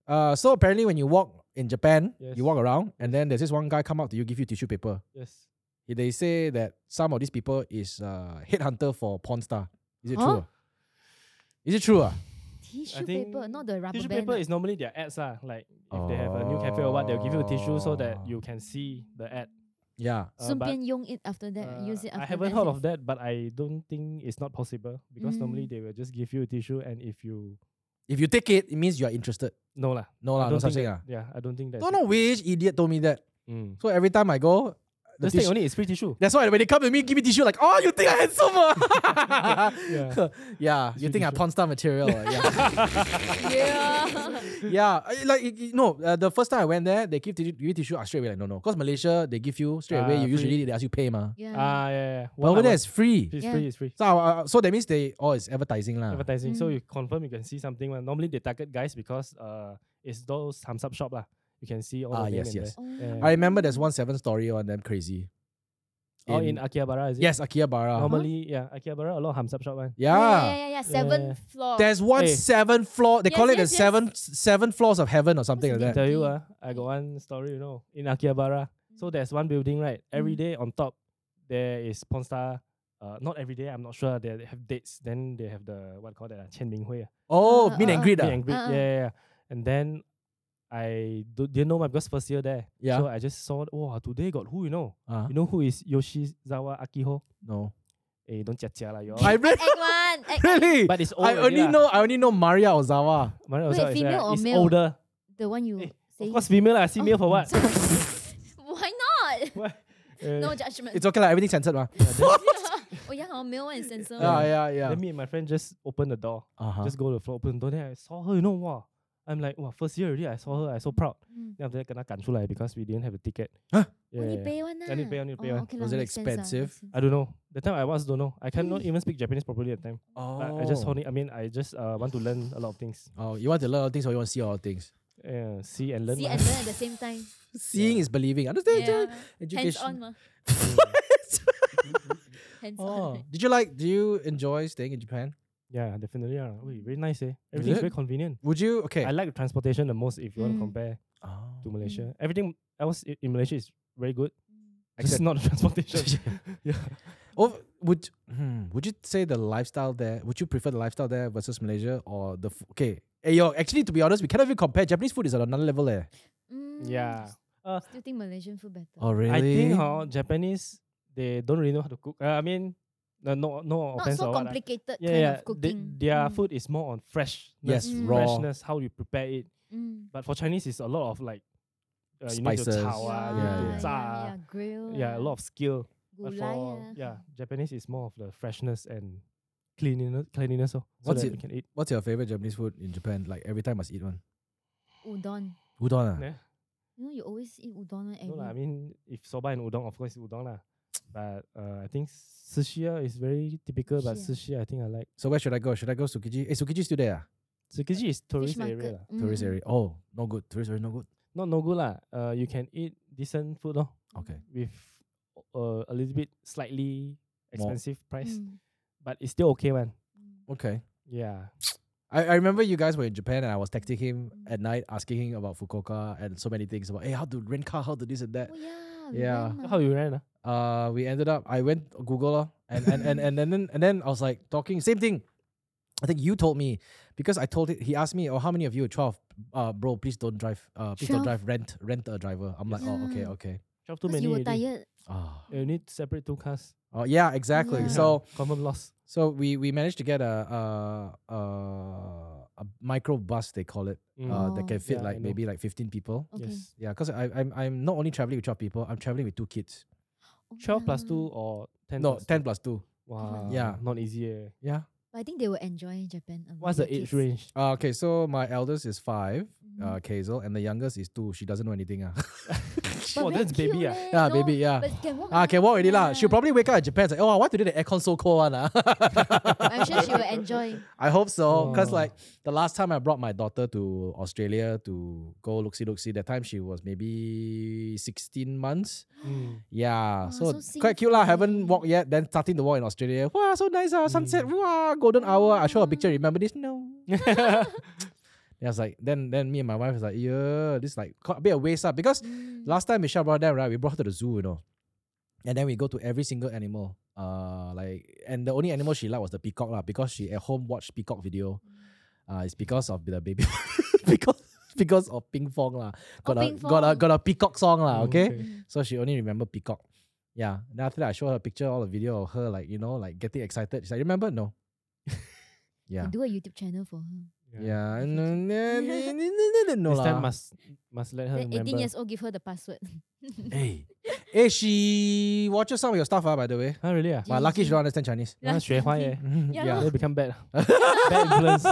[SPEAKER 1] Uh, so apparently, when you walk in Japan,
[SPEAKER 2] Yes.
[SPEAKER 1] you walk around, and then there's this one guy come up to you, give you tissue paper.
[SPEAKER 2] Yes.
[SPEAKER 1] They say that some of these people is uh, headhunter for porn star. Is it
[SPEAKER 3] Huh?
[SPEAKER 1] true? ah? Is it true? ah?
[SPEAKER 3] Tissue
[SPEAKER 2] think
[SPEAKER 3] paper, not the rubber
[SPEAKER 2] Tissue
[SPEAKER 3] band.
[SPEAKER 2] paper
[SPEAKER 3] ah.
[SPEAKER 2] is normally their ads lah. Like if they have a new cafe or what, they'll give you a tissue so that
[SPEAKER 1] Oh.
[SPEAKER 2] you can see the ad.
[SPEAKER 1] Yeah.
[SPEAKER 2] Uh,
[SPEAKER 3] Soon
[SPEAKER 2] but,
[SPEAKER 3] Pian Yong it after that. use
[SPEAKER 2] uh,
[SPEAKER 3] it after
[SPEAKER 2] I haven't
[SPEAKER 3] that.
[SPEAKER 2] heard of that, but I don't think it's not possible because normally
[SPEAKER 3] Mm.
[SPEAKER 2] they will just give you a tissue and if you
[SPEAKER 1] If you take it, it means you are interested.
[SPEAKER 2] no lah,
[SPEAKER 1] No lah,
[SPEAKER 2] I
[SPEAKER 1] no
[SPEAKER 2] don't
[SPEAKER 1] such
[SPEAKER 2] think
[SPEAKER 1] thing ah.
[SPEAKER 2] that- yeah, I don't think that's
[SPEAKER 1] Don't
[SPEAKER 2] it.
[SPEAKER 1] know which idiot told me that.
[SPEAKER 2] Mm.
[SPEAKER 1] So every time I go, the
[SPEAKER 2] Just take
[SPEAKER 1] tissue-
[SPEAKER 2] only it's free tissue.
[SPEAKER 1] that's why when they come to me, give me tissue, like, oh, you think I'm handsome? ah?"
[SPEAKER 2] Yeah.
[SPEAKER 1] yeah, you
[SPEAKER 2] Tissue,
[SPEAKER 1] think I'm porn
[SPEAKER 2] tissue.
[SPEAKER 1] star material. ah, yeah.
[SPEAKER 3] Yeah.
[SPEAKER 1] yeah, I- like, it- it- no, uh, the first time I went there, they give, tissue- give you tissue, I straight away, like, no, no. Because Malaysia, they give you straight away,
[SPEAKER 2] Ah,
[SPEAKER 1] you usually,
[SPEAKER 2] free.
[SPEAKER 1] they ask you pay, ma.
[SPEAKER 3] yeah.
[SPEAKER 2] Ah, yeah, yeah.
[SPEAKER 1] But
[SPEAKER 2] One
[SPEAKER 1] over
[SPEAKER 2] by
[SPEAKER 1] there,
[SPEAKER 2] one.
[SPEAKER 1] it's free.
[SPEAKER 2] It's
[SPEAKER 3] Yeah.
[SPEAKER 2] free, it's free.
[SPEAKER 1] So, uh, so that means they, oh, it's advertising lah.
[SPEAKER 2] Advertising. So
[SPEAKER 3] Mm.
[SPEAKER 2] you confirm you can see something. Well, normally they target guys because uh it's those thumbs up shop lah. You can see all
[SPEAKER 1] Ah,
[SPEAKER 2] the name
[SPEAKER 1] yes,
[SPEAKER 2] in
[SPEAKER 1] yes.
[SPEAKER 2] there.
[SPEAKER 3] Oh.
[SPEAKER 2] Yeah.
[SPEAKER 1] I remember there's one seven story on them oh, crazy.
[SPEAKER 2] Oh, in Akihabara, is it? Uh-huh.
[SPEAKER 1] yes, Akihabara.
[SPEAKER 3] Uh-huh.
[SPEAKER 2] Normally, yeah, Akihabara, a lot of Hamsap shop one.
[SPEAKER 1] Yeah.
[SPEAKER 3] yeah, yeah, yeah. Seventh
[SPEAKER 2] Yeah.
[SPEAKER 3] floor.
[SPEAKER 1] There's one
[SPEAKER 2] Hey.
[SPEAKER 1] seven floor. They
[SPEAKER 3] Yes,
[SPEAKER 1] call it the
[SPEAKER 3] yes, yes.
[SPEAKER 1] seven seven floors of heaven or something
[SPEAKER 3] What's
[SPEAKER 1] like
[SPEAKER 3] the
[SPEAKER 1] that.
[SPEAKER 2] Tell you,
[SPEAKER 3] Mm.
[SPEAKER 2] uh, I got one story, you know, in Akihabara. So there's one building, right? Every
[SPEAKER 3] Mm.
[SPEAKER 2] day on top, there is Ponsta. Uh, not every day, I'm not sure. They they have dates. Then they have the, what call that? Uh, Chen Ming Hui. Uh,
[SPEAKER 1] Oh,
[SPEAKER 3] Uh,
[SPEAKER 1] meet
[SPEAKER 3] uh,
[SPEAKER 1] and greet.
[SPEAKER 2] meet
[SPEAKER 1] ah.
[SPEAKER 2] and greet.
[SPEAKER 3] Uh, uh.
[SPEAKER 2] Yeah, yeah, yeah. And then I do, didn't know my because first year there.
[SPEAKER 1] Yeah.
[SPEAKER 2] So I just saw, wow, today got who, you know?
[SPEAKER 1] Ah,
[SPEAKER 2] You know who is Yoshizawa Akiho?
[SPEAKER 1] no.
[SPEAKER 2] Eh, don't jia jia lah, you all.
[SPEAKER 1] I read
[SPEAKER 3] Act one. Act
[SPEAKER 1] really.
[SPEAKER 2] But oh, it's old.
[SPEAKER 1] I
[SPEAKER 2] already
[SPEAKER 1] only
[SPEAKER 2] lah.
[SPEAKER 1] know I only know Maria Ozawa.
[SPEAKER 2] Maria
[SPEAKER 3] Wait,
[SPEAKER 2] Ozawa is,
[SPEAKER 3] female
[SPEAKER 2] uh,
[SPEAKER 3] or
[SPEAKER 2] is
[SPEAKER 3] male?
[SPEAKER 2] older.
[SPEAKER 3] The one you
[SPEAKER 2] Eh,
[SPEAKER 3] say.
[SPEAKER 2] Of
[SPEAKER 3] Oh.
[SPEAKER 2] course, female lah. See male for what?
[SPEAKER 3] Why not?
[SPEAKER 2] What?
[SPEAKER 3] No
[SPEAKER 2] Uh,
[SPEAKER 3] judgment.
[SPEAKER 1] It's okay like everything's censored, ma.
[SPEAKER 3] oh yeah, our male one is censored.
[SPEAKER 1] Yeah, yeah, yeah.
[SPEAKER 2] Then me and my friend just opened the door.
[SPEAKER 1] Uh-huh.
[SPEAKER 2] Just go to the floor, open the door. Then I saw her, you know, wow. I'm like, wow, first year already, I saw her, I so proud.
[SPEAKER 3] Mm.
[SPEAKER 2] Then after that, kena 赶出来 because we didn't have a ticket.
[SPEAKER 1] Huh?
[SPEAKER 2] Yeah,
[SPEAKER 3] Only
[SPEAKER 2] yeah, yeah.
[SPEAKER 3] pay one
[SPEAKER 2] I need
[SPEAKER 3] lah.
[SPEAKER 2] pay, I need pay
[SPEAKER 3] Oh,
[SPEAKER 2] one.
[SPEAKER 3] okay lah,
[SPEAKER 1] Was it
[SPEAKER 3] makes sense lah,
[SPEAKER 1] expensive?
[SPEAKER 3] makes sense.
[SPEAKER 2] I don't know. The time I was don't know. I cannot even speak Japanese properly at the time. But
[SPEAKER 1] oh.
[SPEAKER 2] I just only, I mean, I just uh, want to learn a lot of things.
[SPEAKER 1] Oh, you want to learn all things or you want to see all things?
[SPEAKER 2] Yeah, see and learn.
[SPEAKER 3] See
[SPEAKER 2] lah.
[SPEAKER 3] and learn at the same time.
[SPEAKER 1] Seeing is believing. Understand?
[SPEAKER 3] yeah. Hands on
[SPEAKER 1] Education.
[SPEAKER 3] mah. Hands
[SPEAKER 1] Oh.
[SPEAKER 3] on.
[SPEAKER 1] Did you like do you enjoy staying in Japan?
[SPEAKER 2] yeah, definitely. Yeah. Wait, very nice, eh? Everything's
[SPEAKER 1] it?
[SPEAKER 2] very convenient.
[SPEAKER 1] Would you okay?
[SPEAKER 2] I like the transportation the most if you want
[SPEAKER 3] Mm.
[SPEAKER 2] to compare
[SPEAKER 1] Oh.
[SPEAKER 2] to Malaysia. Everything else i- in Malaysia is very good. Just
[SPEAKER 1] Except-
[SPEAKER 2] not the transportation. yeah.
[SPEAKER 1] Oh, would hmm, would you say the lifestyle there? Would you prefer the lifestyle there versus Malaysia or the f- okay? Hey, yo, actually, to be honest, we cannot even compare. Japanese food is on another level there.
[SPEAKER 3] Mm,
[SPEAKER 2] Yeah. Uh,
[SPEAKER 3] Still think Malaysian food better.
[SPEAKER 1] Oh, really?
[SPEAKER 2] I think huh, Japanese they don't really know how to cook. Uh, I mean, no, no, no
[SPEAKER 3] Not
[SPEAKER 2] offense
[SPEAKER 3] so
[SPEAKER 2] or what. lah.
[SPEAKER 3] complicated
[SPEAKER 2] Yeah,
[SPEAKER 3] kind
[SPEAKER 2] yeah.
[SPEAKER 3] of cooking.
[SPEAKER 2] They, their
[SPEAKER 3] Mm,
[SPEAKER 2] food is more on fresh.
[SPEAKER 1] yes,
[SPEAKER 3] Mm.
[SPEAKER 1] raw.
[SPEAKER 2] Freshness, how you prepare it.
[SPEAKER 3] mm.
[SPEAKER 2] But for Chinese, it's a lot of like uh,
[SPEAKER 1] Spices.
[SPEAKER 2] You know, you
[SPEAKER 1] you
[SPEAKER 3] yeah,
[SPEAKER 1] do
[SPEAKER 3] yeah,
[SPEAKER 2] zha,
[SPEAKER 3] yeah, grill.
[SPEAKER 2] yeah, a lot of skill. But
[SPEAKER 3] gulai
[SPEAKER 2] for
[SPEAKER 3] ah.
[SPEAKER 2] yeah, Japanese is more of the freshness and cleanliness. Cleanliness, so, so
[SPEAKER 1] What's
[SPEAKER 2] that
[SPEAKER 1] it-
[SPEAKER 2] you can eat.
[SPEAKER 1] What's your favorite Japanese food in Japan? Like every time, must eat one.
[SPEAKER 3] udon.
[SPEAKER 1] Udon. Ah?
[SPEAKER 2] Yeah.
[SPEAKER 3] You know, you always eat udon every.
[SPEAKER 2] No lah, I mean if soba and udon, of course it's udon lah. But uh, I think sushi ah is very typical. But sushi, I think I like
[SPEAKER 1] So where should I go? Should I go Tsukiji? Hey, Tsukiji still there? ah?
[SPEAKER 2] sushi is tourist
[SPEAKER 3] Fish
[SPEAKER 2] area
[SPEAKER 3] market.
[SPEAKER 2] lah.
[SPEAKER 3] Mm,
[SPEAKER 1] Tourist
[SPEAKER 3] mm.
[SPEAKER 1] area. Oh, no good. Tourist area, no good.
[SPEAKER 2] Not no good lah. Uh, you can eat decent food lor
[SPEAKER 1] Okay.
[SPEAKER 2] with uh, a little bit slightly expensive price,
[SPEAKER 3] Mm,
[SPEAKER 2] but it's still okay man.
[SPEAKER 3] mm.
[SPEAKER 1] Okay.
[SPEAKER 2] Yeah,
[SPEAKER 1] I, I remember you guys were in Japan and I was texting him
[SPEAKER 3] Mm.
[SPEAKER 1] at night asking him about Fukuoka and so many things about hey how to rent car, how to this and that.
[SPEAKER 3] Oh yeah.
[SPEAKER 1] Yeah.
[SPEAKER 3] Vietnam.
[SPEAKER 2] how you ran ah?
[SPEAKER 1] uh we ended up i went google lor, and and and and then and then i was like talking same thing i think you told me because i told it he asked me oh how many of you 12 uh bro please don't drive uh please don't
[SPEAKER 3] 12?
[SPEAKER 1] drive rent rent a driver i'm like oh okay
[SPEAKER 3] Yeah.
[SPEAKER 1] okay
[SPEAKER 2] Twelve too
[SPEAKER 3] Because
[SPEAKER 2] many.
[SPEAKER 3] you were
[SPEAKER 2] already.
[SPEAKER 3] tired.
[SPEAKER 1] oh,
[SPEAKER 2] You need separate two cars.
[SPEAKER 1] oh yeah exactly
[SPEAKER 3] Yeah.
[SPEAKER 1] so
[SPEAKER 2] common loss.
[SPEAKER 1] so we we managed to get a uh uh a micro bus they call it
[SPEAKER 2] Mm.
[SPEAKER 1] uh that can fit
[SPEAKER 2] Yeah, I
[SPEAKER 1] like
[SPEAKER 2] know.
[SPEAKER 1] maybe like 15 people
[SPEAKER 3] Okay.
[SPEAKER 2] Yes.
[SPEAKER 1] yeah because i'm i'm not only traveling with 12 people i'm traveling with two kids
[SPEAKER 3] Oh,
[SPEAKER 2] Twelve plus
[SPEAKER 3] yeah.
[SPEAKER 2] two or ten.
[SPEAKER 1] no
[SPEAKER 2] plus
[SPEAKER 1] 10
[SPEAKER 2] Two.
[SPEAKER 1] plus 2
[SPEAKER 2] Wow.
[SPEAKER 1] Yeah.
[SPEAKER 2] Not easy. Eh.
[SPEAKER 1] yeah
[SPEAKER 3] But I think they will enjoy Japan. a lot,
[SPEAKER 2] What's
[SPEAKER 3] your
[SPEAKER 2] the age
[SPEAKER 3] kids.
[SPEAKER 2] range? oh,
[SPEAKER 1] Uh, okay, so my eldest is five, uh,
[SPEAKER 2] Mm-hmm.
[SPEAKER 3] Mhm.
[SPEAKER 1] Kazel, and the youngest is two. She doesn't know anything. Ah,
[SPEAKER 3] But
[SPEAKER 2] Wow,
[SPEAKER 3] very
[SPEAKER 2] that's baby,
[SPEAKER 3] cute
[SPEAKER 2] ah.
[SPEAKER 3] leh,
[SPEAKER 1] yeah
[SPEAKER 3] no,
[SPEAKER 1] baby, yeah.
[SPEAKER 3] But can walk.
[SPEAKER 1] Ah,
[SPEAKER 3] lah,
[SPEAKER 1] can walk already lah. She'll
[SPEAKER 3] yeah.
[SPEAKER 1] probably wake up in Japan and say, "Oh, I want to do the aircon so cold one." ah."
[SPEAKER 3] I'm sure she will enjoy.
[SPEAKER 1] I hope so, cause
[SPEAKER 2] Oh.
[SPEAKER 1] like the last time I brought my daughter to Australia to go look see look see, that time she was maybe sixteen months.
[SPEAKER 2] Mm.
[SPEAKER 1] Yeah,
[SPEAKER 3] Wow,
[SPEAKER 1] so,
[SPEAKER 3] Oh, so
[SPEAKER 1] quite cute lah.
[SPEAKER 3] simple
[SPEAKER 1] Haven't walked
[SPEAKER 3] eh.
[SPEAKER 1] yet. Then starting to walk in Australia. Wow, so nice ah. Sunset.
[SPEAKER 2] Mm.
[SPEAKER 1] Wow, golden hour. I show her a picture.
[SPEAKER 3] Ah.
[SPEAKER 1] Remember this? No. Then I was like, then then me and my wife was like, yeah, this like quite a bit of waste up because
[SPEAKER 3] Mm.
[SPEAKER 1] last time Michelle brought them right, we brought her to the zoo, you know, and then we go to every single animal. Uh, like and the only animal she liked was the peacock lah because she at home watched peacock video.
[SPEAKER 3] Mm.
[SPEAKER 1] Uh, it's because of the baby, because because of Ping Fong lah. Got a
[SPEAKER 3] Oh, Ping
[SPEAKER 1] got a
[SPEAKER 3] Fong.
[SPEAKER 1] got a peacock song lah. Ah,
[SPEAKER 2] Oh,
[SPEAKER 1] Okay?
[SPEAKER 2] okay.
[SPEAKER 3] Mm.
[SPEAKER 1] so she only remember peacock. Yeah. Then after that, I showed her a picture, all the video of her like you know like getting excited. She's like, remember? No. yeah.
[SPEAKER 3] Can Mm. do a YouTube channel for her.
[SPEAKER 1] Yeah. No. No. No. No. no, No.
[SPEAKER 2] This time
[SPEAKER 1] lah.
[SPEAKER 2] must must let her
[SPEAKER 3] Then
[SPEAKER 2] remember.
[SPEAKER 3] 18 years old, give her the password.
[SPEAKER 1] Hey. Hey, she watches some of your stuff, ah, by the way.
[SPEAKER 2] Huh, really? Ah.
[SPEAKER 1] But lucky she don't understand Chinese.
[SPEAKER 2] Yeah, 学坏 eh.
[SPEAKER 1] yeah.
[SPEAKER 3] Yeah
[SPEAKER 1] yeah.
[SPEAKER 3] lah.
[SPEAKER 2] They become bad. bad influence.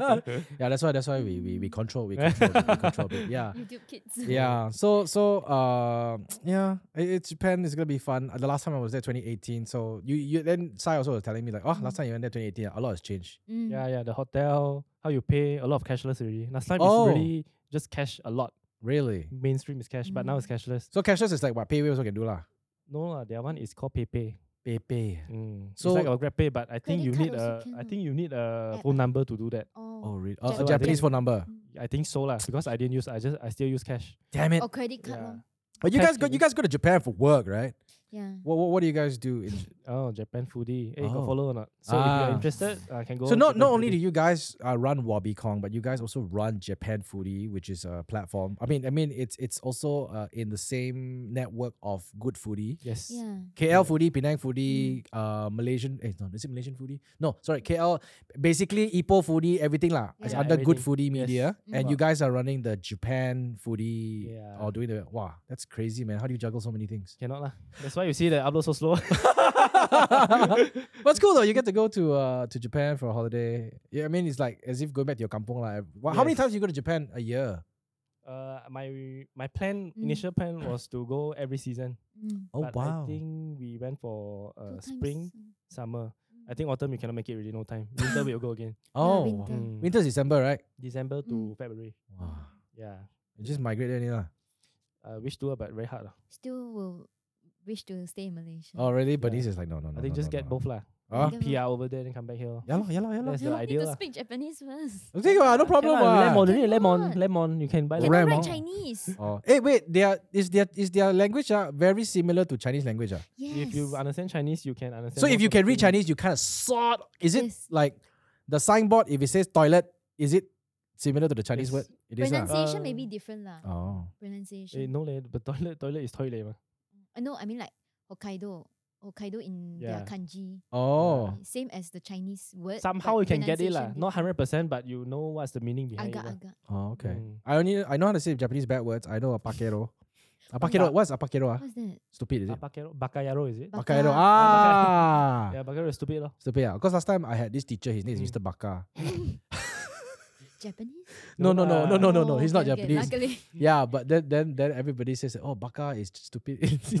[SPEAKER 1] that's why that's why we we, we control we control it, we control it. Yeah.
[SPEAKER 3] YouTube kids.
[SPEAKER 1] Yeah. So so uh yeah, it, it's Japan is gonna be fun. Uh, The last time I was there 2018. So you you then Sai also was telling me like, oh last
[SPEAKER 3] Mm.
[SPEAKER 1] time you went there 2018, a lot has changed.
[SPEAKER 3] Mm.
[SPEAKER 2] yeah, yeah. The hotel, how you pay, a lot of cashless already. Last time
[SPEAKER 1] Oh.
[SPEAKER 2] it's really just cash a lot.
[SPEAKER 1] Really?
[SPEAKER 3] Mm.
[SPEAKER 2] Mainstream is cash, but now it's cashless.
[SPEAKER 1] So cashless is like what PayWave also can do lah.
[SPEAKER 2] No, lah, their one is called PayPay.
[SPEAKER 1] Pepe.
[SPEAKER 2] Mm.
[SPEAKER 1] So-
[SPEAKER 2] it's like our GrabPay, but I think
[SPEAKER 3] Credit
[SPEAKER 2] you
[SPEAKER 3] card
[SPEAKER 2] need
[SPEAKER 3] also
[SPEAKER 2] a
[SPEAKER 3] can,
[SPEAKER 2] I
[SPEAKER 3] no?
[SPEAKER 2] think you need a
[SPEAKER 3] App
[SPEAKER 2] phone
[SPEAKER 3] ah.
[SPEAKER 2] number to do that.
[SPEAKER 1] Oh,
[SPEAKER 3] Oh, Mm.
[SPEAKER 1] really? Oh,
[SPEAKER 2] So
[SPEAKER 1] a
[SPEAKER 2] I
[SPEAKER 1] Japanese
[SPEAKER 2] think-
[SPEAKER 1] phone number.
[SPEAKER 2] I think so lah, because I didn't use. I just I still use cash.
[SPEAKER 1] Damn it!
[SPEAKER 3] or credit card. lor.
[SPEAKER 1] But you
[SPEAKER 2] cash
[SPEAKER 1] guys go.
[SPEAKER 2] can
[SPEAKER 1] You
[SPEAKER 2] be-
[SPEAKER 1] guys go to Japan for work, right?
[SPEAKER 3] Yeah.
[SPEAKER 1] What What, what do you guys do? In,
[SPEAKER 2] Oh, Japan foodie. Hey, you
[SPEAKER 1] Oh.
[SPEAKER 2] got follow or not? So if
[SPEAKER 1] Ah.
[SPEAKER 2] you're interested, I can go.
[SPEAKER 1] so not
[SPEAKER 2] Japan
[SPEAKER 1] not only do
[SPEAKER 2] foodie.
[SPEAKER 1] you guys uh, run Wabi Kong, but you guys also run Japan Foodie, which is a platform. I mean, I mean, it's it's also uh, in the same network of Good Foodie.
[SPEAKER 2] yes.
[SPEAKER 3] Yeah.
[SPEAKER 1] KL foodie, Penang foodie,
[SPEAKER 2] Hmm.
[SPEAKER 1] uh, Malaysian. Eh, no, is it Malaysian foodie? No, sorry, KL. Basically, Ipoh foodie, everything lah. It's
[SPEAKER 2] Yeah,
[SPEAKER 1] under Good Foodie
[SPEAKER 2] everything. Yes.
[SPEAKER 1] Media,
[SPEAKER 3] Mm.
[SPEAKER 1] and you guys are running the Japan foodie
[SPEAKER 2] Yeah.
[SPEAKER 1] or doing the wow. That's crazy, man. How do you juggle so many things?
[SPEAKER 2] Cannot lah. That's why you see the upload so slow.
[SPEAKER 1] But it's cool though. You get to go to uh to Japan for a holiday. Yeah, I mean it's like as if going back to your kampong lah. Wha- How many
[SPEAKER 2] Yes.
[SPEAKER 1] times you go to Japan a year?
[SPEAKER 2] uh, my my plan
[SPEAKER 3] Mm.
[SPEAKER 2] initial plan was to go every season.
[SPEAKER 3] Mm.
[SPEAKER 1] Oh
[SPEAKER 2] but
[SPEAKER 1] wow!
[SPEAKER 2] I think we went for
[SPEAKER 3] Two
[SPEAKER 2] uh,
[SPEAKER 3] times,
[SPEAKER 2] spring,
[SPEAKER 3] mm.
[SPEAKER 2] summer. I think autumn you cannot make it really no time. Winter we'll go again.
[SPEAKER 1] oh,
[SPEAKER 3] winter.
[SPEAKER 1] winter.
[SPEAKER 2] Mm.
[SPEAKER 1] winter's December, right?
[SPEAKER 2] December
[SPEAKER 3] Mm.
[SPEAKER 2] to February.
[SPEAKER 1] Wow,
[SPEAKER 2] Yeah.
[SPEAKER 1] you just migrate there, only lah.
[SPEAKER 2] Uh, wish to her, but very hard. lah.
[SPEAKER 3] Still will wish to stay in Malaysia.
[SPEAKER 1] Oh really? But
[SPEAKER 2] Yeah.
[SPEAKER 1] this is like no, no, no.
[SPEAKER 2] I think
[SPEAKER 1] no,
[SPEAKER 2] just
[SPEAKER 1] no,
[SPEAKER 2] get
[SPEAKER 1] no.
[SPEAKER 2] both lah.
[SPEAKER 1] Ah,
[SPEAKER 3] Yeah.
[SPEAKER 2] PR over there then come back here.
[SPEAKER 1] yeah, lah, yeah, lah, yeah, lah.
[SPEAKER 2] That's
[SPEAKER 3] you
[SPEAKER 2] the
[SPEAKER 3] want me
[SPEAKER 2] idea
[SPEAKER 3] to
[SPEAKER 2] lah.
[SPEAKER 3] speak Japanese first.
[SPEAKER 1] Okay, well, no problem. ah.
[SPEAKER 2] Can lah,
[SPEAKER 1] what.
[SPEAKER 2] lemon, really lemon,
[SPEAKER 3] Cannot.
[SPEAKER 2] lemon. You can buy.
[SPEAKER 1] Oh,
[SPEAKER 3] Can
[SPEAKER 2] lemon.
[SPEAKER 3] I
[SPEAKER 1] Ram, oh.
[SPEAKER 3] write Chinese?
[SPEAKER 1] Oh, hey, wait. Their is their is their language ah very similar to Chinese language ah.
[SPEAKER 3] Yes.
[SPEAKER 2] If you understand Chinese, you can understand. Mm.
[SPEAKER 1] So if
[SPEAKER 2] most
[SPEAKER 1] you
[SPEAKER 2] of the
[SPEAKER 1] can read
[SPEAKER 2] thing.
[SPEAKER 1] Chinese, you kind of sort. Is it
[SPEAKER 3] Yes.
[SPEAKER 1] like the signboard? If it says toilet, is it similar to the Chinese
[SPEAKER 2] Yes.
[SPEAKER 1] word? It is. ah.
[SPEAKER 3] pronunciation may
[SPEAKER 2] Uh,
[SPEAKER 3] be different lah.
[SPEAKER 1] Oh.
[SPEAKER 2] Eh,
[SPEAKER 3] Pronunciation.
[SPEAKER 2] no leh, but toilet toilet is toilet mah.
[SPEAKER 3] Uh, no, I mean like Hokkaido. Hokkaido in
[SPEAKER 2] Yeah. Uh.
[SPEAKER 3] their kanji.
[SPEAKER 1] Oh.
[SPEAKER 3] Same as the Chinese word.
[SPEAKER 2] Somehow
[SPEAKER 3] but
[SPEAKER 2] you can get it lah.
[SPEAKER 3] pronunciation
[SPEAKER 2] Not
[SPEAKER 3] different.
[SPEAKER 2] hundred percent, but you know what's the meaning behind
[SPEAKER 3] Agak
[SPEAKER 2] it. lah.
[SPEAKER 3] agak.
[SPEAKER 1] Oh, okay.
[SPEAKER 2] Mm.
[SPEAKER 1] I only I know how to say Japanese bad words. I know a pakero. A pakero.
[SPEAKER 2] Bak-
[SPEAKER 1] What's a pakero? Ah,
[SPEAKER 3] What's that?
[SPEAKER 1] stupid is it?
[SPEAKER 2] Bakayaro, bakayaro is it?
[SPEAKER 3] Bak-
[SPEAKER 1] Pakero.
[SPEAKER 3] Baka.
[SPEAKER 1] Ah.
[SPEAKER 2] yeah, bakayaro is stupid lor.
[SPEAKER 1] Stupid. Ah. Because last time I had this teacher. His name is
[SPEAKER 2] Mm.
[SPEAKER 1] Mr. Baka.
[SPEAKER 3] Japanese?
[SPEAKER 1] No, no,
[SPEAKER 2] No
[SPEAKER 1] no, no,
[SPEAKER 2] lah.
[SPEAKER 1] no, no, no.
[SPEAKER 3] Oh,
[SPEAKER 1] He's not
[SPEAKER 3] okay, okay.
[SPEAKER 1] Japanese.
[SPEAKER 3] Luckily.
[SPEAKER 1] Yeah, but then then then everybody says oh Baka is stupid in, in, in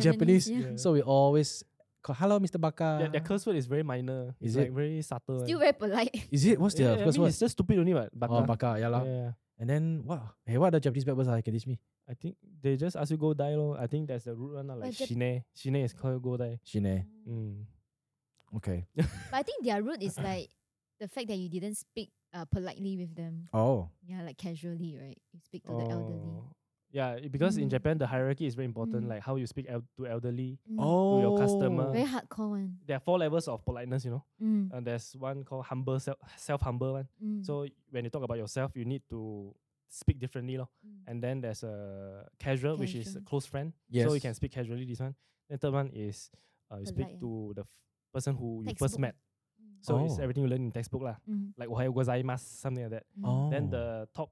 [SPEAKER 1] Japanese.
[SPEAKER 3] Japanese, yeah.
[SPEAKER 2] Yeah.
[SPEAKER 1] So we always call hello Mr. Baka.
[SPEAKER 2] Their, their curse word is very minor.
[SPEAKER 1] Is
[SPEAKER 2] it's
[SPEAKER 1] it?
[SPEAKER 2] Like very subtle. and-
[SPEAKER 3] Still very polite.
[SPEAKER 1] Is it? What's
[SPEAKER 2] Yeah,
[SPEAKER 1] their
[SPEAKER 2] I
[SPEAKER 1] first
[SPEAKER 2] mean,
[SPEAKER 1] word?
[SPEAKER 2] It's just stupid only, but
[SPEAKER 1] Oh,
[SPEAKER 2] baka.
[SPEAKER 1] baka, yeah, lah.
[SPEAKER 2] Yeah,
[SPEAKER 1] And then wow, hey, what other Japanese bad words ah you can teach me?
[SPEAKER 2] I think they just ask you go die lor. I think that's the root one lah. Like
[SPEAKER 3] But Jap-
[SPEAKER 2] shine, shine is called go die.
[SPEAKER 1] Shine.
[SPEAKER 2] Mm.
[SPEAKER 1] Okay.
[SPEAKER 3] But I think their root is like the fact that you didn't speak uh, politely with them.
[SPEAKER 1] Oh.
[SPEAKER 3] Yeah, like casually, right? You speak to the elderly.
[SPEAKER 2] Oh. Yeah, it- because in
[SPEAKER 3] Mm.
[SPEAKER 2] Japan the hierarchy is very important.
[SPEAKER 3] Mm.
[SPEAKER 2] Like how you speak el- to elderly.
[SPEAKER 3] Mm.
[SPEAKER 1] Oh.
[SPEAKER 2] your customer.
[SPEAKER 3] Very hardcore one.
[SPEAKER 2] There are four levels of politeness, you know.
[SPEAKER 3] Mm.
[SPEAKER 2] And there's one called humble self, self humble one.
[SPEAKER 3] Mm.
[SPEAKER 2] Uh, So when you talk about yourself, you need to speak differently lor.
[SPEAKER 3] Mm.
[SPEAKER 2] And then there's a casual, which is a
[SPEAKER 3] Casual.
[SPEAKER 2] close friend.
[SPEAKER 1] Yes.
[SPEAKER 2] So you can speak casually this one. Then third one is uh, you speak
[SPEAKER 3] Polite, yeah.
[SPEAKER 2] to the f- person who you first met.
[SPEAKER 3] Textbook.
[SPEAKER 2] So it's
[SPEAKER 1] Oh.
[SPEAKER 2] everything you learn in textbook lah.
[SPEAKER 3] Mm.
[SPEAKER 2] Like ohayou gozaimasu, something like that.
[SPEAKER 3] Mm.
[SPEAKER 1] Oh.
[SPEAKER 2] Then the top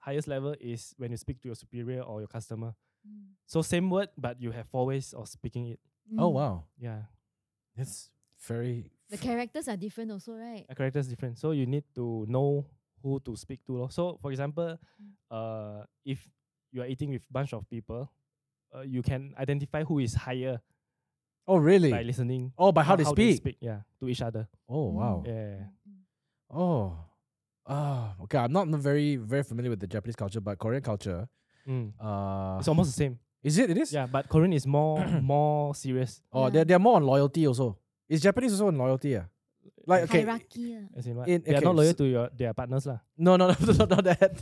[SPEAKER 2] highest level is when you speak to your superior or your customer.
[SPEAKER 3] Mm.
[SPEAKER 2] So same word, but you have four ways of speaking it.
[SPEAKER 1] Oh
[SPEAKER 3] Mm.
[SPEAKER 1] wow.
[SPEAKER 2] Yeah,
[SPEAKER 1] That's very
[SPEAKER 3] The characters are different also, right?
[SPEAKER 2] a character is different. So you need to know who to speak to. lor. So for example, uh, if you are eating with bunch of people, uh, you can identify who is higher
[SPEAKER 1] Oh really?
[SPEAKER 2] by listening.
[SPEAKER 1] oh by how, they, speak.
[SPEAKER 2] Yeah, to each other.
[SPEAKER 1] Oh wow.
[SPEAKER 3] Mm.
[SPEAKER 2] Yeah.
[SPEAKER 1] Oh. Oh. Okay. I'm not very very familiar with the Japanese culture, but Korean culture.
[SPEAKER 2] Mm.
[SPEAKER 1] Uh
[SPEAKER 2] It's almost the same.
[SPEAKER 1] is it it is?
[SPEAKER 2] Yeah, but Korean is more more serious.
[SPEAKER 1] Oh,
[SPEAKER 3] Yeah.
[SPEAKER 1] they're they're more on loyalty also. Is Japanese also on loyalty, yeah? Like okay.
[SPEAKER 3] Hierarchy. ah.
[SPEAKER 2] As in what?
[SPEAKER 1] In-
[SPEAKER 2] they are
[SPEAKER 1] okay,
[SPEAKER 2] not loyal
[SPEAKER 1] so-
[SPEAKER 2] to your their partners lah.
[SPEAKER 1] No, no, no, no, not that.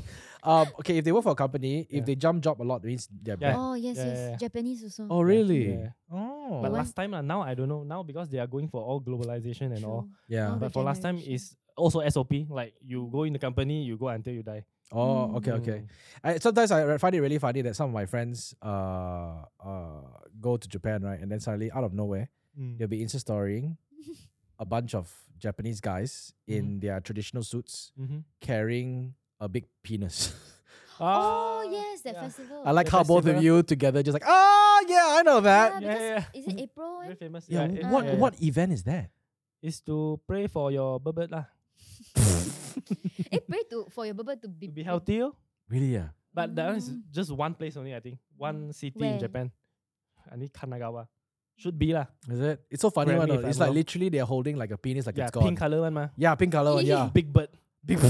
[SPEAKER 1] Um, okay, if they work for a company, if
[SPEAKER 2] Yeah.
[SPEAKER 1] they jump job a lot, it means they're
[SPEAKER 2] Yeah.
[SPEAKER 1] bad.
[SPEAKER 3] Oh, yes,
[SPEAKER 2] Yeah,
[SPEAKER 3] yes.
[SPEAKER 2] yeah, yeah.
[SPEAKER 3] Japanese also.
[SPEAKER 1] Oh, really?
[SPEAKER 2] Yeah.
[SPEAKER 1] Oh,
[SPEAKER 2] But
[SPEAKER 3] Why?
[SPEAKER 2] last time lah, now I don't know. Now because they are going for all globalization and all.
[SPEAKER 3] True.
[SPEAKER 1] yeah.
[SPEAKER 3] Oh,
[SPEAKER 2] But for last time
[SPEAKER 3] generation.
[SPEAKER 2] is also SOP. Like you go in the company, you go until you die.
[SPEAKER 1] Oh, okay,
[SPEAKER 3] Mm.
[SPEAKER 1] okay. I, sometimes I re- find it really funny that some of my friends uh uh go to Japan right, and then suddenly out of nowhere
[SPEAKER 2] Mm.
[SPEAKER 1] they'll be insta storying a bunch of Japanese guys
[SPEAKER 2] Mm-hmm.
[SPEAKER 1] in their traditional suits
[SPEAKER 2] Mhm.
[SPEAKER 1] carrying a big penis.
[SPEAKER 2] Ah,
[SPEAKER 3] Oh, yes, that
[SPEAKER 2] yeah.
[SPEAKER 3] festival.
[SPEAKER 1] I like
[SPEAKER 2] The
[SPEAKER 1] how both of you
[SPEAKER 2] festival.
[SPEAKER 1] together just like, oh yeah, I know
[SPEAKER 3] yeah,
[SPEAKER 1] that.
[SPEAKER 3] because
[SPEAKER 2] Yeah, yeah.
[SPEAKER 3] Is it April? eh?
[SPEAKER 2] Very famous.
[SPEAKER 1] Yeah,
[SPEAKER 2] yeah,
[SPEAKER 1] what
[SPEAKER 2] yeah, yeah.
[SPEAKER 1] what event is that?
[SPEAKER 2] is to pray for your bird lah
[SPEAKER 3] eh, pray to for your bubble to be,
[SPEAKER 2] to be healthy. oh.
[SPEAKER 1] Really? Yeah.
[SPEAKER 2] But that one is
[SPEAKER 3] Mm.
[SPEAKER 2] just one place only. I think one city
[SPEAKER 3] Where?
[SPEAKER 2] in Japan. I think Kanagawa. Should be lah.
[SPEAKER 1] Is it? It's so funny. One,
[SPEAKER 2] Correct me
[SPEAKER 1] oh.
[SPEAKER 2] if I'm
[SPEAKER 1] it's like
[SPEAKER 2] wrong.
[SPEAKER 1] literally they're holding like a penis, like
[SPEAKER 2] yeah,
[SPEAKER 1] it's gone.
[SPEAKER 2] pink color one mah.
[SPEAKER 1] Yeah, pink color. one, yeah.
[SPEAKER 2] Big bird.
[SPEAKER 1] Big.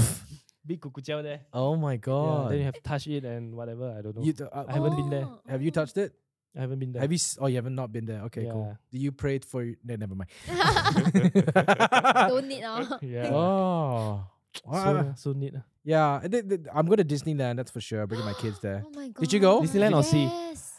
[SPEAKER 2] Big kukujiao there.
[SPEAKER 1] oh my
[SPEAKER 2] Yeah,
[SPEAKER 1] god.
[SPEAKER 2] then you have touch it and whatever. I don't know.
[SPEAKER 1] You t- uh,
[SPEAKER 3] Oh.
[SPEAKER 2] I haven't been there.
[SPEAKER 1] Have you touched it?
[SPEAKER 2] I haven't been there.
[SPEAKER 1] Have you? s- Oh, you haven't not been there. Okay, cool.
[SPEAKER 2] Yeah.
[SPEAKER 1] Do you pray for? y- No, never mind.
[SPEAKER 3] Don't need oh.
[SPEAKER 2] yeah.
[SPEAKER 1] oh,
[SPEAKER 2] So,
[SPEAKER 1] Wow.
[SPEAKER 2] uh, so neat. ah.
[SPEAKER 1] yeah. I did- did- I'm going to Disneyland. That's for sure. I'm Bringing my kids there.
[SPEAKER 3] Oh my god.
[SPEAKER 1] Did you go?
[SPEAKER 2] Disneyland or sea?
[SPEAKER 3] Yes.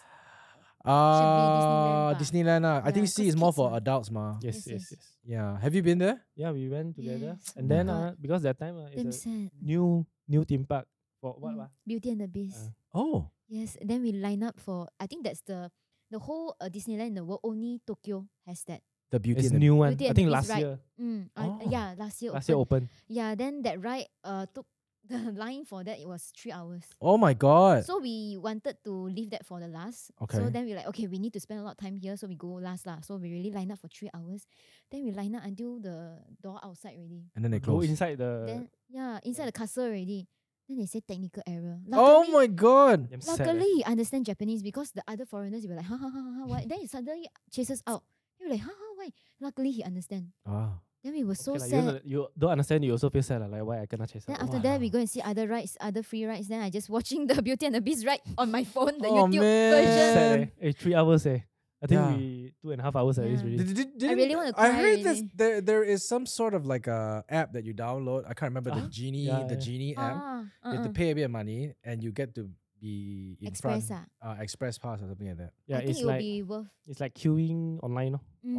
[SPEAKER 1] Uh,
[SPEAKER 3] Disneyland,
[SPEAKER 1] Disneyland. ah. I
[SPEAKER 3] Yeah,
[SPEAKER 1] think C is
[SPEAKER 3] 'cause
[SPEAKER 1] more
[SPEAKER 3] kids
[SPEAKER 1] for
[SPEAKER 3] mah.
[SPEAKER 1] adults, ma. Yeah.
[SPEAKER 2] Yes,
[SPEAKER 3] Yes,
[SPEAKER 2] yes,
[SPEAKER 3] yes.
[SPEAKER 2] yes.
[SPEAKER 1] Have you been there?
[SPEAKER 2] Yeah, we went together.
[SPEAKER 3] Yes.
[SPEAKER 1] Oh
[SPEAKER 2] And
[SPEAKER 1] my
[SPEAKER 2] then
[SPEAKER 3] God.
[SPEAKER 2] uh, because that time uh,
[SPEAKER 3] Damn
[SPEAKER 2] it's a
[SPEAKER 3] sad.
[SPEAKER 2] new new theme park for what
[SPEAKER 3] Mm,
[SPEAKER 2] ah?
[SPEAKER 3] Beauty and the Beast.
[SPEAKER 2] Uh,
[SPEAKER 1] Oh,
[SPEAKER 3] Yes. Then we line up for. I think that's the the whole uh, Disneyland in the world. Only Tokyo has that.
[SPEAKER 1] the Beauty
[SPEAKER 2] It's
[SPEAKER 1] and the
[SPEAKER 2] new one.
[SPEAKER 3] Beauty
[SPEAKER 2] I
[SPEAKER 3] and
[SPEAKER 2] think
[SPEAKER 3] the
[SPEAKER 2] last
[SPEAKER 3] Beast,
[SPEAKER 2] year.
[SPEAKER 3] right? Mm, uh,
[SPEAKER 1] Oh.
[SPEAKER 3] yeah. Last year.
[SPEAKER 2] Last year
[SPEAKER 3] opened.
[SPEAKER 2] open.
[SPEAKER 3] Yeah. Then that ride uh took the line for that. It was three hours.
[SPEAKER 1] Oh my god.
[SPEAKER 3] So we wanted to leave that for the last.
[SPEAKER 1] Okay.
[SPEAKER 3] So then we're like, okay, we need to spend a lot of time here, so we go last lah. So we really line up for three hours. Then we line up until the door outside already.
[SPEAKER 1] and then they
[SPEAKER 2] Go
[SPEAKER 1] close.
[SPEAKER 2] inside the
[SPEAKER 3] then yeah, inside the castle already. Then they say technical error.
[SPEAKER 1] Oh
[SPEAKER 3] Luckily-
[SPEAKER 1] my god.
[SPEAKER 2] damn sad, eh.
[SPEAKER 3] Luckily, I understand Japanese because the other foreigners they were like, ha ha ha ha, ha why? then he suddenly chases out. He was like, ha ha, why? Luckily, he understand.
[SPEAKER 1] Wow.
[SPEAKER 3] Then we were so
[SPEAKER 2] Okay lah,
[SPEAKER 3] sad.
[SPEAKER 2] You, don't- you don't understand. You also feel sad lah, Like why I cannot chase.
[SPEAKER 3] Then
[SPEAKER 2] out.
[SPEAKER 3] after
[SPEAKER 1] Wow.
[SPEAKER 3] that, we go and see other rides, other free rides. Then I just watching the Beauty and the Beast ride on my phone, the
[SPEAKER 1] Oh,
[SPEAKER 3] YouTube
[SPEAKER 1] man.
[SPEAKER 3] version.
[SPEAKER 2] Sad, eh. Eh, three hours eh. I think
[SPEAKER 1] Yeah.
[SPEAKER 2] we two and a half hours at least really.
[SPEAKER 3] Yeah.
[SPEAKER 1] Did, did,
[SPEAKER 3] I
[SPEAKER 1] didn't-
[SPEAKER 3] really wanna
[SPEAKER 1] I
[SPEAKER 3] cry
[SPEAKER 1] heard this.
[SPEAKER 3] already.
[SPEAKER 1] There, there is some sort of like a app that you download. I can't remember the
[SPEAKER 2] Ah,
[SPEAKER 1] genie,
[SPEAKER 2] yeah,
[SPEAKER 1] the
[SPEAKER 2] yeah.
[SPEAKER 1] genie app.
[SPEAKER 3] Ah,
[SPEAKER 1] You have
[SPEAKER 3] uh-uh.
[SPEAKER 1] to pay a bit of money, and you get to be in
[SPEAKER 3] Express
[SPEAKER 1] front.
[SPEAKER 3] ah.
[SPEAKER 1] Uh, express pass or something like that.
[SPEAKER 2] Yeah,
[SPEAKER 3] I think
[SPEAKER 2] it's
[SPEAKER 3] it will
[SPEAKER 2] like
[SPEAKER 3] be worth.
[SPEAKER 2] it's like queuing online. No?
[SPEAKER 3] Mm.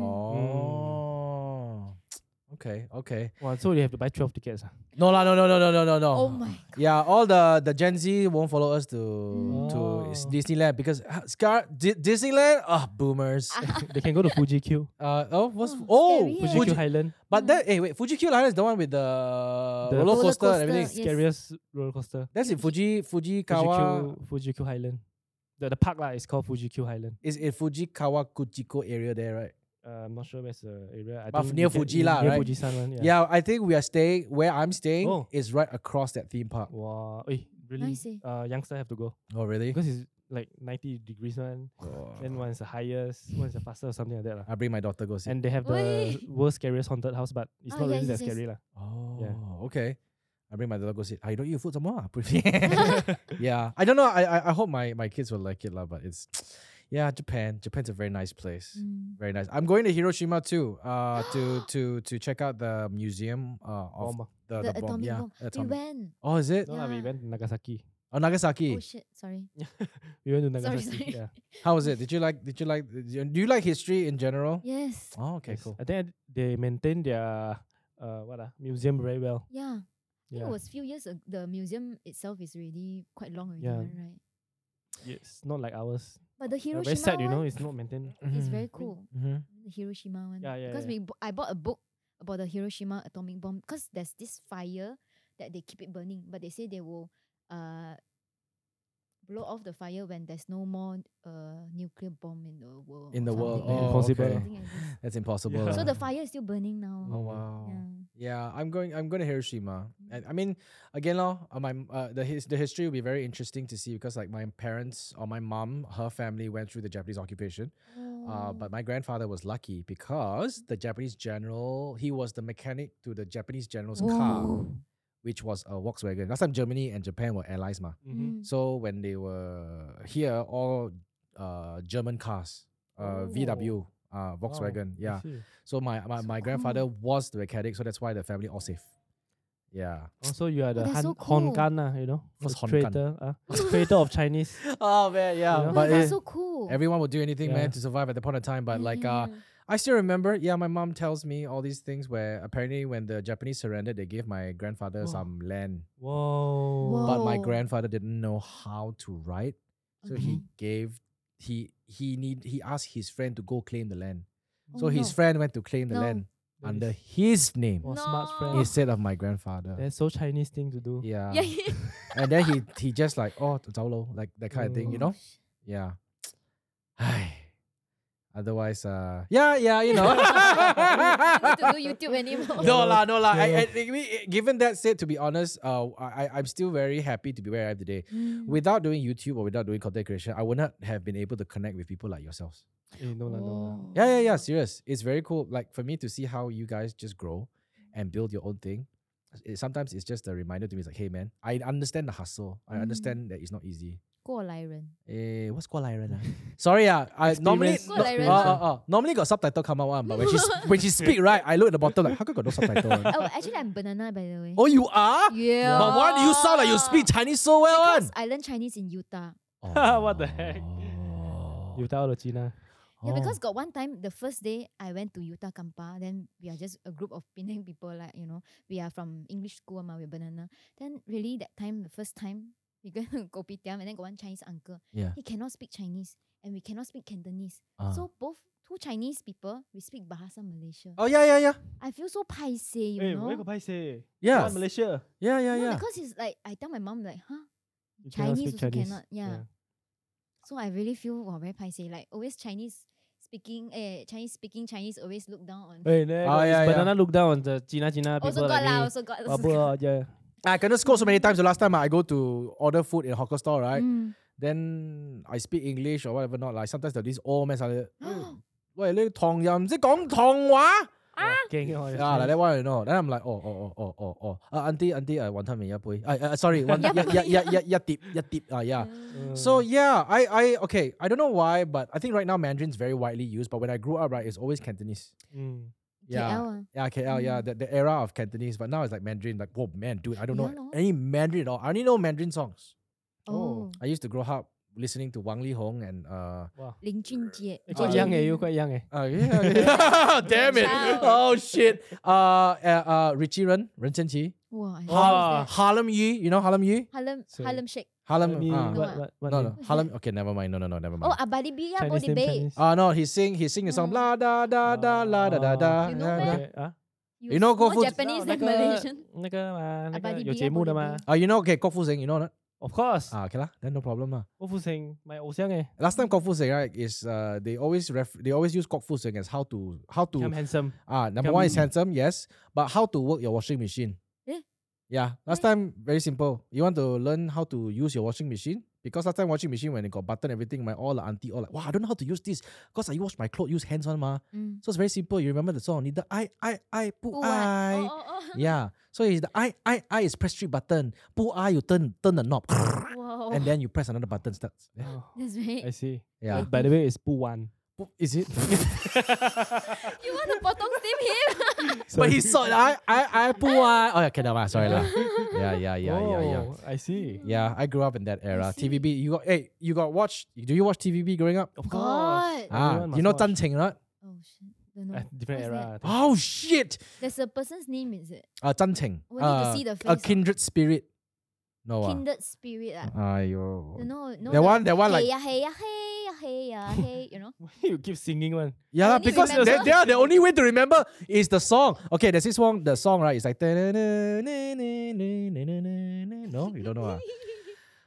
[SPEAKER 1] Oh. Okay. Okay.
[SPEAKER 2] Wow, so you have to buy twelve tickets. ah.
[SPEAKER 1] No lah. No. No. No. No. No. No. No.
[SPEAKER 3] Oh my god.
[SPEAKER 1] Yeah, all the the Gen Z won't follow us to
[SPEAKER 3] Mm.
[SPEAKER 1] to
[SPEAKER 2] Oh.
[SPEAKER 1] Disneyland because uh, Scar Di- Disneyland, ah, boomers.
[SPEAKER 2] they can go to Fuji Q,
[SPEAKER 1] Uh, oh, what's
[SPEAKER 3] Oh,
[SPEAKER 1] oh,
[SPEAKER 3] scary, eh.
[SPEAKER 2] Fuji
[SPEAKER 1] Fuji-
[SPEAKER 2] Q Highland,
[SPEAKER 1] But
[SPEAKER 3] Mm.
[SPEAKER 1] that hey wait, Fuji Q Line is the one with the,
[SPEAKER 2] The
[SPEAKER 1] roller
[SPEAKER 2] roller
[SPEAKER 1] coaster and everything.
[SPEAKER 3] coaster. Yes.
[SPEAKER 2] scariest roller coaster.
[SPEAKER 1] That's in Fuji Fujikawa.
[SPEAKER 2] Fujikyu, Fujikyu Highland. The, the park lah is called Fujikyu Highland.
[SPEAKER 1] Is in Fujikawa Kuchiko area there, right?
[SPEAKER 2] Uh, I'm not sure where's the area. I
[SPEAKER 1] But
[SPEAKER 2] think
[SPEAKER 1] near
[SPEAKER 2] you get-
[SPEAKER 1] Fuji lah,
[SPEAKER 2] Near
[SPEAKER 1] right?
[SPEAKER 2] Fujisan one.
[SPEAKER 1] Yeah,
[SPEAKER 2] Yeah.
[SPEAKER 1] I think we are staying where I'm staying
[SPEAKER 2] Oh.
[SPEAKER 1] is right across that theme park.
[SPEAKER 2] Wow. Eh, really?
[SPEAKER 3] Nice eh.
[SPEAKER 2] Uh, youngster have to go
[SPEAKER 1] Oh really? Oh.
[SPEAKER 2] because it's like 90 degrees one. Then
[SPEAKER 1] Uh-huh.
[SPEAKER 2] one's the highest, one's the fastest, or something like that lah.
[SPEAKER 1] I bring my daughter go see.
[SPEAKER 2] And they have the
[SPEAKER 3] Oi.
[SPEAKER 2] world's scariest haunted house, but it's
[SPEAKER 3] Ah,
[SPEAKER 2] not
[SPEAKER 3] yeah,
[SPEAKER 2] really that
[SPEAKER 3] yes, yes.
[SPEAKER 2] scary lah.
[SPEAKER 1] oh,
[SPEAKER 2] yeah.
[SPEAKER 1] okay. I bring my daughter go see. I don't eat food some more. ah. yeah, I don't know. I, I I hope my my kids will like it lah. But it's yeah, Japan. Japan's a very nice place.
[SPEAKER 3] Mm.
[SPEAKER 1] Very nice. I'm going to Hiroshima too. Uh, to to to check out the museum. Uh, of
[SPEAKER 2] Bomb. ah.
[SPEAKER 1] the,
[SPEAKER 3] The
[SPEAKER 1] the bomb.
[SPEAKER 3] atomic
[SPEAKER 1] Yeah,
[SPEAKER 3] bomb.
[SPEAKER 1] the
[SPEAKER 3] We
[SPEAKER 1] atomic-
[SPEAKER 3] went.
[SPEAKER 1] Oh, is it?
[SPEAKER 2] No, lah, we
[SPEAKER 3] Yeah.
[SPEAKER 2] went to Nagasaki.
[SPEAKER 1] Oh, Nagasaki.
[SPEAKER 3] Oh shit, sorry.
[SPEAKER 2] We went to
[SPEAKER 3] Sorry,
[SPEAKER 2] Nagasaki.
[SPEAKER 3] sorry.
[SPEAKER 2] Yeah.
[SPEAKER 1] How was it? Did you like? Did you like? did you- Do you like history in general?
[SPEAKER 3] Yes.
[SPEAKER 1] Oh, okay,
[SPEAKER 2] Yes.
[SPEAKER 1] cool.
[SPEAKER 2] I think they maintain their uh, what ah museum very well.
[SPEAKER 3] Yeah. I think
[SPEAKER 2] Yeah.
[SPEAKER 3] it was few years ago. The museum itself is already quite long already,
[SPEAKER 2] Yeah.
[SPEAKER 3] one, right?
[SPEAKER 2] It's not like ours.
[SPEAKER 3] But the
[SPEAKER 2] Yeah,
[SPEAKER 3] Hiroshima
[SPEAKER 2] very sad,
[SPEAKER 3] one
[SPEAKER 2] you know. It's not maintained.
[SPEAKER 3] is
[SPEAKER 1] Mhm.
[SPEAKER 3] very cool.
[SPEAKER 1] Mhm.
[SPEAKER 3] The Hiroshima one.
[SPEAKER 2] Mm-hmm. Yeah, yeah,
[SPEAKER 3] Because
[SPEAKER 2] yeah.
[SPEAKER 3] we bo- I bought a book about the Hiroshima atomic bomb because there's this fire that they keep it burning, but they say they will uh blow off the fire when there's no more uh nuclear bomb in the world.
[SPEAKER 1] In
[SPEAKER 3] or
[SPEAKER 1] the world,
[SPEAKER 3] something like
[SPEAKER 2] Oh,
[SPEAKER 3] that.
[SPEAKER 2] Impossible.
[SPEAKER 1] okay.
[SPEAKER 3] Something like this.
[SPEAKER 1] That's impossible.
[SPEAKER 2] Yeah.
[SPEAKER 3] So the
[SPEAKER 1] lah.
[SPEAKER 3] fire is still burning now.
[SPEAKER 1] Oh wow.
[SPEAKER 3] Yeah.
[SPEAKER 1] Yeah, I'm going. I'm going to Hiroshima, and I mean, again, lor, uh, my m- uh, the his, the history will be very interesting to see because like my parents or my mom, her family went through the Japanese occupation, uh,
[SPEAKER 2] Mm.
[SPEAKER 1] but my grandfather was lucky because the Japanese general, he was the mechanic to the Japanese general's car,
[SPEAKER 3] Whoa.
[SPEAKER 1] which was a Volkswagen. Last time Germany and Japan were allies, ma.
[SPEAKER 2] Mhm.
[SPEAKER 3] Mm.
[SPEAKER 1] So when they were here, all uh, German cars, uh,
[SPEAKER 2] Oh.
[SPEAKER 1] VW, uh,
[SPEAKER 2] Wow,
[SPEAKER 1] Volkswagen,
[SPEAKER 2] I
[SPEAKER 1] yeah.
[SPEAKER 2] see.
[SPEAKER 1] So my my,
[SPEAKER 3] So
[SPEAKER 1] my grandfather was the mechanic, so that's why the family all safe. Yeah.
[SPEAKER 2] Also, Oh, you are the
[SPEAKER 3] Oh, that's
[SPEAKER 2] Han,
[SPEAKER 3] so cool.
[SPEAKER 2] Hongan, ah, you know,
[SPEAKER 1] What's
[SPEAKER 2] the
[SPEAKER 1] Hongan?
[SPEAKER 2] traitor, ah, traitor of Chinese.
[SPEAKER 1] Oh man, yeah.
[SPEAKER 2] You know?
[SPEAKER 3] But
[SPEAKER 1] But
[SPEAKER 3] that's
[SPEAKER 1] it-
[SPEAKER 3] so cool. Mm-hmm.
[SPEAKER 1] everyone will do anything,
[SPEAKER 2] Yeah.
[SPEAKER 1] man, to survive at the point of time. But like, uh, I still remember. Yeah, my mom tells me all these things where apparently when the Japanese surrendered, they gave my grandfather
[SPEAKER 2] Whoa.
[SPEAKER 1] some land,
[SPEAKER 2] Whoa.
[SPEAKER 1] but my
[SPEAKER 3] Whoa.
[SPEAKER 1] grandfather didn't know how to write, so he
[SPEAKER 3] Mm-hmm.
[SPEAKER 1] gave he he need he asked his friend to go claim the land. So
[SPEAKER 3] Oh,
[SPEAKER 1] his
[SPEAKER 3] no.
[SPEAKER 1] friend went to claim the
[SPEAKER 3] No.
[SPEAKER 1] land
[SPEAKER 2] That
[SPEAKER 1] under
[SPEAKER 2] is-
[SPEAKER 1] his name
[SPEAKER 2] was smart friend.
[SPEAKER 3] No.
[SPEAKER 1] instead of my grandfather.
[SPEAKER 2] That's so Chinese thing to do.
[SPEAKER 1] Yeah.
[SPEAKER 3] yeah.
[SPEAKER 1] and then he he just like oh Zaulo, like that kind of thing, you
[SPEAKER 2] Oh,
[SPEAKER 1] know? Yeah. Otherwise, uh, yeah, yeah, you know.
[SPEAKER 3] you need to do YouTube anymore.
[SPEAKER 1] no la, no la. I,
[SPEAKER 2] Yeah.
[SPEAKER 1] I, I mean, eh, given that said, to be honest, uh, I, I- I'm still very happy to be where I am today.
[SPEAKER 3] Mm.
[SPEAKER 1] Without doing YouTube or without doing content creation, I would not have been able to connect with people like yourselves.
[SPEAKER 2] Eh, no lah, no lah.
[SPEAKER 3] Oh.
[SPEAKER 1] Yeah, yeah, yeah. Serious. It's very cool. Like for me to see how you guys just grow and build your own thing. It, sometimes it's just a reminder to me. It's like, hey man, I understand the hustle. I
[SPEAKER 3] Mm.
[SPEAKER 1] understand that it's not easy.
[SPEAKER 3] 过来人。
[SPEAKER 1] Eh, what's 过来人 ah? Sorry ah, I normally
[SPEAKER 2] Experience-
[SPEAKER 1] no,
[SPEAKER 3] 过来人
[SPEAKER 1] uh, uh, uh, normally got subtitle come out one, but when she s- when she speak right, I look at the bottom like how come got no subtitle? one?"
[SPEAKER 3] oh, actually, I'm banana by the way.
[SPEAKER 1] Oh, you are?
[SPEAKER 3] yeah.
[SPEAKER 1] But why do you sound like you speak Chinese so well?
[SPEAKER 3] Because
[SPEAKER 1] One?
[SPEAKER 3] I learned Chinese in Utah.
[SPEAKER 2] What the heck?
[SPEAKER 1] Oh.
[SPEAKER 2] You tell the China.
[SPEAKER 3] Yeah,
[SPEAKER 1] Oh.
[SPEAKER 3] because got one time the first day I went to Utah Kampa, then we are just a group of Penang people, like you know, we are from English school, ma, we're banana. Then really that time, the first time we go to Kopitiam, and then got one Chinese uncle.
[SPEAKER 1] Oh, Yeah.
[SPEAKER 3] He cannot speak Chinese, and we cannot speak Cantonese.
[SPEAKER 1] Ah.
[SPEAKER 3] So both two Chinese people, we speak Bahasa Malaysia.
[SPEAKER 1] Oh Eh, yeah, yeah, yeah.
[SPEAKER 3] I feel so paiseh, you
[SPEAKER 2] Hey,
[SPEAKER 3] know.
[SPEAKER 2] where got say?
[SPEAKER 1] Yeah.
[SPEAKER 2] Malaysia.
[SPEAKER 1] Yeah, yeah,
[SPEAKER 3] no,
[SPEAKER 1] yeah.
[SPEAKER 3] because it's like I tell my mom like, huh?
[SPEAKER 2] You cannot
[SPEAKER 3] Chinese
[SPEAKER 2] speak
[SPEAKER 3] also
[SPEAKER 2] Chinese.
[SPEAKER 3] cannot. Yeah. So I really feel wow, very paiseh. Like always Chinese speaking, eh, Chinese speaking Chinese always look down on.
[SPEAKER 2] Hey, there,
[SPEAKER 1] Ah,
[SPEAKER 2] got this
[SPEAKER 1] yeah, yeah.
[SPEAKER 2] banana look down on the China China people
[SPEAKER 3] also got
[SPEAKER 2] like
[SPEAKER 3] lah,
[SPEAKER 2] me.
[SPEAKER 3] also got.
[SPEAKER 2] Ah,
[SPEAKER 3] Also got.
[SPEAKER 2] bro, yeah.
[SPEAKER 1] I cannot score so many times. The last time I go to order food in a hawker store, right?
[SPEAKER 3] Mm.
[SPEAKER 1] Then I speak English or whatever not. Like sometimes there are these old men like, Wait, you Tong Yam Kong Tong
[SPEAKER 2] Ah. Gang all
[SPEAKER 1] Yeah, like that one, you know. Then I'm like, oh, oh, oh, oh, oh, oh. Uh, auntie, auntie, uh, one time, yeah, boy. Uh, uh, sorry, one, yeah, yeah, yeah, yeah, yeah, tip, yeah, tip. Uh, yeah.
[SPEAKER 2] Mm.
[SPEAKER 1] So yeah, I, I, okay, I don't know why, but I think right now Mandarin's very widely used. But when I grew up, right, it's always Cantonese.
[SPEAKER 2] Mm.
[SPEAKER 1] Yeah,
[SPEAKER 3] KL, ah.
[SPEAKER 1] yeah, KL, yeah,
[SPEAKER 3] Mm.
[SPEAKER 1] the, the era of Cantonese. But now it's like Mandarin. Like, whoa, man, dude, I don't know
[SPEAKER 3] Yeah, no.
[SPEAKER 1] any Mandarin at all. I only know Mandarin songs.
[SPEAKER 3] Oh,
[SPEAKER 1] I used to grow up listening to Wang Li Hong and uh,
[SPEAKER 2] Wow.
[SPEAKER 3] Lin Junjie.
[SPEAKER 2] Eh,
[SPEAKER 1] Ah.
[SPEAKER 2] Quite young, eh? You quite young, eh?
[SPEAKER 1] uh yeah, yeah. damn it,
[SPEAKER 3] Wow.
[SPEAKER 1] oh shit, uh, uh, uh Richie Ren, Ren Chen Qi,
[SPEAKER 3] Wow. I
[SPEAKER 1] Ha-
[SPEAKER 3] love Oh, that.
[SPEAKER 1] Harlem Yee, you know Harlem Yee,
[SPEAKER 3] Harlem,
[SPEAKER 2] So-
[SPEAKER 3] Harlem Shake.
[SPEAKER 1] Harlem.
[SPEAKER 2] Me,
[SPEAKER 1] ah.
[SPEAKER 2] what,
[SPEAKER 3] No,
[SPEAKER 2] what, what
[SPEAKER 1] no,
[SPEAKER 2] name?
[SPEAKER 1] no, Harlem. Okay, never mind. No, no, no, never
[SPEAKER 3] Oh,
[SPEAKER 1] mind.
[SPEAKER 3] Abadi Bia
[SPEAKER 2] Chinese
[SPEAKER 3] Body
[SPEAKER 2] name,
[SPEAKER 3] Bay.
[SPEAKER 2] Chinese?
[SPEAKER 1] Ah, no, he's sing, he's singing the song
[SPEAKER 3] Mm.
[SPEAKER 1] la da da da la da da da.
[SPEAKER 3] You know
[SPEAKER 1] da,
[SPEAKER 3] meh?
[SPEAKER 1] da.
[SPEAKER 2] Okay, ah?
[SPEAKER 1] You know
[SPEAKER 3] more
[SPEAKER 1] Gofu-
[SPEAKER 3] Japanese than
[SPEAKER 2] 那个-
[SPEAKER 3] Malaysian.
[SPEAKER 2] 那个嘛，
[SPEAKER 3] Ah, Buddy
[SPEAKER 2] 那个有
[SPEAKER 3] Bee ah,
[SPEAKER 2] 节目的
[SPEAKER 3] Buddy
[SPEAKER 2] 嘛。
[SPEAKER 1] Ah, you know, okay, Kok Fu Sing, you know that?
[SPEAKER 2] Of course,
[SPEAKER 1] Ah, okay lah, then no problem lah.
[SPEAKER 2] 郭富城 my eh? 偶像诶
[SPEAKER 1] Last time Kok Fu Sing right is uh they always ref they always use Kok Fu Sing as how to how
[SPEAKER 2] ，I'm
[SPEAKER 1] to
[SPEAKER 2] handsome。
[SPEAKER 1] ah number one is
[SPEAKER 2] become-
[SPEAKER 1] handsome yes, but how to work your washing machine.
[SPEAKER 3] Eh?
[SPEAKER 1] Yeah, last time very simple. You want to learn how to use your washing machine because last time washing machine when it got button everything, my all the auntie all like wow I don't know how to use this because I wash my clothes use hands on ma.
[SPEAKER 3] Mm.
[SPEAKER 1] So it's very simple. You remember the song? Need the I I I
[SPEAKER 3] Who
[SPEAKER 1] put
[SPEAKER 3] what?
[SPEAKER 1] I.
[SPEAKER 3] Oh, oh, oh.
[SPEAKER 1] Yeah. So it's the I I I is press three button. Pull I you turn turn the knob
[SPEAKER 3] Wow.
[SPEAKER 1] and then you press another button starts. Yeah.
[SPEAKER 2] Oh,
[SPEAKER 3] That's
[SPEAKER 2] I
[SPEAKER 3] right.
[SPEAKER 2] see.
[SPEAKER 1] Yeah.
[SPEAKER 2] By the way, it's 不 弯。
[SPEAKER 1] Pu- Is it?
[SPEAKER 3] You want to potong steam him?
[SPEAKER 1] but he saw I I I pull I. Oh yeah, okay, never mind. Sorry lah. Yeah yeah yeah yeah yeah.
[SPEAKER 2] Oh, I see.
[SPEAKER 1] Yeah, I grew up in that era.
[SPEAKER 3] see.
[SPEAKER 1] TVB, you got hey, you got watch? Do you watch TVB growing up?
[SPEAKER 2] Of
[SPEAKER 3] God.
[SPEAKER 1] Ah,
[SPEAKER 2] Everyone
[SPEAKER 1] you know
[SPEAKER 2] must watch.
[SPEAKER 1] Tan Cheng, right?
[SPEAKER 3] Oh shit. Don't know.
[SPEAKER 2] Uh, different
[SPEAKER 3] What's
[SPEAKER 2] era. I think.
[SPEAKER 1] Oh shit,
[SPEAKER 3] There's a person's name, is it?
[SPEAKER 1] uh, Tan Cheng.
[SPEAKER 3] We need to
[SPEAKER 1] Uh,
[SPEAKER 3] see the
[SPEAKER 1] a
[SPEAKER 3] face.
[SPEAKER 1] kindred spirit. No ah.
[SPEAKER 3] Kindred spirit. ah.
[SPEAKER 1] Ayo.
[SPEAKER 3] Don't know. know
[SPEAKER 1] That one, that one like
[SPEAKER 3] hey ya, hey ya, hey ya, hey ya, hey. You know.
[SPEAKER 2] Why you keep singing one?
[SPEAKER 1] Yeah, lah,
[SPEAKER 3] only
[SPEAKER 1] because
[SPEAKER 3] remember-
[SPEAKER 1] they, they are the only way to remember is the song. Okay, there's this one, the song, right? It's like no, you don't know. ah?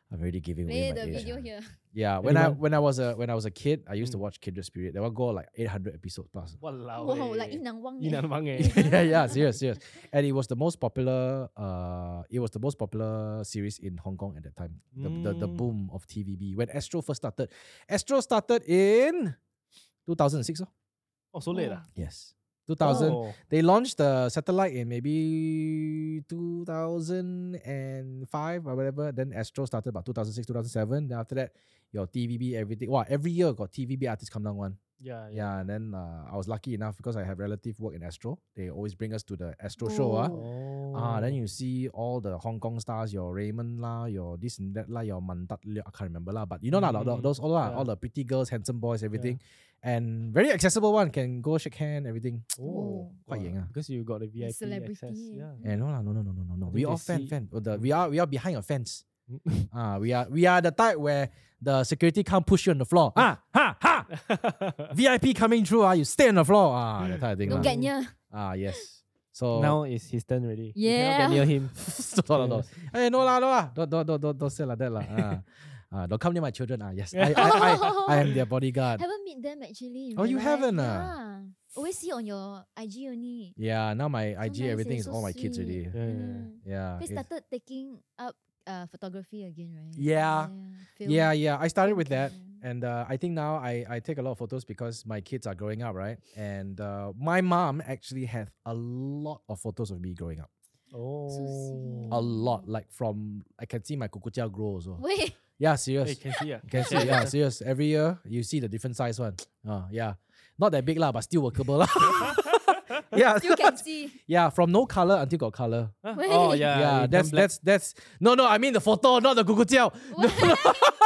[SPEAKER 1] I'm already giving
[SPEAKER 3] Play
[SPEAKER 1] away
[SPEAKER 3] the
[SPEAKER 1] my age.
[SPEAKER 3] video
[SPEAKER 1] ah.
[SPEAKER 3] here.
[SPEAKER 1] Yeah, when I when
[SPEAKER 2] Anyone?
[SPEAKER 1] I was a when I was a kid, I used to
[SPEAKER 2] Mm.
[SPEAKER 1] watch Kindred Spirit. They would go like 800 episodes plus.
[SPEAKER 2] Walao.
[SPEAKER 3] Wow, like
[SPEAKER 2] eh.
[SPEAKER 3] Inang Wang. eh.
[SPEAKER 2] Yinan Wang eh.
[SPEAKER 1] yeah, yeah, serious, serious. And it was the most popular. Uh, it was the most popular series in Hong Kong at that time. The, the, the
[SPEAKER 2] Mm.
[SPEAKER 1] boom of TVB when Astro first started. Astro started in 2006. Oh?
[SPEAKER 2] Oh, so late ah.
[SPEAKER 3] Oh.
[SPEAKER 1] Yes, 2000.
[SPEAKER 2] Oh.
[SPEAKER 1] They launched the satellite in maybe 2005 or whatever. Then Astro started about 2006, 2007. Then after that, your TVB, everything. Wow, every year got TVB artists come down one.
[SPEAKER 2] Yeah, yeah.
[SPEAKER 1] Yeah, and then uh, I was lucky enough because I have relative work in Astro. They always bring us to the Astro show. Ah.
[SPEAKER 3] Oh.
[SPEAKER 1] Ah, then you see all the Hong Kong stars, your Raymond lah, your this and that lah, your Mandat Leo, I can't remember lah, but you know lah, tho-
[SPEAKER 2] Mm,
[SPEAKER 1] those all lah,
[SPEAKER 2] yeah.
[SPEAKER 1] all the pretty girls, handsome boys, everything, and very accessible one can go shake hand, everything.
[SPEAKER 2] Oh,
[SPEAKER 1] Quite
[SPEAKER 2] wow.
[SPEAKER 1] yeng ah.
[SPEAKER 2] Because you got the VIP
[SPEAKER 3] celebrity
[SPEAKER 2] access.
[SPEAKER 3] eh.
[SPEAKER 2] Yeah.
[SPEAKER 1] Eh, no lah, no, no, no, no, no, no.
[SPEAKER 2] I
[SPEAKER 1] We
[SPEAKER 2] think
[SPEAKER 1] all
[SPEAKER 2] they
[SPEAKER 1] fan,
[SPEAKER 2] see-
[SPEAKER 1] fan. Oh, the,
[SPEAKER 2] Mm.
[SPEAKER 1] we are, we are behind a fence.
[SPEAKER 2] Mm.
[SPEAKER 1] Ah, we are, we are the type where the security can't push you on the floor. Ah, ha, ha. VIP coming through. Ah, you stay on the floor. Ah, that type of thing.
[SPEAKER 3] Don't
[SPEAKER 1] lah.
[SPEAKER 3] get near.
[SPEAKER 1] Ah, yes. So
[SPEAKER 2] Now it's his turn already.
[SPEAKER 3] Yeah.
[SPEAKER 2] You cannot get near him.
[SPEAKER 1] no, no, no. Hey, no lah, no lah. Don't, don't, don't, don't, don't say like that lah. Ah, ah, don't come near my children. Ah, yes. I, I, I, I am their bodyguard.
[SPEAKER 3] Haven't met them actually. in
[SPEAKER 1] Oh,
[SPEAKER 3] real
[SPEAKER 1] you
[SPEAKER 3] life.
[SPEAKER 1] haven't ah?
[SPEAKER 3] Yeah. Always see on your IG only.
[SPEAKER 1] Yeah. Now my
[SPEAKER 3] So
[SPEAKER 1] IG
[SPEAKER 3] nice,
[SPEAKER 1] everything
[SPEAKER 3] eh,
[SPEAKER 1] is
[SPEAKER 3] so
[SPEAKER 1] all my kids
[SPEAKER 3] sweet.
[SPEAKER 1] already.
[SPEAKER 2] Yeah, yeah, yeah.
[SPEAKER 3] Mm.
[SPEAKER 1] Yeah.
[SPEAKER 3] They
[SPEAKER 1] it's-
[SPEAKER 3] started taking up uh, photography again, right?
[SPEAKER 1] Yeah.
[SPEAKER 3] film.
[SPEAKER 1] Yeah, yeah. I started with that.
[SPEAKER 3] Okay.
[SPEAKER 1] And uh, I think now I, I take a lot of photos because my kids are growing up, right? And uh, my mom actually had a lot of photos of me growing up.
[SPEAKER 2] Oh.
[SPEAKER 1] Oh, A lot. Like from, I can see my kukucha grow also.
[SPEAKER 3] Wait,
[SPEAKER 1] Yeah,
[SPEAKER 2] Hey,
[SPEAKER 1] serious.
[SPEAKER 2] can see ah.
[SPEAKER 1] Can see, yeah, serious. Every year you see the different size one. Uh, yeah. Not that big lah, but still workable lah. yeah.
[SPEAKER 3] You can see.
[SPEAKER 1] Yeah, from no color until got color.
[SPEAKER 2] Huh?
[SPEAKER 3] Wait.
[SPEAKER 2] Oh
[SPEAKER 1] Yeah,
[SPEAKER 2] yeah, it turn
[SPEAKER 1] that's
[SPEAKER 2] black.
[SPEAKER 1] that's that's no no, I mean the photo, not the gugujiao.
[SPEAKER 3] What?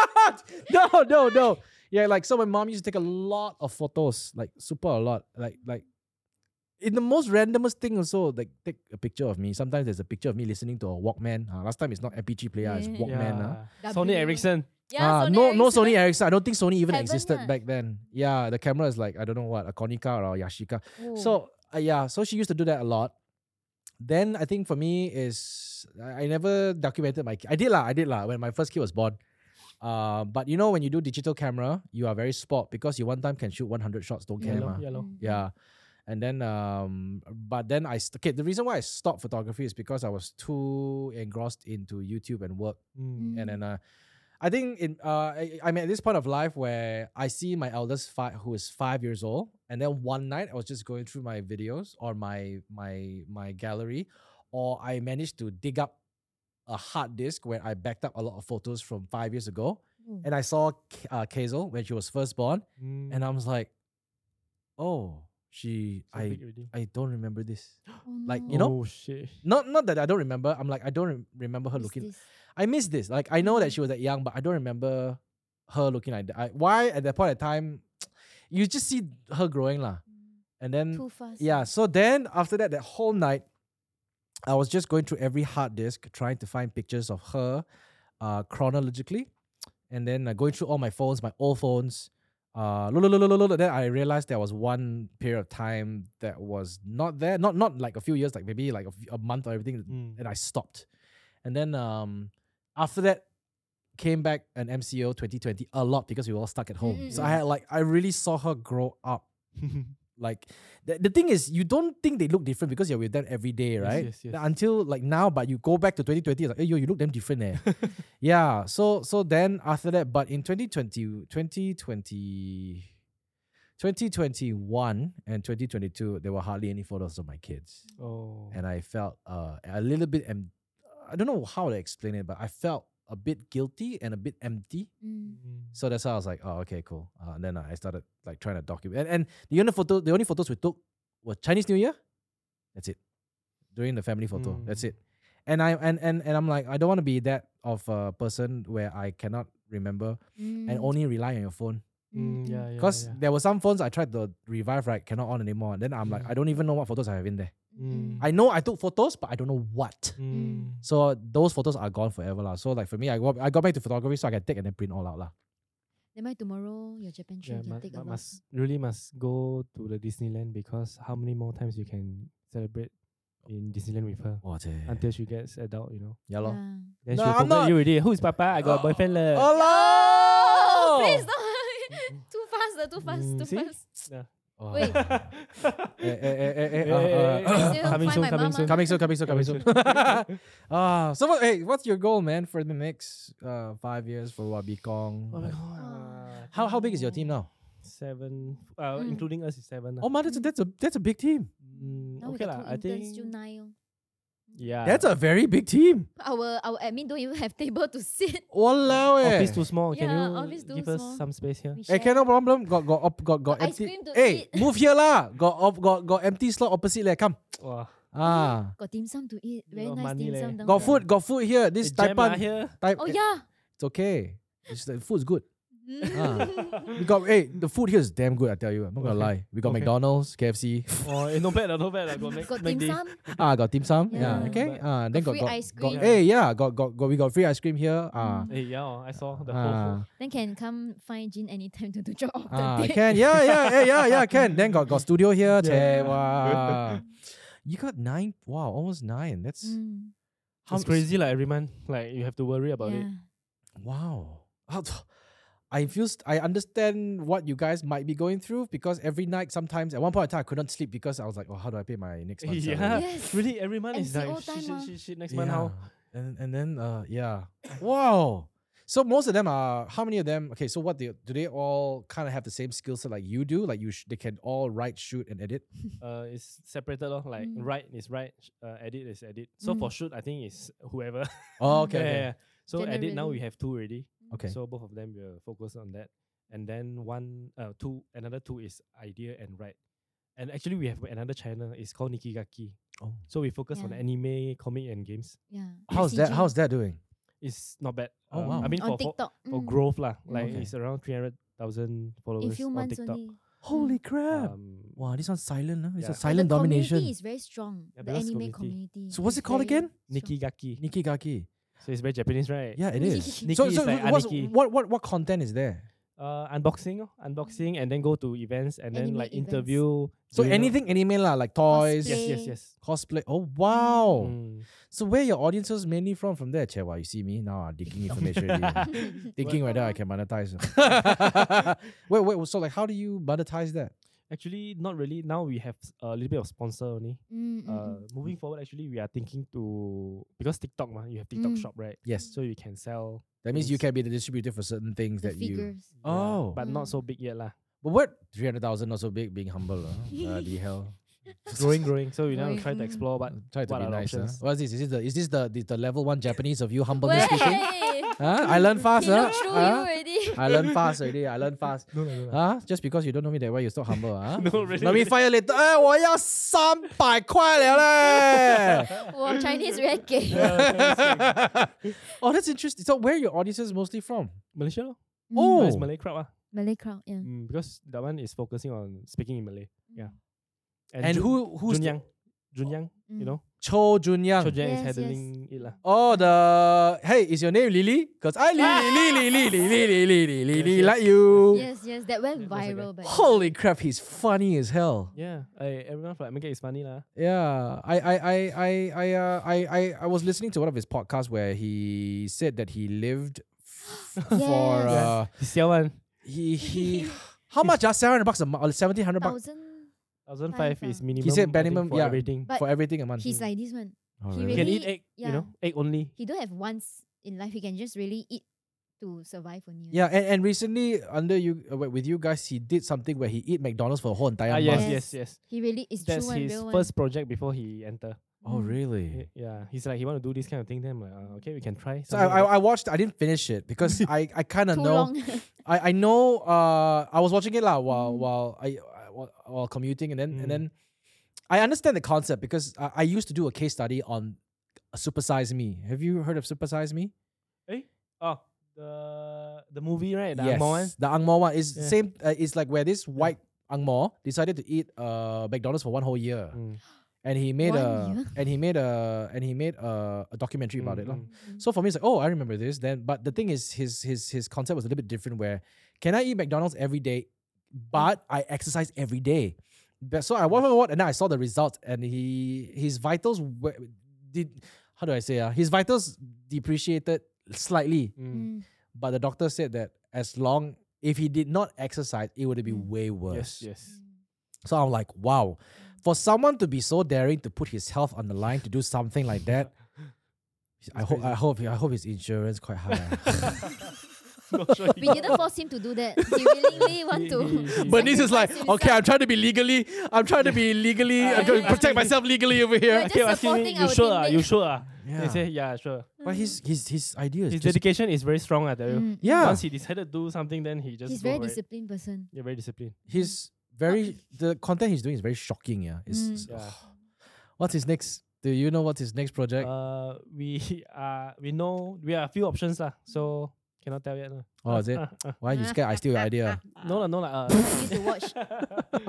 [SPEAKER 1] No, no, no. Yeah, like so my mom used to take a lot of photos, like super a lot. Like like in the most randomest thing also, like take a picture of me. Sometimes there's a picture of me listening to a Walkman. Uh, last time it's not MPG player, it's
[SPEAKER 3] Yeah.
[SPEAKER 1] Walkman. ah.
[SPEAKER 2] Yeah. Sony
[SPEAKER 3] W.
[SPEAKER 2] Ericsson.
[SPEAKER 3] Yeah,
[SPEAKER 1] Ah,
[SPEAKER 3] Sony
[SPEAKER 1] no, no
[SPEAKER 3] Ericsson.
[SPEAKER 1] Sony Ericsson. I don't think Sony even
[SPEAKER 3] Haven't
[SPEAKER 1] existed
[SPEAKER 3] lah.
[SPEAKER 1] back then. Yeah, the camera is like I don't know what a Konica or a Yashica.
[SPEAKER 3] Oh.
[SPEAKER 1] So uh, yeah, so she used to do that a lot. Then I think for me is I, I never documented my. ki- I did lah, I did lah when my first kid was born. Uh, but you know when you do digital camera, you are very spot because you one time can shoot 100 shots. Don't care,
[SPEAKER 2] Yellow,
[SPEAKER 1] mah.
[SPEAKER 2] yellow.
[SPEAKER 3] Mm.
[SPEAKER 1] Yeah. And then, um, but then I st- okay. The reason why I stopped photography is because I was too engrossed into YouTube and work
[SPEAKER 2] Mm.
[SPEAKER 1] and then uh, I think in uh, I, I'm at this point of life where I see my eldest five, who is five years old, and then one night I was just going through my videos or my my my gallery, or I managed to dig up a hard disk where I backed up a lot of photos from five years ago,
[SPEAKER 3] Mm.
[SPEAKER 1] and I saw K- uh, Kazel when she was first born,
[SPEAKER 2] Mm.
[SPEAKER 1] and I was like, oh, she
[SPEAKER 2] So
[SPEAKER 1] I
[SPEAKER 2] big already.
[SPEAKER 1] I don't remember this.
[SPEAKER 3] Oh
[SPEAKER 1] like,
[SPEAKER 3] no.
[SPEAKER 1] you know,
[SPEAKER 2] Oh shit.
[SPEAKER 1] Not not that I don't remember. I'm like I don't rem- remember her
[SPEAKER 3] Is
[SPEAKER 1] looking.
[SPEAKER 3] this-
[SPEAKER 1] I miss this. Like I know that
[SPEAKER 3] Mhm.
[SPEAKER 1] she was that young, but I don't remember her looking like that. I, why at that point in time, you just see her growing lah.
[SPEAKER 3] Mm,
[SPEAKER 1] And then
[SPEAKER 3] Too fast.
[SPEAKER 1] yeah, so then after that, that whole night, I was just going through every hard disk trying to find pictures of her, uh, chronologically, and then uh, going through all my phones, my old phones. Uh, look, look, look, look, look, look, then I realized there was one period of time that was not there, not not like a few years, like maybe like a, few- a month or everything
[SPEAKER 2] Mm.
[SPEAKER 1] and I stopped. And then um, after that, came back an MCO 2020 a lot because we were all stuck at home. So I had
[SPEAKER 2] Mm-hmm.
[SPEAKER 3] Mm.
[SPEAKER 1] like I really saw her grow up. Like the, the thing is, you don't think they look different because you're with them every day,
[SPEAKER 2] Yes,
[SPEAKER 1] right?
[SPEAKER 2] yes, yes.
[SPEAKER 1] Until like now, but you go back to 2020, it's like, hey, yo, you look them different, eh? yeah. So so then after that, but in 2020, 2020, 2021 and 2022, there were hardly any photos of my kids
[SPEAKER 2] oh.
[SPEAKER 1] and I felt uh, a little bit. Em- I don't know how to explain it, but I felt a bit guilty and a bit empty.
[SPEAKER 3] Mm.
[SPEAKER 2] Mm.
[SPEAKER 1] So that's how I was like, oh, okay, cool. Uh, and then I started like trying to document. And, and the only photo, the only photos we took were Chinese New Year. That's it. During the family photo, that's
[SPEAKER 2] Mm.
[SPEAKER 1] it. And I and and and I'm like, I don't want to be that of a person where I cannot remember and
[SPEAKER 3] Mm,
[SPEAKER 1] only rely on your phone.
[SPEAKER 2] Mm,
[SPEAKER 3] mm,
[SPEAKER 2] yeah, yeah.
[SPEAKER 1] Because
[SPEAKER 2] yeah.
[SPEAKER 1] there were some phones I tried to revive, right? Cannot on anymore. And then I'm like,
[SPEAKER 2] Mm.
[SPEAKER 1] I don't even know what photos I have in there.
[SPEAKER 3] mm,
[SPEAKER 2] Mm.
[SPEAKER 1] I know I took photos, but I don't know what.
[SPEAKER 2] Mm.
[SPEAKER 3] Hmm,
[SPEAKER 1] So those photos are gone forever lah. So like for me, I got I got back to photography so I can take and then print all out lah.
[SPEAKER 3] Then by tomorrow, your Japan trip
[SPEAKER 2] Yeah,
[SPEAKER 3] you can
[SPEAKER 2] must,
[SPEAKER 3] take
[SPEAKER 2] mu-
[SPEAKER 3] a lot.
[SPEAKER 2] must really must go to the Disneyland because how many more times you can celebrate in Disneyland with her
[SPEAKER 1] What? Yeah
[SPEAKER 2] until she gets adult, you know.
[SPEAKER 1] lor.
[SPEAKER 3] Yeah.
[SPEAKER 2] Then
[SPEAKER 1] No,
[SPEAKER 2] she'll
[SPEAKER 1] I'm
[SPEAKER 2] forget
[SPEAKER 1] not-
[SPEAKER 2] you already. Who's Papa? I got a boyfriend. leh.
[SPEAKER 1] Oh,
[SPEAKER 3] Please don't. too fast, uh, too fast,
[SPEAKER 2] Mm,
[SPEAKER 3] too
[SPEAKER 2] see?
[SPEAKER 3] fast.
[SPEAKER 1] Oh. eh,
[SPEAKER 3] Wait.
[SPEAKER 1] eh, eh, eh, eh, uh,
[SPEAKER 2] Hey,
[SPEAKER 1] uh,
[SPEAKER 2] coming
[SPEAKER 3] Still Oh, find
[SPEAKER 2] soon,
[SPEAKER 3] my
[SPEAKER 2] coming
[SPEAKER 3] mama.
[SPEAKER 2] soon.
[SPEAKER 1] Coming soon, coming soon, coming soon. Ah, so what, hey, what's your goal, man, for the next uh, five years for Wabi Kong?
[SPEAKER 2] Oh my
[SPEAKER 1] Like,
[SPEAKER 2] God.
[SPEAKER 3] Ah.
[SPEAKER 1] how how big is your team now?
[SPEAKER 2] Seven, uh,
[SPEAKER 3] Mm.
[SPEAKER 2] including us is seven. lah.
[SPEAKER 1] Oh, man, that's a, that's a that's a big team.
[SPEAKER 2] Mm,
[SPEAKER 3] Now
[SPEAKER 2] okay
[SPEAKER 3] we
[SPEAKER 2] lah.
[SPEAKER 3] got
[SPEAKER 2] I
[SPEAKER 3] two interns,
[SPEAKER 2] think
[SPEAKER 3] June 9. oh.
[SPEAKER 2] yeah.
[SPEAKER 1] That's a very big team.
[SPEAKER 3] Our our admin don't even have table to sit.
[SPEAKER 1] Walao eh.
[SPEAKER 2] office too small. Can
[SPEAKER 3] Yeah,
[SPEAKER 2] you
[SPEAKER 3] office too
[SPEAKER 2] give us
[SPEAKER 3] small.
[SPEAKER 2] some space here?
[SPEAKER 3] We
[SPEAKER 1] Hey,
[SPEAKER 3] share.
[SPEAKER 1] can no Eh, problem. Got got op, got got
[SPEAKER 3] Got ice
[SPEAKER 1] empty.
[SPEAKER 3] cream to
[SPEAKER 1] Hey,
[SPEAKER 3] eat.
[SPEAKER 1] move here lah. Got op, got got empty slot opposite leh. Come.
[SPEAKER 2] Wow.
[SPEAKER 1] Ah.
[SPEAKER 3] Got dim sum to eat.
[SPEAKER 2] A
[SPEAKER 3] Very
[SPEAKER 2] lot of
[SPEAKER 3] nice
[SPEAKER 2] money
[SPEAKER 3] dim
[SPEAKER 2] leh.
[SPEAKER 3] sum. down
[SPEAKER 1] Got
[SPEAKER 3] there.
[SPEAKER 1] food, got food here. This
[SPEAKER 2] It's jam
[SPEAKER 1] Taipan,
[SPEAKER 2] ah here.
[SPEAKER 1] Taip-
[SPEAKER 3] Mm. Oh yeah.
[SPEAKER 1] it's okay. It's the food's good.
[SPEAKER 2] Ah.
[SPEAKER 1] Ah.
[SPEAKER 3] Mm.
[SPEAKER 1] We got hey, the food here is damn good. I tell you, I'm not gonna
[SPEAKER 2] Okay.
[SPEAKER 1] lie. We got
[SPEAKER 2] Okay.
[SPEAKER 1] McDonald's, KFC.
[SPEAKER 2] Oh, eh, not bad lah, not bad lah. Got, Mac-
[SPEAKER 3] Got dim
[SPEAKER 2] MacD.
[SPEAKER 3] sum.
[SPEAKER 1] ah, got dim sum. Yeah,
[SPEAKER 3] Yeah.
[SPEAKER 1] okay.
[SPEAKER 2] But-
[SPEAKER 1] Ah, then
[SPEAKER 3] Got
[SPEAKER 1] got
[SPEAKER 3] free
[SPEAKER 1] got,
[SPEAKER 3] ice
[SPEAKER 1] got
[SPEAKER 3] cream. Mm.
[SPEAKER 1] hey yeah, got got got we got free ice cream here. Ah,
[SPEAKER 2] Eh, yeah, oh, I saw the whole.
[SPEAKER 1] ah,
[SPEAKER 2] food.
[SPEAKER 3] Then can come find Jin anytime to do job of
[SPEAKER 1] ah,
[SPEAKER 3] the day.
[SPEAKER 1] can yeah yeah yeah yeah yeah can. Then got got studio here.
[SPEAKER 2] Yeah.
[SPEAKER 1] Yeah. Wow. You got nine. Wow, almost nine. That's
[SPEAKER 3] Mm.
[SPEAKER 1] how
[SPEAKER 2] it's crazy like every month. Like you have to worry about it.
[SPEAKER 3] Yeah.
[SPEAKER 1] Wow. How- I feel st- I understand what you guys might be going through because every night, sometimes at one point in time, I couldn't sleep because I was like, "Oh, how do I pay my next month's
[SPEAKER 2] Yeah,
[SPEAKER 1] salary?"
[SPEAKER 3] Yes.
[SPEAKER 2] really every month is
[SPEAKER 3] MCO
[SPEAKER 2] like shit,
[SPEAKER 3] time
[SPEAKER 2] shit,
[SPEAKER 3] ah.
[SPEAKER 2] shit, shit, next month how?
[SPEAKER 1] Yeah. And and then uh yeah, wow. So most of them are how many of them? Okay, so what do do they all kind of have the same skill set like you do? Like you, sh- they can all write, shoot, and edit.
[SPEAKER 2] Uh, it's separated lor. Like
[SPEAKER 3] Mm.
[SPEAKER 2] right is right, sh- uh, edit is edit. So for shoot, I think it's whoever.
[SPEAKER 1] Oh, okay,
[SPEAKER 2] yeah,
[SPEAKER 1] okay.
[SPEAKER 2] yeah, yeah. So edit now
[SPEAKER 3] Generally.
[SPEAKER 2] we have two already.
[SPEAKER 1] Okay.
[SPEAKER 2] So both of them will focus on that. And then one, uh, two, another two is idea and write. And actually, we have another channel. It's called Nikigaki.
[SPEAKER 1] Oh.
[SPEAKER 2] So we focus on
[SPEAKER 3] Yeah.
[SPEAKER 2] anime, comic, and games.
[SPEAKER 3] Yeah.
[SPEAKER 1] How's that?
[SPEAKER 3] SCG.
[SPEAKER 1] How's that doing?
[SPEAKER 2] It's not bad.
[SPEAKER 1] Oh,
[SPEAKER 2] Um,
[SPEAKER 1] wow. Oh,
[SPEAKER 2] I mean,
[SPEAKER 3] on
[SPEAKER 2] for, for,
[SPEAKER 3] TikTok?
[SPEAKER 2] for
[SPEAKER 3] mm,
[SPEAKER 2] growth lah, like
[SPEAKER 1] Okay.
[SPEAKER 2] it's around three hundred thousand followers
[SPEAKER 3] in few
[SPEAKER 2] on
[SPEAKER 3] months
[SPEAKER 2] TikTok.
[SPEAKER 3] only.
[SPEAKER 1] Holy crap!
[SPEAKER 2] Hmm. Um,
[SPEAKER 1] wow, this one's silent. Huh? This
[SPEAKER 2] yeah.
[SPEAKER 1] one's
[SPEAKER 2] But
[SPEAKER 1] silent
[SPEAKER 3] the
[SPEAKER 1] domination.
[SPEAKER 3] Community is very strong.
[SPEAKER 2] Yeah,
[SPEAKER 3] the
[SPEAKER 2] because
[SPEAKER 3] anime community.
[SPEAKER 2] community.
[SPEAKER 1] So what's it
[SPEAKER 3] is
[SPEAKER 1] called
[SPEAKER 3] very
[SPEAKER 1] again?
[SPEAKER 3] strong.
[SPEAKER 2] Nikigaki.
[SPEAKER 1] Nikigaki.
[SPEAKER 2] so it's very Japanese, right?
[SPEAKER 1] Yeah, it is.
[SPEAKER 3] Nikki
[SPEAKER 1] so,
[SPEAKER 2] is
[SPEAKER 1] so
[SPEAKER 2] like "Ah,
[SPEAKER 1] what's-
[SPEAKER 2] Aniki.
[SPEAKER 1] what what what content is there?
[SPEAKER 2] Uh, unboxing, oh, unboxing, and then go to events and then
[SPEAKER 3] Anime
[SPEAKER 2] like
[SPEAKER 3] events.
[SPEAKER 2] interview.
[SPEAKER 1] So
[SPEAKER 2] do you know-
[SPEAKER 1] anything anime lah, like toys,
[SPEAKER 2] Yes, yes,
[SPEAKER 3] Cosplay.
[SPEAKER 2] yes.
[SPEAKER 1] cosplay. Oh wow!
[SPEAKER 2] Mm.
[SPEAKER 1] So where your audiences mainly from? From there, Chewa. You see me now. I'm digging information. already. Thinking
[SPEAKER 2] uh,
[SPEAKER 1] whether I can monetize. it. wait, wait. So like, how do you monetize that?
[SPEAKER 2] Actually, not really. Now we have s- a little bit of sponsor only.
[SPEAKER 3] Mm, mm,
[SPEAKER 2] Uh,
[SPEAKER 3] mm.
[SPEAKER 2] moving forward, actually, we are thinking to because TikTok, ma, you have TikTok
[SPEAKER 3] Mm.
[SPEAKER 2] shop, right?
[SPEAKER 1] Yes,
[SPEAKER 2] So you can sell.
[SPEAKER 1] that means you
[SPEAKER 2] Yes.
[SPEAKER 1] can be the distributor for certain things that
[SPEAKER 3] the
[SPEAKER 1] you.
[SPEAKER 3] figures.
[SPEAKER 2] yeah,
[SPEAKER 1] Oh.
[SPEAKER 2] but not
[SPEAKER 3] Mm.
[SPEAKER 2] so big yet, lah.
[SPEAKER 1] But what three hundred thousand not so big? Being humble, uh, bloody hell.
[SPEAKER 2] growing, growing. So we now
[SPEAKER 3] Growing.
[SPEAKER 2] try to explore, but
[SPEAKER 1] Try to be
[SPEAKER 2] what are the
[SPEAKER 1] nice. Huh?
[SPEAKER 2] options?
[SPEAKER 1] What is this? Is this the is this the the, the level one Japanese of you humbly
[SPEAKER 3] Wait,
[SPEAKER 1] speaking? Ah, Huh? I learn fast.
[SPEAKER 3] he
[SPEAKER 1] huh? Uh-huh.
[SPEAKER 3] looked through you
[SPEAKER 1] Huh?
[SPEAKER 3] already.
[SPEAKER 1] I learn fast already. I learn fast.
[SPEAKER 2] no, no, no.
[SPEAKER 1] Huh? Just because you don't know me that well, you're so humble. Huh?
[SPEAKER 2] No, really.
[SPEAKER 1] Let me find you later. Eh, 哎，我要三百块了嘞！
[SPEAKER 3] Wow, Chinese very gay.
[SPEAKER 1] oh, that's interesting. So, where are your audiences mostly from?
[SPEAKER 2] Malaysia, lor.
[SPEAKER 1] Oh.
[SPEAKER 2] Malay- Malay crowd, ah.
[SPEAKER 3] Mm. Malay crowd. Yeah.
[SPEAKER 2] Mm, because that one is focusing on speaking in Malay.
[SPEAKER 3] Mm.
[SPEAKER 2] Yeah.
[SPEAKER 1] And
[SPEAKER 2] Jun-
[SPEAKER 1] who who's
[SPEAKER 2] Jun
[SPEAKER 1] the- Mm.
[SPEAKER 2] Yang? Jun Yang, you
[SPEAKER 3] Mm.
[SPEAKER 2] know,
[SPEAKER 1] Cho Jun
[SPEAKER 2] Cho
[SPEAKER 1] Yang?
[SPEAKER 2] Jun Yang is
[SPEAKER 3] Yes, yes.
[SPEAKER 2] handling it lah.
[SPEAKER 1] Oh, the hey, is your name Lily? Cause I Lily, Lily, Lily, Lily, Lily, Lily,
[SPEAKER 2] Yes, yes.
[SPEAKER 1] like you.
[SPEAKER 3] Yes, yes, that went
[SPEAKER 2] That was a guy.
[SPEAKER 3] viral. But
[SPEAKER 1] Holy crap, he's funny as hell.
[SPEAKER 2] Yeah, I, everyone from America is funny lah.
[SPEAKER 1] Yeah, I, I, I, I, I, uh, I, I, I was listening to one of his podcasts where he said that he lived f- for
[SPEAKER 3] Yes.
[SPEAKER 1] uh,
[SPEAKER 2] He sell one
[SPEAKER 1] he he. How much? Just seven hundred bucks a month, seventeen hundred bucks
[SPEAKER 3] thousand.
[SPEAKER 2] thousand five
[SPEAKER 3] Five,
[SPEAKER 2] is
[SPEAKER 3] ah.
[SPEAKER 2] minimum.
[SPEAKER 1] said
[SPEAKER 2] I think,
[SPEAKER 1] minimum,
[SPEAKER 2] for
[SPEAKER 1] yeah.
[SPEAKER 2] everything.
[SPEAKER 3] But
[SPEAKER 1] for everything a month.
[SPEAKER 3] He's like this one.
[SPEAKER 1] Oh,
[SPEAKER 3] he
[SPEAKER 2] You
[SPEAKER 1] really?
[SPEAKER 2] can eat
[SPEAKER 3] Really?
[SPEAKER 2] egg, you know, egg only.
[SPEAKER 3] He don't have once in life. He can just really eat to survive only.
[SPEAKER 1] Yeah, and, and recently under you uh, wi- with you guys, he did something where he eat McDonald's for a whole entire
[SPEAKER 2] Ah,
[SPEAKER 1] month.
[SPEAKER 2] yes,
[SPEAKER 3] Yes.
[SPEAKER 2] yes, yes.
[SPEAKER 3] He really is
[SPEAKER 2] That's
[SPEAKER 3] true and
[SPEAKER 2] his
[SPEAKER 3] real one.
[SPEAKER 2] first project before he enter.
[SPEAKER 1] Oh
[SPEAKER 3] Mm.
[SPEAKER 1] really?
[SPEAKER 2] He- Yeah, he's like he want to do this kind of thing. Then I'm like, ah, okay, we can try.
[SPEAKER 1] So I,
[SPEAKER 2] something
[SPEAKER 1] I,
[SPEAKER 2] like
[SPEAKER 1] I watched. I didn't finish it because I, I kind of
[SPEAKER 3] Too
[SPEAKER 1] know.
[SPEAKER 3] long.
[SPEAKER 1] I, I know. Uh, I was watching it lah while
[SPEAKER 3] Mm.
[SPEAKER 1] while I I- while, while commuting and then
[SPEAKER 2] Mm.
[SPEAKER 1] and then I understand the concept because I, I used to do a case study on Supersize Me. Have you heard of Supersize Me?
[SPEAKER 2] that. oh, the the movie right? The
[SPEAKER 1] yes,
[SPEAKER 2] Angmoh one?
[SPEAKER 1] the Angmor one is
[SPEAKER 2] Yeah.
[SPEAKER 1] same. Uh, it's like where this white Angmor decided to eat uh McDonald's for one whole year,
[SPEAKER 2] Mm,
[SPEAKER 1] and he made
[SPEAKER 3] One
[SPEAKER 1] a
[SPEAKER 3] year?
[SPEAKER 1] and he made a and he made a, a documentary about
[SPEAKER 2] mm,
[SPEAKER 1] it. lah.
[SPEAKER 2] mm.
[SPEAKER 1] So for me, it's like, oh, I remember this. Then, but the thing is, his his his concept was a little bit different. Where can I eat McDonald's every day, but I exercise every day? But, so I watched what, and then I saw the results, and he his vitals were, did. How do I say? Uh, his vitals depreciated slightly,
[SPEAKER 2] Mm.
[SPEAKER 3] Mm.
[SPEAKER 1] but the doctor said that as long if he did not exercise, it would be
[SPEAKER 3] Mm.
[SPEAKER 1] way worse.
[SPEAKER 2] Yes, yes.
[SPEAKER 1] So I'm like, wow, for someone to be so daring to put his health on the line to do something like that. I
[SPEAKER 2] It's
[SPEAKER 1] hope, I
[SPEAKER 2] crazy.
[SPEAKER 1] hope I hope his insurance quite high. ah.
[SPEAKER 2] Not sure
[SPEAKER 3] We didn't force him to do that. He willingly want
[SPEAKER 2] He- he-
[SPEAKER 3] to.
[SPEAKER 2] he-
[SPEAKER 1] Bernice is Uh, like,
[SPEAKER 3] sacrifice
[SPEAKER 1] okay, I'm
[SPEAKER 3] himself.
[SPEAKER 1] trying to be legally, I'm trying to be legally, I'm trying to
[SPEAKER 3] Yeah.
[SPEAKER 1] protect myself legally over here.
[SPEAKER 2] I
[SPEAKER 3] We're
[SPEAKER 2] kept
[SPEAKER 3] just
[SPEAKER 2] asking
[SPEAKER 3] supporting
[SPEAKER 2] him, you
[SPEAKER 3] our
[SPEAKER 2] sure? ah?
[SPEAKER 3] teammate.
[SPEAKER 2] you sure? ah?" They
[SPEAKER 1] Yeah.
[SPEAKER 2] say, yeah, sure.
[SPEAKER 1] But his his his idea is
[SPEAKER 2] His
[SPEAKER 1] just
[SPEAKER 2] dedication is very strong. ah, I tell you.
[SPEAKER 3] Mm.
[SPEAKER 1] Yeah.
[SPEAKER 2] Once he decided to do something, then he just
[SPEAKER 3] He's
[SPEAKER 2] go
[SPEAKER 3] very
[SPEAKER 2] for it.
[SPEAKER 3] disciplined person.
[SPEAKER 2] Yeah, very disciplined.
[SPEAKER 1] he's very the content he's doing is very shocking. Yeah, it's,
[SPEAKER 3] Mm.
[SPEAKER 1] it's-
[SPEAKER 2] Yeah.
[SPEAKER 1] what's his next? Do you know what's his next project?
[SPEAKER 2] Uh, we uh we know we have a few options lah. So cannot tell yet. lah.
[SPEAKER 1] oh, is it?
[SPEAKER 2] Ah, ah.
[SPEAKER 1] Why you scared? I steal your idea.
[SPEAKER 2] No lah, no lah. Uh,
[SPEAKER 3] I need to watch.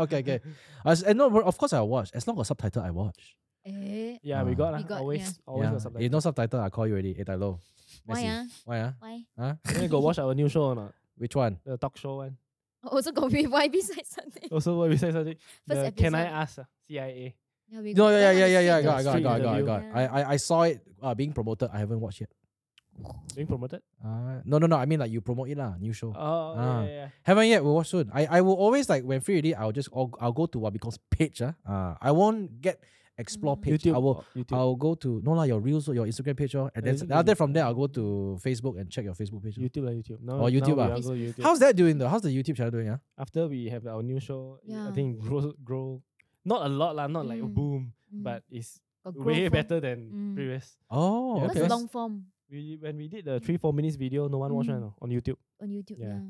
[SPEAKER 1] okay, okay. As, and no, of course I watch. As long as subtitle, I watch.
[SPEAKER 3] Eh,
[SPEAKER 2] yeah,
[SPEAKER 1] Ah.
[SPEAKER 2] we got, lah.
[SPEAKER 3] We got,
[SPEAKER 2] always
[SPEAKER 3] yeah.
[SPEAKER 2] always
[SPEAKER 1] yeah.
[SPEAKER 2] got something.
[SPEAKER 1] If no subtitle, I call you already. Hey, Tailo.
[SPEAKER 3] why?
[SPEAKER 1] Messi.
[SPEAKER 3] Ah,
[SPEAKER 1] Why? ah?
[SPEAKER 3] why?
[SPEAKER 1] Huh?
[SPEAKER 2] Then go watch our new show or not?
[SPEAKER 1] Which one?
[SPEAKER 2] The talk show one.
[SPEAKER 3] Also got with why besides something.
[SPEAKER 2] Also, what we say something.
[SPEAKER 3] First
[SPEAKER 2] the Can I ask?
[SPEAKER 3] episode.
[SPEAKER 2] ah, CIA.
[SPEAKER 3] Yeah, we
[SPEAKER 1] No, yeah, yeah,
[SPEAKER 3] got that on
[SPEAKER 1] yeah,
[SPEAKER 3] the
[SPEAKER 1] yeah, yeah. I
[SPEAKER 3] street
[SPEAKER 1] got, I
[SPEAKER 3] also.
[SPEAKER 1] got, I got, I got, I
[SPEAKER 2] interview.
[SPEAKER 1] got. I,
[SPEAKER 3] Yeah.
[SPEAKER 1] I, I saw it uh, being promoted. I haven't watched yet.
[SPEAKER 2] Being promoted?
[SPEAKER 1] Uh, no, no, no. I mean, like you promote it lah, new show. Ah.
[SPEAKER 2] Oh, yeah, yeah, yeah.
[SPEAKER 1] Haven't yet. We'll watch soon. I, I will always like when free already. I'll just I'll, I'll go to what becomes page. Uh, uh, I won't get explore
[SPEAKER 3] Mm.
[SPEAKER 1] page.
[SPEAKER 2] YouTube.
[SPEAKER 1] I will
[SPEAKER 2] oh, YouTube.
[SPEAKER 1] I'll go to no lah your reels or your Instagram page or and
[SPEAKER 2] Yeah,
[SPEAKER 1] then
[SPEAKER 2] you-
[SPEAKER 1] after
[SPEAKER 2] you-
[SPEAKER 1] from there I'll go to Facebook and check your Facebook page. oh.
[SPEAKER 2] YouTube lah, YouTube. Now,
[SPEAKER 1] Oh, YouTube
[SPEAKER 2] now
[SPEAKER 1] ah.
[SPEAKER 2] we all go YouTube.
[SPEAKER 1] How's that doing though? How's the YouTube channel doing? ah? Yeah.
[SPEAKER 2] After we have our new show, I
[SPEAKER 3] Yeah.
[SPEAKER 2] think grow grow not a lot lah, not like a
[SPEAKER 3] Mm.
[SPEAKER 2] boom,
[SPEAKER 3] Mm,
[SPEAKER 2] but it's
[SPEAKER 3] got growth
[SPEAKER 2] way
[SPEAKER 3] form.
[SPEAKER 2] better than
[SPEAKER 3] Mm.
[SPEAKER 2] previous.
[SPEAKER 1] Oh,
[SPEAKER 2] Yeah,
[SPEAKER 3] Because
[SPEAKER 1] okay.
[SPEAKER 2] because-
[SPEAKER 3] long form.
[SPEAKER 2] We when we did the three four minutes video, no one watched
[SPEAKER 3] Mm.
[SPEAKER 2] right now on YouTube.
[SPEAKER 3] on YouTube.
[SPEAKER 2] Yeah.
[SPEAKER 3] Yeah.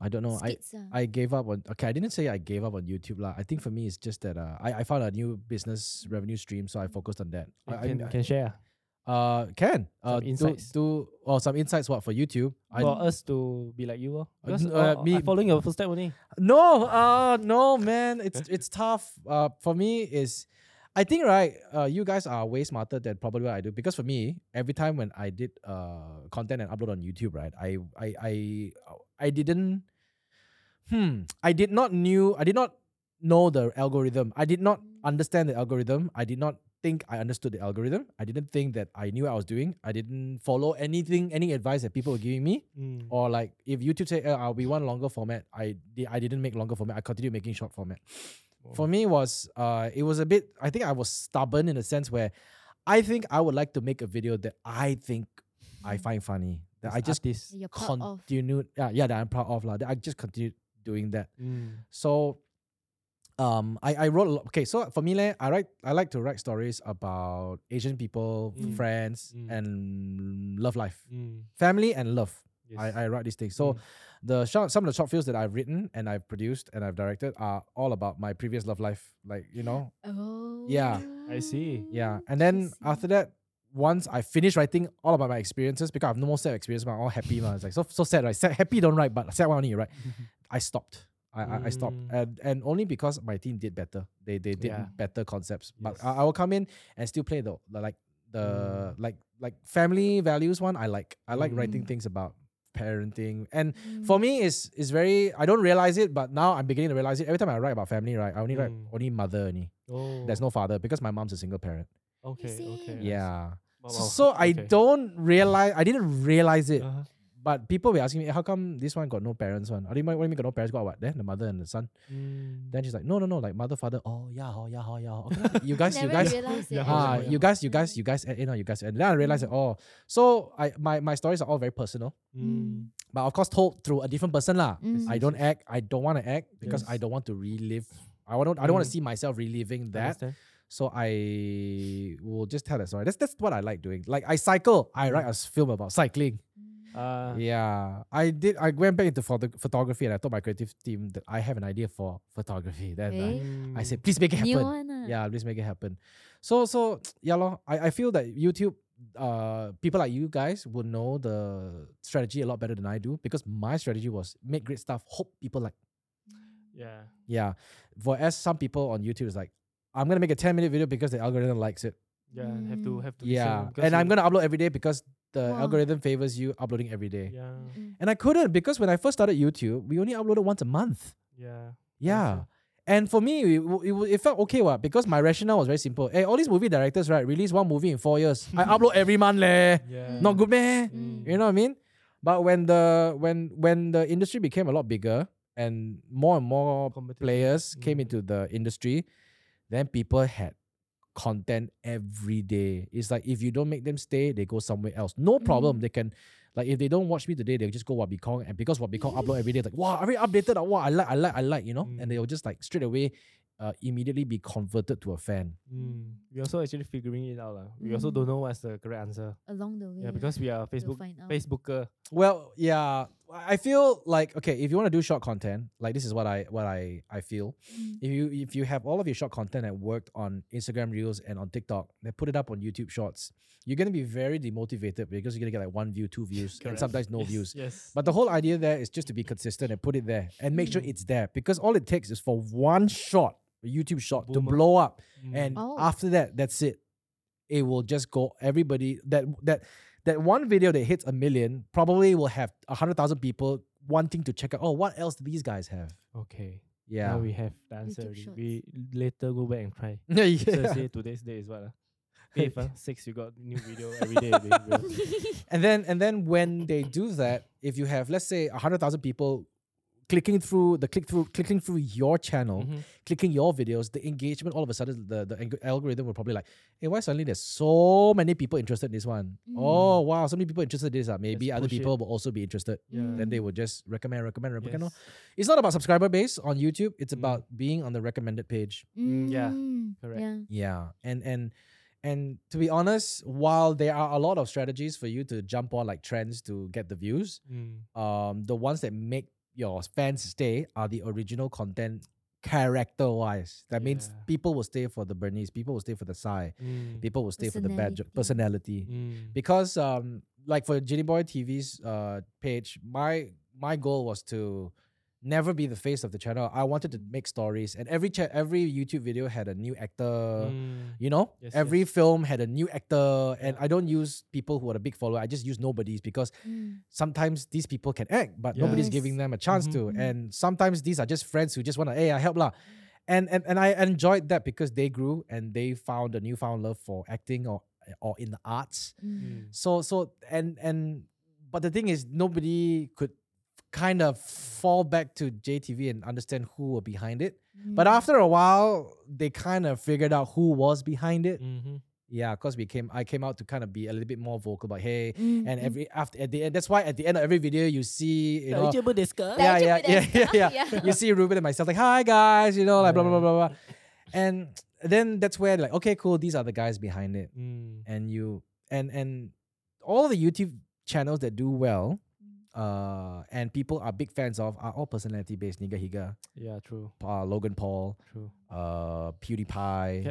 [SPEAKER 1] I don't know. I
[SPEAKER 3] Skits, ah.
[SPEAKER 1] I gave up on. Okay, I didn't say I gave up on YouTube lah. I think for me, it's just that uh, I I found a new business revenue stream, so I focused on that. I, I-
[SPEAKER 2] Mm. can,
[SPEAKER 1] I-
[SPEAKER 2] can share
[SPEAKER 1] uh can uh
[SPEAKER 2] Some
[SPEAKER 1] do-
[SPEAKER 2] insights.
[SPEAKER 1] do or some insights what for YouTube.
[SPEAKER 2] ah,
[SPEAKER 1] I
[SPEAKER 2] for us to be like you. Oh.
[SPEAKER 1] Uh,
[SPEAKER 2] Because
[SPEAKER 1] n- uh,
[SPEAKER 2] uh,
[SPEAKER 1] me-
[SPEAKER 2] me following your footstep only.
[SPEAKER 1] No, uh no man, it's it's tough. Uh for me is I think right, uh you guys are way smarter than probably what I do because for me, every time when I did uh content and upload on YouTube, right? I I I I didn't hmm, I did not knew I did not know the algorithm. I did not understand the algorithm. I did not think I understood the algorithm. I didn't think that I knew what I was doing. I didn't follow anything any advice that people were giving me
[SPEAKER 2] Mm.
[SPEAKER 1] or like if YouTube say, uh, uh, "We want longer format," I di- I didn't make longer format. I continued making short format. For me, was uh, it was a bit. I think I was stubborn in a sense where I think I would like to make a video that I think I find funny that I just
[SPEAKER 2] this.
[SPEAKER 3] you're proud of.
[SPEAKER 1] continued. Yeah, yeah, that I'm proud of lah. That I just continued doing that.
[SPEAKER 3] Mm.
[SPEAKER 1] So, um, I I wrote a lot. Okay, so for me, leh, I write I like to write stories about Asian people,
[SPEAKER 2] Mm.
[SPEAKER 1] friends,
[SPEAKER 2] Mm.
[SPEAKER 1] and love life, family, and love. I, I write these things. So
[SPEAKER 2] Mm.
[SPEAKER 1] the short, some of the short films that I've written and I've produced and I've directed are all about my previous love life. Like, you know?
[SPEAKER 3] Oh.
[SPEAKER 1] Yeah.
[SPEAKER 2] I see.
[SPEAKER 1] Yeah. And then after that, once I finish writing all about my experiences, because I've no more sad experience, but I'm all happy. man. It's like so so sad, right? Sad, happy don't write, but sad one only, right? I stopped. I, I, I stopped.
[SPEAKER 2] Mm.
[SPEAKER 1] And and only because my team did better. They they did
[SPEAKER 2] Yeah.
[SPEAKER 1] better concepts. But
[SPEAKER 2] Yes. Mm.
[SPEAKER 1] I, I will come in and still play the, the like the like like family values one I like. I like writing
[SPEAKER 3] Mm.
[SPEAKER 1] things about parenting and for me it's it's very I don't realize it, but now I'm beginning to realize it. Every time I write about family, right, I only write
[SPEAKER 2] Mm.
[SPEAKER 1] only mother only.
[SPEAKER 2] oh.
[SPEAKER 1] There's no father because my mom's a single parent.
[SPEAKER 2] Okay.
[SPEAKER 3] see.
[SPEAKER 2] Okay. I see.
[SPEAKER 1] Yeah.
[SPEAKER 2] Wow,
[SPEAKER 1] So,
[SPEAKER 2] Oh, wow.
[SPEAKER 1] so I
[SPEAKER 2] Okay.
[SPEAKER 1] don't realize I didn't realize it.
[SPEAKER 2] Uh-huh.
[SPEAKER 1] But people were asking me, "Eh, how come this one got no parents one? What do you mean what do you mean got no parents? Got what? Then the mother and the son.
[SPEAKER 2] Mm.
[SPEAKER 1] Then she's like, no, no, no, like mother, father. Oh yeah, oh yeah, oh yeah. Okay, you guys,
[SPEAKER 3] Never
[SPEAKER 1] you guys,
[SPEAKER 3] realized it.
[SPEAKER 2] Yeah.
[SPEAKER 1] ah,
[SPEAKER 2] yeah.
[SPEAKER 1] you guys, you guys, you guys, eh, you know, you guys. And then I realized that oh, so I my my stories are all very personal,
[SPEAKER 2] Mm.
[SPEAKER 1] but of course told through a different person lah.
[SPEAKER 3] Mm.
[SPEAKER 1] I
[SPEAKER 2] Yes,
[SPEAKER 1] don't
[SPEAKER 2] yes.
[SPEAKER 1] act. I don't want to act because I
[SPEAKER 2] Yes.
[SPEAKER 1] don't want to relive. I want. I don't want to see
[SPEAKER 2] Mm.
[SPEAKER 1] myself reliving that.
[SPEAKER 2] Understand.
[SPEAKER 1] So I will just tell that story. That's that's what I like doing. Like I cycle. I write a s- film about cycling.
[SPEAKER 2] Uh,
[SPEAKER 1] yeah, I did. I went back into photo- photography and I told my creative team that I have an idea for photography. Then I-
[SPEAKER 3] Eh?
[SPEAKER 1] I said, please make it
[SPEAKER 3] New
[SPEAKER 1] happen.
[SPEAKER 3] one.
[SPEAKER 2] Mm.
[SPEAKER 3] ah.
[SPEAKER 1] Yeah, please make it happen. So so yeah, lor. I, I feel that YouTube uh people like you guys will know the strategy a lot better than I do because my strategy was make great stuff, hope people like.
[SPEAKER 2] Yeah.
[SPEAKER 1] Yeah. Whereas some people on YouTube is like, I'm gonna make a 10 minute video because the algorithm likes it.
[SPEAKER 2] Yeah. Have to
[SPEAKER 3] Mm.
[SPEAKER 2] have to. listen
[SPEAKER 1] Yeah.
[SPEAKER 2] because
[SPEAKER 1] And I'm
[SPEAKER 2] you-
[SPEAKER 1] gonna upload every day because the
[SPEAKER 3] Wow.
[SPEAKER 1] algorithm favors you uploading every day.
[SPEAKER 2] Yeah.
[SPEAKER 3] Mm.
[SPEAKER 1] And I couldn't because when I first started YouTube, we only uploaded once a month.
[SPEAKER 2] Yeah.
[SPEAKER 1] Yeah. And for me, it, w- it, w- it felt okay, what? Because my rationale was very simple. Hey, all these movie directors, right, release one movie in four years. I upload every month, leh.
[SPEAKER 2] Yeah.
[SPEAKER 1] Not good, man.
[SPEAKER 3] Mm.
[SPEAKER 1] You know what I mean? But when the when when the industry became a lot bigger and more and more
[SPEAKER 2] Competition.
[SPEAKER 1] players came
[SPEAKER 2] Mm.
[SPEAKER 1] into the industry, then people had content every day. It's like if you don't make them stay, they go somewhere else. No problem.
[SPEAKER 3] Mm.
[SPEAKER 1] They can like if they don't watch me today, they'll just go Wabi Kong. And because Wabi Kong upload every day, it's like, wow, I already updated. ah, Wow, I like, I like, I like, you know? And
[SPEAKER 2] Mm.
[SPEAKER 1] they'll just like straight away uh, immediately be converted to a fan.
[SPEAKER 2] Mm. We also actually figuring it out. lah. We also don't know what's the correct answer.
[SPEAKER 3] Along the way.
[SPEAKER 2] Yeah, because we are
[SPEAKER 3] you'll
[SPEAKER 2] Facebook
[SPEAKER 3] find out.
[SPEAKER 2] Facebooker.
[SPEAKER 1] Well, yeah. I feel like okay, if you want to do short content, like this is what I what I I feel.
[SPEAKER 3] Mm.
[SPEAKER 1] If you if you have all of your short content and worked on Instagram Reels and on TikTok, then put it up on YouTube Shorts. You're gonna be very demotivated because you're gonna get like one view, two views, and
[SPEAKER 2] Correct.
[SPEAKER 1] sometimes no
[SPEAKER 2] yes,
[SPEAKER 1] views.
[SPEAKER 2] Yes.
[SPEAKER 1] But the whole idea there is just to be consistent and put it there and make sure
[SPEAKER 2] Mm.
[SPEAKER 1] it's there because all it takes is for one shot, a YouTube shot, to
[SPEAKER 2] Boom up.
[SPEAKER 1] blow up
[SPEAKER 2] Mm.
[SPEAKER 1] and
[SPEAKER 3] Oh.
[SPEAKER 1] after that that's it it will just go everybody that that that one video that hits a million probably will have 100000 people wanting to check out oh what else do these guys have
[SPEAKER 2] okay.
[SPEAKER 1] yeah
[SPEAKER 2] Now we have the answer.
[SPEAKER 3] YouTube
[SPEAKER 2] already.
[SPEAKER 3] Shorts.
[SPEAKER 2] We later go back and try.
[SPEAKER 1] yeah,
[SPEAKER 2] So say today's day is what? Uh? Fifth, uh, six, you got new video every day. baby, bro.
[SPEAKER 1] and then and then when they do that if you have let's say 100000 people clicking through the click through clicking through your channel
[SPEAKER 2] Mhm.
[SPEAKER 1] clicking your videos the engagement all of a sudden the, the ang- algorithm will probably like hey why suddenly there's so many people interested in this one? Oh
[SPEAKER 2] Mm.
[SPEAKER 1] wow so many people interested in this uh, maybe
[SPEAKER 2] Let's
[SPEAKER 1] other
[SPEAKER 2] push it."
[SPEAKER 1] people will also be interested
[SPEAKER 2] Yeah.
[SPEAKER 1] then they will just recommend, recommend, recommend.
[SPEAKER 2] Yes.
[SPEAKER 1] It's not about subscriber base on YouTube. It's
[SPEAKER 2] Mm.
[SPEAKER 1] about being on the recommended page.
[SPEAKER 2] Mm, yeah,
[SPEAKER 3] Mm,
[SPEAKER 2] correct.
[SPEAKER 3] Yeah.
[SPEAKER 1] Yeah, and and And to be honest, while there are a lot of strategies for you to jump on like trends to get the views,
[SPEAKER 2] Mm.
[SPEAKER 1] um, the ones that make your fans stay are the original content character wise. That means
[SPEAKER 2] Yeah.
[SPEAKER 1] people will stay for the Bernice, people will stay for the Sai,
[SPEAKER 2] Mm.
[SPEAKER 1] people will stay for the bad jo-
[SPEAKER 3] Personality.
[SPEAKER 1] personality.
[SPEAKER 2] Mm.
[SPEAKER 1] Because um, like for Ginny Boy TV's uh page, my my goal was to never be the face of the channel. I wanted to make stories, and every cha- every YouTube video had a new actor.
[SPEAKER 2] Mm.
[SPEAKER 1] You know,
[SPEAKER 2] Yes,
[SPEAKER 1] every
[SPEAKER 2] yes.
[SPEAKER 1] film had a new actor, and
[SPEAKER 2] Yeah.
[SPEAKER 1] I don't use people who are a big follower. I just use nobodies because
[SPEAKER 3] mm,
[SPEAKER 1] sometimes these people can act, but nobody's
[SPEAKER 3] Yes.
[SPEAKER 1] giving them a chance
[SPEAKER 2] Mhm.
[SPEAKER 1] to.
[SPEAKER 3] Mhm.
[SPEAKER 1] And sometimes these are just friends who just want to, hey, I help lah. And, and and I enjoyed that because they grew and they found a newfound love for acting or or in the arts.
[SPEAKER 3] Mm.
[SPEAKER 1] So so and and but the thing is nobody could kind of fall back to JTV and understand who were behind it. But
[SPEAKER 3] Mm.
[SPEAKER 1] after a while, they kind of figured out who was behind it.
[SPEAKER 2] Mhm.
[SPEAKER 1] Yeah, because we came I came out to kind of be a little bit more vocal about hey,
[SPEAKER 3] Mm,
[SPEAKER 1] and
[SPEAKER 3] mm.
[SPEAKER 1] every after at the end that's why at the end of every video you see you know
[SPEAKER 2] Eligible discount.
[SPEAKER 1] yeah yeah
[SPEAKER 3] Eligible
[SPEAKER 1] yeah yeah,
[SPEAKER 3] discount,
[SPEAKER 1] yeah,
[SPEAKER 3] yeah.
[SPEAKER 1] you see Ruben and myself like hi guys you know like blah blah blah
[SPEAKER 2] Yeah.
[SPEAKER 1] blah blah and then that's where like okay cool these are the guys behind it
[SPEAKER 2] Mm.
[SPEAKER 1] and you and and all the YouTube channels that do well uh and people are big fans of are all personality based Niga Higa
[SPEAKER 2] Yeah, true,
[SPEAKER 1] uh, Logan Paul
[SPEAKER 2] true.
[SPEAKER 1] uh PewDiePie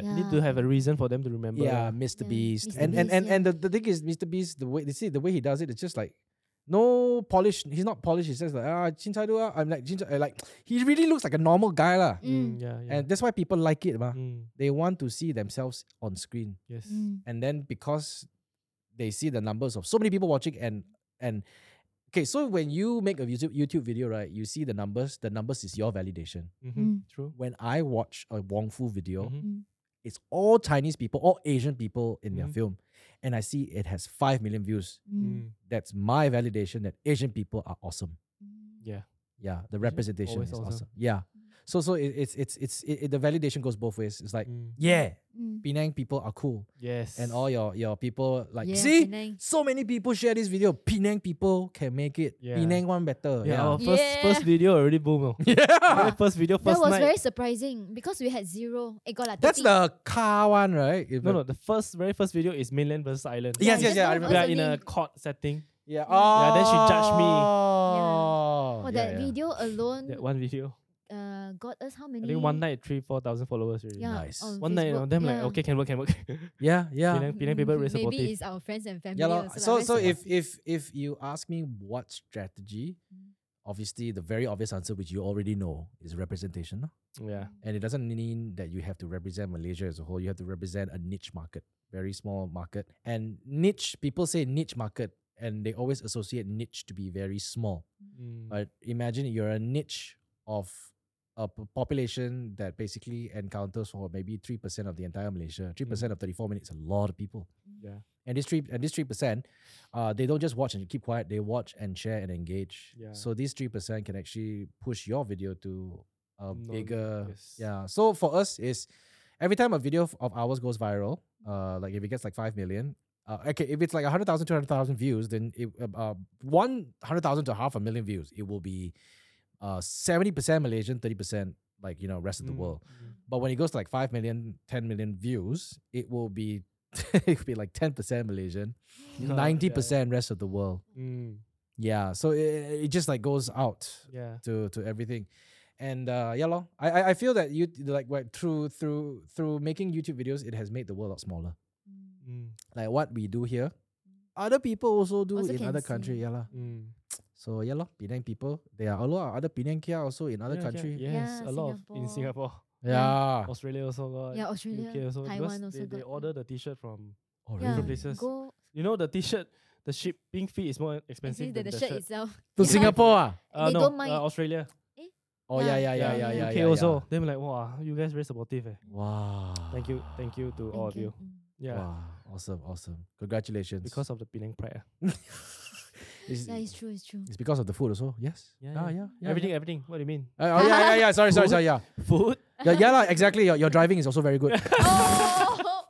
[SPEAKER 2] Ca- Need to have a reason for them to remember.
[SPEAKER 1] yeah,
[SPEAKER 2] lah.
[SPEAKER 1] Mr.
[SPEAKER 3] Yeah,
[SPEAKER 1] Beast.
[SPEAKER 3] Mr.
[SPEAKER 1] And and
[SPEAKER 3] Beast,
[SPEAKER 1] and,
[SPEAKER 3] yeah.
[SPEAKER 1] and the, the thing is Mr. Beast, the way you see the way he does it, it's just like no polish. He's not polished. He's just like ah Chin Chai do ah." I'm like Chin Chai, like he really looks like a normal guy lah.
[SPEAKER 2] Mm,
[SPEAKER 3] Mm,
[SPEAKER 2] yeah, yeah.
[SPEAKER 1] And uh, that's why people like it, ma.
[SPEAKER 2] Mm,
[SPEAKER 1] They want to see themselves on screen.
[SPEAKER 2] yes.
[SPEAKER 3] mm,
[SPEAKER 1] And then because they see the numbers of so many people watching and and okay, so when you make a YouTube YouTube video, right, you see the numbers, the numbers is your validation.
[SPEAKER 2] Mm-hmm.
[SPEAKER 3] Mm.
[SPEAKER 2] True.
[SPEAKER 1] When I watch a Wong Fu video,
[SPEAKER 2] Mhm.
[SPEAKER 3] mm.
[SPEAKER 1] it's all Chinese people, all Asian people in their
[SPEAKER 2] Mhm.
[SPEAKER 1] film. And I see it has 5 million views.
[SPEAKER 3] Mm.
[SPEAKER 2] Mm,
[SPEAKER 1] That's my validation that Asian people are awesome.
[SPEAKER 3] Mm.
[SPEAKER 2] Yeah.
[SPEAKER 1] Yeah, the representation
[SPEAKER 2] always
[SPEAKER 1] is awesome.
[SPEAKER 2] awesome.
[SPEAKER 1] Yeah. So so it, it's it's it's it, it- the validation goes both ways. It's like,
[SPEAKER 2] Mm.
[SPEAKER 1] yeah,
[SPEAKER 3] Mm.
[SPEAKER 1] Penang people are cool.
[SPEAKER 2] Yes.
[SPEAKER 1] And all your your people like,
[SPEAKER 3] Yeah,
[SPEAKER 1] see,
[SPEAKER 3] Penang.
[SPEAKER 1] so many people share this video. Penang people can make it.
[SPEAKER 2] Yeah.
[SPEAKER 1] Penang one better.
[SPEAKER 2] yeah,
[SPEAKER 1] Yeah.
[SPEAKER 2] Our first
[SPEAKER 3] Yeah.
[SPEAKER 2] first video already boom. oh.
[SPEAKER 1] Yeah.
[SPEAKER 2] Our first video
[SPEAKER 3] That
[SPEAKER 2] first
[SPEAKER 3] was
[SPEAKER 2] night.
[SPEAKER 3] very surprising because we had zero. It got like
[SPEAKER 1] That's
[SPEAKER 3] 30.
[SPEAKER 1] the car one, right? If
[SPEAKER 2] no,
[SPEAKER 1] it-
[SPEAKER 2] no. The first very first video is mainland versus island.
[SPEAKER 1] Yes,
[SPEAKER 3] Yeah,
[SPEAKER 1] yes,
[SPEAKER 3] just
[SPEAKER 1] yeah, I
[SPEAKER 3] one
[SPEAKER 1] remember.
[SPEAKER 2] We are in
[SPEAKER 3] person
[SPEAKER 2] a
[SPEAKER 3] only.
[SPEAKER 2] court setting.
[SPEAKER 1] Yeah.
[SPEAKER 2] Yeah, then she judged me.
[SPEAKER 1] Oh.
[SPEAKER 3] Oh,
[SPEAKER 1] Yeah,
[SPEAKER 3] that
[SPEAKER 1] yeah.
[SPEAKER 3] video alone
[SPEAKER 2] That one video.
[SPEAKER 3] uh, got us how many?
[SPEAKER 2] I think one night three four thousand followers already.
[SPEAKER 3] Mm. Yeah,
[SPEAKER 1] Nice.
[SPEAKER 3] on
[SPEAKER 2] One night, you know,
[SPEAKER 3] Facebook,
[SPEAKER 2] them like
[SPEAKER 3] yeah. Mm,
[SPEAKER 2] okay, can work, can work.
[SPEAKER 1] Yeah, yeah.
[SPEAKER 2] Penang, Penang people very supportive.
[SPEAKER 3] Maybe it's our friends and family.
[SPEAKER 1] yeah, lor.
[SPEAKER 3] also,
[SPEAKER 1] so
[SPEAKER 3] like,
[SPEAKER 1] so
[SPEAKER 3] very
[SPEAKER 1] if if if you ask me what strategy,
[SPEAKER 3] Mm.
[SPEAKER 1] obviously the very obvious answer which you already know is representation. lah.
[SPEAKER 2] yeah.
[SPEAKER 1] And it doesn't mean that you have to represent Malaysia as a whole. You have to represent a niche market, very small market. And niche people say niche market and they always associate niche to be very small.
[SPEAKER 2] Mm.
[SPEAKER 1] But imagine you're a niche of a p- population that basically encounters for maybe 3% of the entire Malaysia. 3% of 34 minutes is a lot of people.
[SPEAKER 2] Yeah.
[SPEAKER 1] And this three and this three percent, uh, they don't just watch and keep quiet. They watch and share and engage.
[SPEAKER 2] Yeah.
[SPEAKER 1] So these three percent can actually push your video to a
[SPEAKER 2] No,
[SPEAKER 1] bigger.
[SPEAKER 2] yes.
[SPEAKER 1] Yeah. So for us, is every time a video f- of ours goes viral, uh, like if it gets like five million, uh, okay, if it's like 100,000, 200,000 views, then it, uh, uh, one hundred thousand to half a million views, it will be uh seventy percent Malaysian, thirty percent like you know rest of the
[SPEAKER 2] Mm,
[SPEAKER 1] world.
[SPEAKER 2] mm.
[SPEAKER 1] But when it goes to like 5 million, 10 million views, it will be it will be like 10% Malaysian,
[SPEAKER 2] Oh, Yeah,
[SPEAKER 1] 90% rest of the world.
[SPEAKER 2] Mm,
[SPEAKER 1] Yeah. So it, it just like goes out
[SPEAKER 2] yeah.
[SPEAKER 1] to to everything. And uh yeah, lor. I I- I feel that you like what through through through making YouTube videos, it has made the world a lot smaller.
[SPEAKER 3] Mm.
[SPEAKER 2] Mm,
[SPEAKER 1] Like what we do here, other people also do
[SPEAKER 3] Also
[SPEAKER 1] in
[SPEAKER 3] can
[SPEAKER 1] other
[SPEAKER 3] see.
[SPEAKER 1] country, yeah. lah.
[SPEAKER 2] mm.
[SPEAKER 1] So yeah, lor, Penang people, there are a lot of other Penang kia also in other
[SPEAKER 2] Yeah, yeah,
[SPEAKER 1] country. Ah.
[SPEAKER 2] Yes,
[SPEAKER 3] Yeah,
[SPEAKER 2] a lot of in
[SPEAKER 3] Singapore.
[SPEAKER 2] Singapore,
[SPEAKER 1] Yeah.
[SPEAKER 2] Australia also got.
[SPEAKER 3] Yeah, Australia,
[SPEAKER 2] UK also because
[SPEAKER 3] Taiwan also
[SPEAKER 2] they,
[SPEAKER 3] got.
[SPEAKER 2] they order the T-shirt from.
[SPEAKER 1] Oh,
[SPEAKER 3] yeah.
[SPEAKER 2] different places.
[SPEAKER 3] Go
[SPEAKER 2] You know the T-shirt, the shipping fee is more
[SPEAKER 3] and see
[SPEAKER 2] expensive
[SPEAKER 3] the,
[SPEAKER 2] than
[SPEAKER 3] the
[SPEAKER 2] the,
[SPEAKER 3] shirt
[SPEAKER 2] shirt.
[SPEAKER 3] itself.
[SPEAKER 1] To
[SPEAKER 3] Yeah.
[SPEAKER 1] Singapore. ah?
[SPEAKER 2] uh,
[SPEAKER 3] they
[SPEAKER 2] no,
[SPEAKER 3] don't mind.
[SPEAKER 2] Uh, Australia.
[SPEAKER 1] Oh yeah, yeah, yeah, yeah, yeah.
[SPEAKER 2] UK
[SPEAKER 1] yeah,
[SPEAKER 2] also.
[SPEAKER 1] yeah.
[SPEAKER 2] Them like wow, you guys very supportive. Eh.
[SPEAKER 1] Wow.
[SPEAKER 2] Thank you, thank you to all of you. Yeah,
[SPEAKER 1] Wow. Awesome. Awesome. Congratulations.
[SPEAKER 2] because of the Penang pride. eh.
[SPEAKER 1] it's,
[SPEAKER 3] Yeah, it's true, it's true.
[SPEAKER 1] it's because of the food also. Yes.
[SPEAKER 2] Yeah,
[SPEAKER 1] Ah,
[SPEAKER 2] yeah.
[SPEAKER 1] yeah. yeah,
[SPEAKER 2] everything,
[SPEAKER 1] Yeah.
[SPEAKER 2] everything. What do you mean?
[SPEAKER 1] Uh, oh yeah, yeah, yeah. Sorry, sorry, sorry. Yeah.
[SPEAKER 2] Food.
[SPEAKER 1] Yeah, yeah lah, exactly. Your, your driving is also very good.
[SPEAKER 3] oh!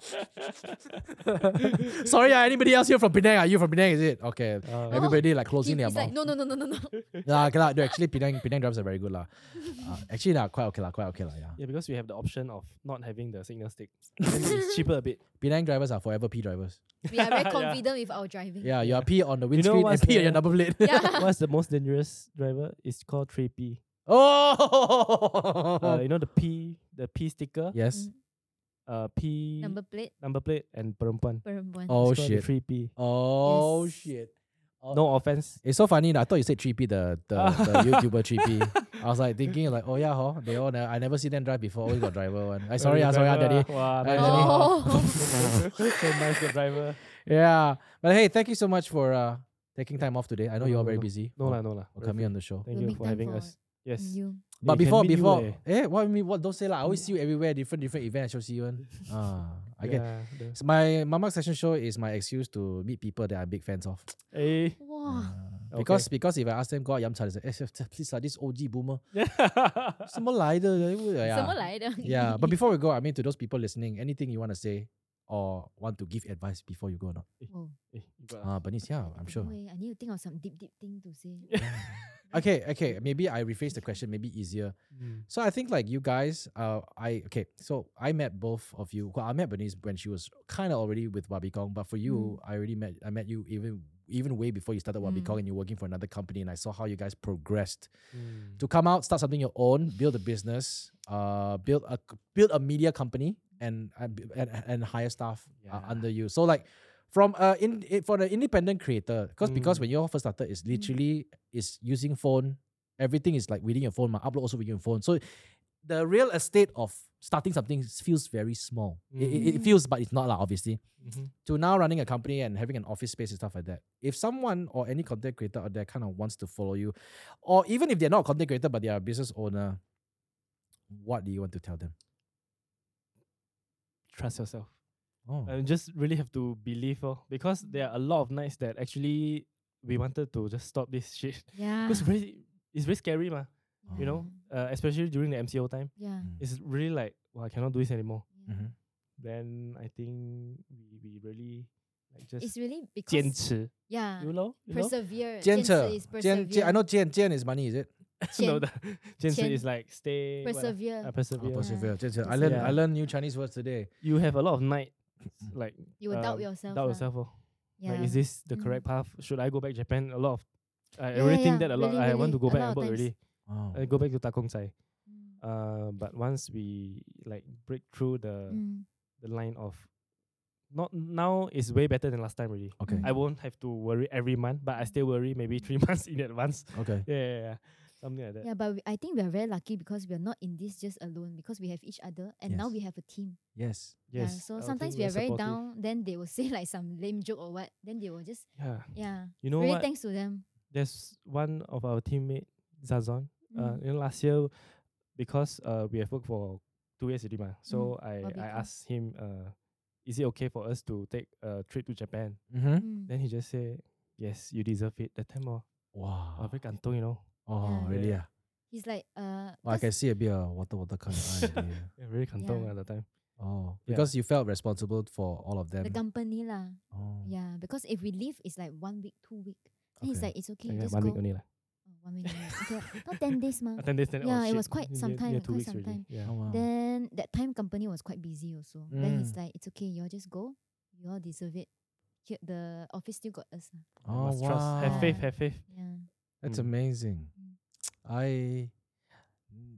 [SPEAKER 1] Sorry, uh, anybody else here from Penang? Are you from Penang? Is it okay?
[SPEAKER 2] Uh,
[SPEAKER 3] Oh,
[SPEAKER 1] Everybody like
[SPEAKER 3] He-
[SPEAKER 1] closing their
[SPEAKER 3] he's like,
[SPEAKER 1] mouth.
[SPEAKER 3] no, no, no, no, no, no.
[SPEAKER 1] Nah, okay, lah. No, actually, Penang Penang drivers are very good lah. Uh, actually, nah, quite okay lah, quite okay lah. Yeah.
[SPEAKER 2] yeah, because we have the option of not having the signal stick. Then it's cheaper a bit.
[SPEAKER 1] Penang drivers are forever P drivers.
[SPEAKER 3] We are very
[SPEAKER 2] Yeah.
[SPEAKER 3] confident with our driving.
[SPEAKER 1] Yeah, you are P on the
[SPEAKER 2] know
[SPEAKER 1] windscreen and
[SPEAKER 2] what's
[SPEAKER 1] P on your
[SPEAKER 2] the-
[SPEAKER 1] number plate.
[SPEAKER 3] Yeah.
[SPEAKER 2] What's the most dangerous driver? It's called 3P.
[SPEAKER 1] oh,
[SPEAKER 2] Uh, you know the P, the P sticker,
[SPEAKER 1] yes.
[SPEAKER 3] Mm.
[SPEAKER 2] uh, P number,
[SPEAKER 3] Number
[SPEAKER 2] plate,
[SPEAKER 3] plate,
[SPEAKER 2] and perempuan.
[SPEAKER 3] perempuan.
[SPEAKER 1] Oh
[SPEAKER 2] It's called the
[SPEAKER 1] shit.
[SPEAKER 2] 3P.
[SPEAKER 1] Oh
[SPEAKER 3] Yes.
[SPEAKER 1] shit. Oh.
[SPEAKER 2] No offense.
[SPEAKER 1] It's so funny. I thought you said 3P, the the, the YouTuber 3P. I was like thinking like, oh yeah, ho, they all. Ne- I never see them drive before. Always got driver one. I
[SPEAKER 2] Oh,
[SPEAKER 1] sorry, ah, sorry, ah, daddy.
[SPEAKER 2] Wow,
[SPEAKER 1] Ah,
[SPEAKER 2] nice
[SPEAKER 1] daddy.
[SPEAKER 3] Oh.
[SPEAKER 2] so nice the driver.
[SPEAKER 1] Yeah, but hey, thank you so much for uh taking time off today. I know
[SPEAKER 2] No,
[SPEAKER 1] you are
[SPEAKER 2] no,
[SPEAKER 1] very busy.
[SPEAKER 2] No
[SPEAKER 1] for-
[SPEAKER 2] lah, no lah.
[SPEAKER 1] for coming on the show.
[SPEAKER 2] Thank
[SPEAKER 3] We'll
[SPEAKER 2] you
[SPEAKER 3] make
[SPEAKER 2] for
[SPEAKER 3] time
[SPEAKER 2] having
[SPEAKER 3] for
[SPEAKER 2] us. Yes.
[SPEAKER 3] You.
[SPEAKER 1] But
[SPEAKER 2] we can
[SPEAKER 1] before,
[SPEAKER 2] meet you,
[SPEAKER 1] before,
[SPEAKER 2] eh.
[SPEAKER 1] eh, what me? What don't say lah. I always see you everywhere, different different events. I shall see you one. Ah, I get.
[SPEAKER 2] Yeah, the-
[SPEAKER 1] So my Mama Session Show is my excuse to meet people that I'm big fans of. Ah.
[SPEAKER 2] Eh,
[SPEAKER 1] Hmm.
[SPEAKER 2] okay.
[SPEAKER 3] Wow.
[SPEAKER 1] Because because if I ask them go out yum cha, they say, eh, please lah, this OG boomer.
[SPEAKER 2] Yeah.
[SPEAKER 1] 什么来的? Yeah.
[SPEAKER 3] 什么来的？
[SPEAKER 1] Yeah, but before we go, I mean, to those people listening, anything you want to say or want to give advice before you go or not?
[SPEAKER 3] Oh,
[SPEAKER 2] Eh, you got
[SPEAKER 1] Uh, Bernice, yeah, I'm sure.
[SPEAKER 3] wait, I need to think of some deep, deep thing to say.
[SPEAKER 1] Okay, okay, maybe I rephrase the question, maybe easier.
[SPEAKER 2] us. Mm.
[SPEAKER 1] So I think like you guys, uh, I okay, so I met both of you. Well, I met Bernice when she was kind of already with Wabicong, but for you, I already met I met you even even way before you started Wabicong
[SPEAKER 3] Mm.
[SPEAKER 1] and you're working for another company, and I saw how you guys progressed
[SPEAKER 2] Mm.
[SPEAKER 1] to come out, start something your own, build a business, uh, build a c- build a media company, and and and, and hire staff uh,
[SPEAKER 2] Yeah.
[SPEAKER 1] under you. So like from uh in it, for the independent creator, because because
[SPEAKER 2] Mm.
[SPEAKER 1] when you all first started, it's literally is using phone. Everything is like within your phone. My upload also within your phone. So the real estate of starting something s- feels very small. It- It, it
[SPEAKER 3] Mm.
[SPEAKER 1] feels, but it's not like obviously
[SPEAKER 2] Mhm.
[SPEAKER 1] to now running a company and having an office space and stuff like that. If someone or any content creator out there kind of wants to follow you, or even if they're not a content creator but they are a business owner, what do you want to tell them?
[SPEAKER 2] Trust yourself.
[SPEAKER 1] Oh,
[SPEAKER 2] I just really have to believe, oh, because there are a lot of nights that actually we wanted to just stop this shit.
[SPEAKER 3] Yeah.
[SPEAKER 2] Because very, it's very scary, ma. You
[SPEAKER 1] Oh.
[SPEAKER 2] know, uh, especially during the MCO time,
[SPEAKER 3] Yeah.
[SPEAKER 2] it's really like, well, I cannot do this anymore.
[SPEAKER 3] yeah.
[SPEAKER 1] Mhm.
[SPEAKER 2] Then I think we we really like
[SPEAKER 3] It's
[SPEAKER 2] just
[SPEAKER 3] really uh, because
[SPEAKER 2] 坚持,
[SPEAKER 3] yeah,
[SPEAKER 2] you know, you know.
[SPEAKER 3] persevere. 坚持
[SPEAKER 1] Jian-che.
[SPEAKER 3] is
[SPEAKER 1] Jian- Jian- I
[SPEAKER 3] persevere.
[SPEAKER 1] know Jian, Jian is money, is it?
[SPEAKER 2] no,
[SPEAKER 3] 坚-
[SPEAKER 2] the 坚持
[SPEAKER 3] 坚-
[SPEAKER 2] is like stay what ah?
[SPEAKER 3] Persevere.
[SPEAKER 2] Uh, persevere.
[SPEAKER 1] Oh, persevere. Jian-che. I
[SPEAKER 3] Yeah.
[SPEAKER 1] learned I
[SPEAKER 2] Yeah.
[SPEAKER 1] learned new Chinese words today.
[SPEAKER 2] You have a lot of night, like
[SPEAKER 3] You will doubt
[SPEAKER 2] um,
[SPEAKER 3] yourself.
[SPEAKER 2] doubt
[SPEAKER 3] lah.
[SPEAKER 2] yourself. Oh.
[SPEAKER 3] Yeah.
[SPEAKER 2] Like, is this the
[SPEAKER 3] Mm.
[SPEAKER 2] correct path? Should I go back Japan? A lot of, I
[SPEAKER 3] Yeah,
[SPEAKER 2] already
[SPEAKER 3] yeah,
[SPEAKER 2] think
[SPEAKER 3] yeah.
[SPEAKER 2] that a lot.
[SPEAKER 3] Really,
[SPEAKER 2] I want to go
[SPEAKER 3] really. A
[SPEAKER 2] back
[SPEAKER 3] lot of
[SPEAKER 2] about
[SPEAKER 3] times.
[SPEAKER 2] already.
[SPEAKER 1] Wow.
[SPEAKER 2] I go back to Takong Sai.
[SPEAKER 3] Mm.
[SPEAKER 2] Uh, but once we like break through the
[SPEAKER 3] Mm.
[SPEAKER 2] the line of, not now is way better than last time already.
[SPEAKER 1] Okay.
[SPEAKER 2] I won't have to worry every month, but I still worry maybe three months in advance.
[SPEAKER 1] Okay.
[SPEAKER 2] Yeah, yeah, yeah. something like that.
[SPEAKER 3] Yeah, but we, I think we are very lucky because we are not in this just alone because we have each other and now
[SPEAKER 1] Yes.
[SPEAKER 3] we have a team.
[SPEAKER 1] Yes.
[SPEAKER 3] Yeah,
[SPEAKER 2] Yes. I
[SPEAKER 3] so
[SPEAKER 2] would
[SPEAKER 3] sometimes
[SPEAKER 2] think
[SPEAKER 3] we are
[SPEAKER 2] we're
[SPEAKER 3] very
[SPEAKER 2] supportive.
[SPEAKER 3] down. Then they will say like some lame joke or what. Then they will just
[SPEAKER 2] Yeah.
[SPEAKER 3] yeah.
[SPEAKER 2] You know
[SPEAKER 3] really
[SPEAKER 2] what?
[SPEAKER 3] thanks to them.
[SPEAKER 2] There's one of our teammate Zazon. Uh, you
[SPEAKER 3] Mm.
[SPEAKER 2] know, last year because uh we have worked for two years already,
[SPEAKER 3] Mm.
[SPEAKER 2] mah, so
[SPEAKER 3] Barbie
[SPEAKER 2] I I
[SPEAKER 3] girl.
[SPEAKER 2] asked him uh, is it okay for us to take a trip to Japan?
[SPEAKER 1] Mm-hmm.
[SPEAKER 3] Mm.
[SPEAKER 2] Then he just said, yes, you deserve it. That time, oh, I
[SPEAKER 1] Wow.
[SPEAKER 2] very感动, you know.
[SPEAKER 1] Oh,
[SPEAKER 3] Yeah.
[SPEAKER 1] really? Yeah.
[SPEAKER 2] Yeah.
[SPEAKER 3] He's like uh.
[SPEAKER 1] Well, I can
[SPEAKER 3] because-
[SPEAKER 1] see a bit of water, water coming out of you.
[SPEAKER 2] Yeah, very 感动
[SPEAKER 3] Yeah.
[SPEAKER 2] at the time.
[SPEAKER 1] Oh,
[SPEAKER 2] Yeah.
[SPEAKER 1] because you felt responsible for all of them.
[SPEAKER 3] the company lah.
[SPEAKER 1] oh.
[SPEAKER 3] Yeah, because if we leave, it's like one week, two week. Then he's
[SPEAKER 1] Okay.
[SPEAKER 3] like, it's okay,
[SPEAKER 2] Like, uh,
[SPEAKER 3] just
[SPEAKER 2] one
[SPEAKER 3] go.
[SPEAKER 2] week only lah.
[SPEAKER 3] Oh, one week. only. okay, not ten days, mah.
[SPEAKER 2] Attend this, then, oh,
[SPEAKER 3] Yeah, it
[SPEAKER 2] shit,
[SPEAKER 3] was quite some
[SPEAKER 2] near-
[SPEAKER 3] time,
[SPEAKER 2] near two
[SPEAKER 3] quite
[SPEAKER 2] weeks
[SPEAKER 3] some
[SPEAKER 2] already.
[SPEAKER 3] time.
[SPEAKER 2] Yeah.
[SPEAKER 1] Oh, wow.
[SPEAKER 3] Then that time company was quite busy also. Then he's
[SPEAKER 1] Mm.
[SPEAKER 3] like, it's okay, you all just go. You all deserve it. Here, the office still got us. ah.
[SPEAKER 1] oh,
[SPEAKER 2] Must
[SPEAKER 1] wow.
[SPEAKER 2] trust. Have faith.
[SPEAKER 3] Yeah.
[SPEAKER 2] Have faith.
[SPEAKER 3] Yeah.
[SPEAKER 1] That's
[SPEAKER 2] Mm.
[SPEAKER 1] amazing.
[SPEAKER 3] Mm.
[SPEAKER 1] I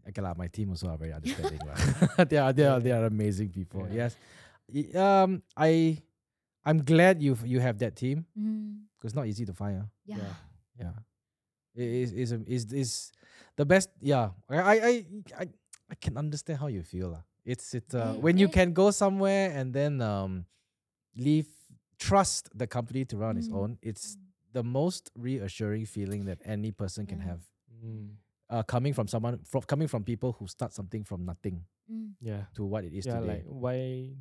[SPEAKER 1] okay lah. My team also are very understanding lah. they are they are they are amazing people.
[SPEAKER 2] Yeah.
[SPEAKER 1] Yes. Y- Um. I I'm glad you you have that team
[SPEAKER 3] Mm.
[SPEAKER 1] 'cause it's not easy to find. ah.
[SPEAKER 3] Yeah.
[SPEAKER 2] Yeah.
[SPEAKER 1] Yeah. It is is a- is is the best. Yeah. I I I I, I can understand how you feel lah. It's it uh,
[SPEAKER 3] Yeah,
[SPEAKER 1] when you
[SPEAKER 3] Mm,
[SPEAKER 1] can
[SPEAKER 3] right?
[SPEAKER 1] go somewhere and then um leave trust the company to run its
[SPEAKER 3] Mm.
[SPEAKER 1] own. It's
[SPEAKER 3] Mm.
[SPEAKER 1] the most reassuring feeling that any person can
[SPEAKER 3] Yeah.
[SPEAKER 1] have.
[SPEAKER 2] Mm.
[SPEAKER 1] uh, coming from someone from coming from people who start something from nothing
[SPEAKER 3] Mm.
[SPEAKER 2] Yeah.
[SPEAKER 1] to what it is
[SPEAKER 2] Yeah.
[SPEAKER 1] today.
[SPEAKER 2] Like, why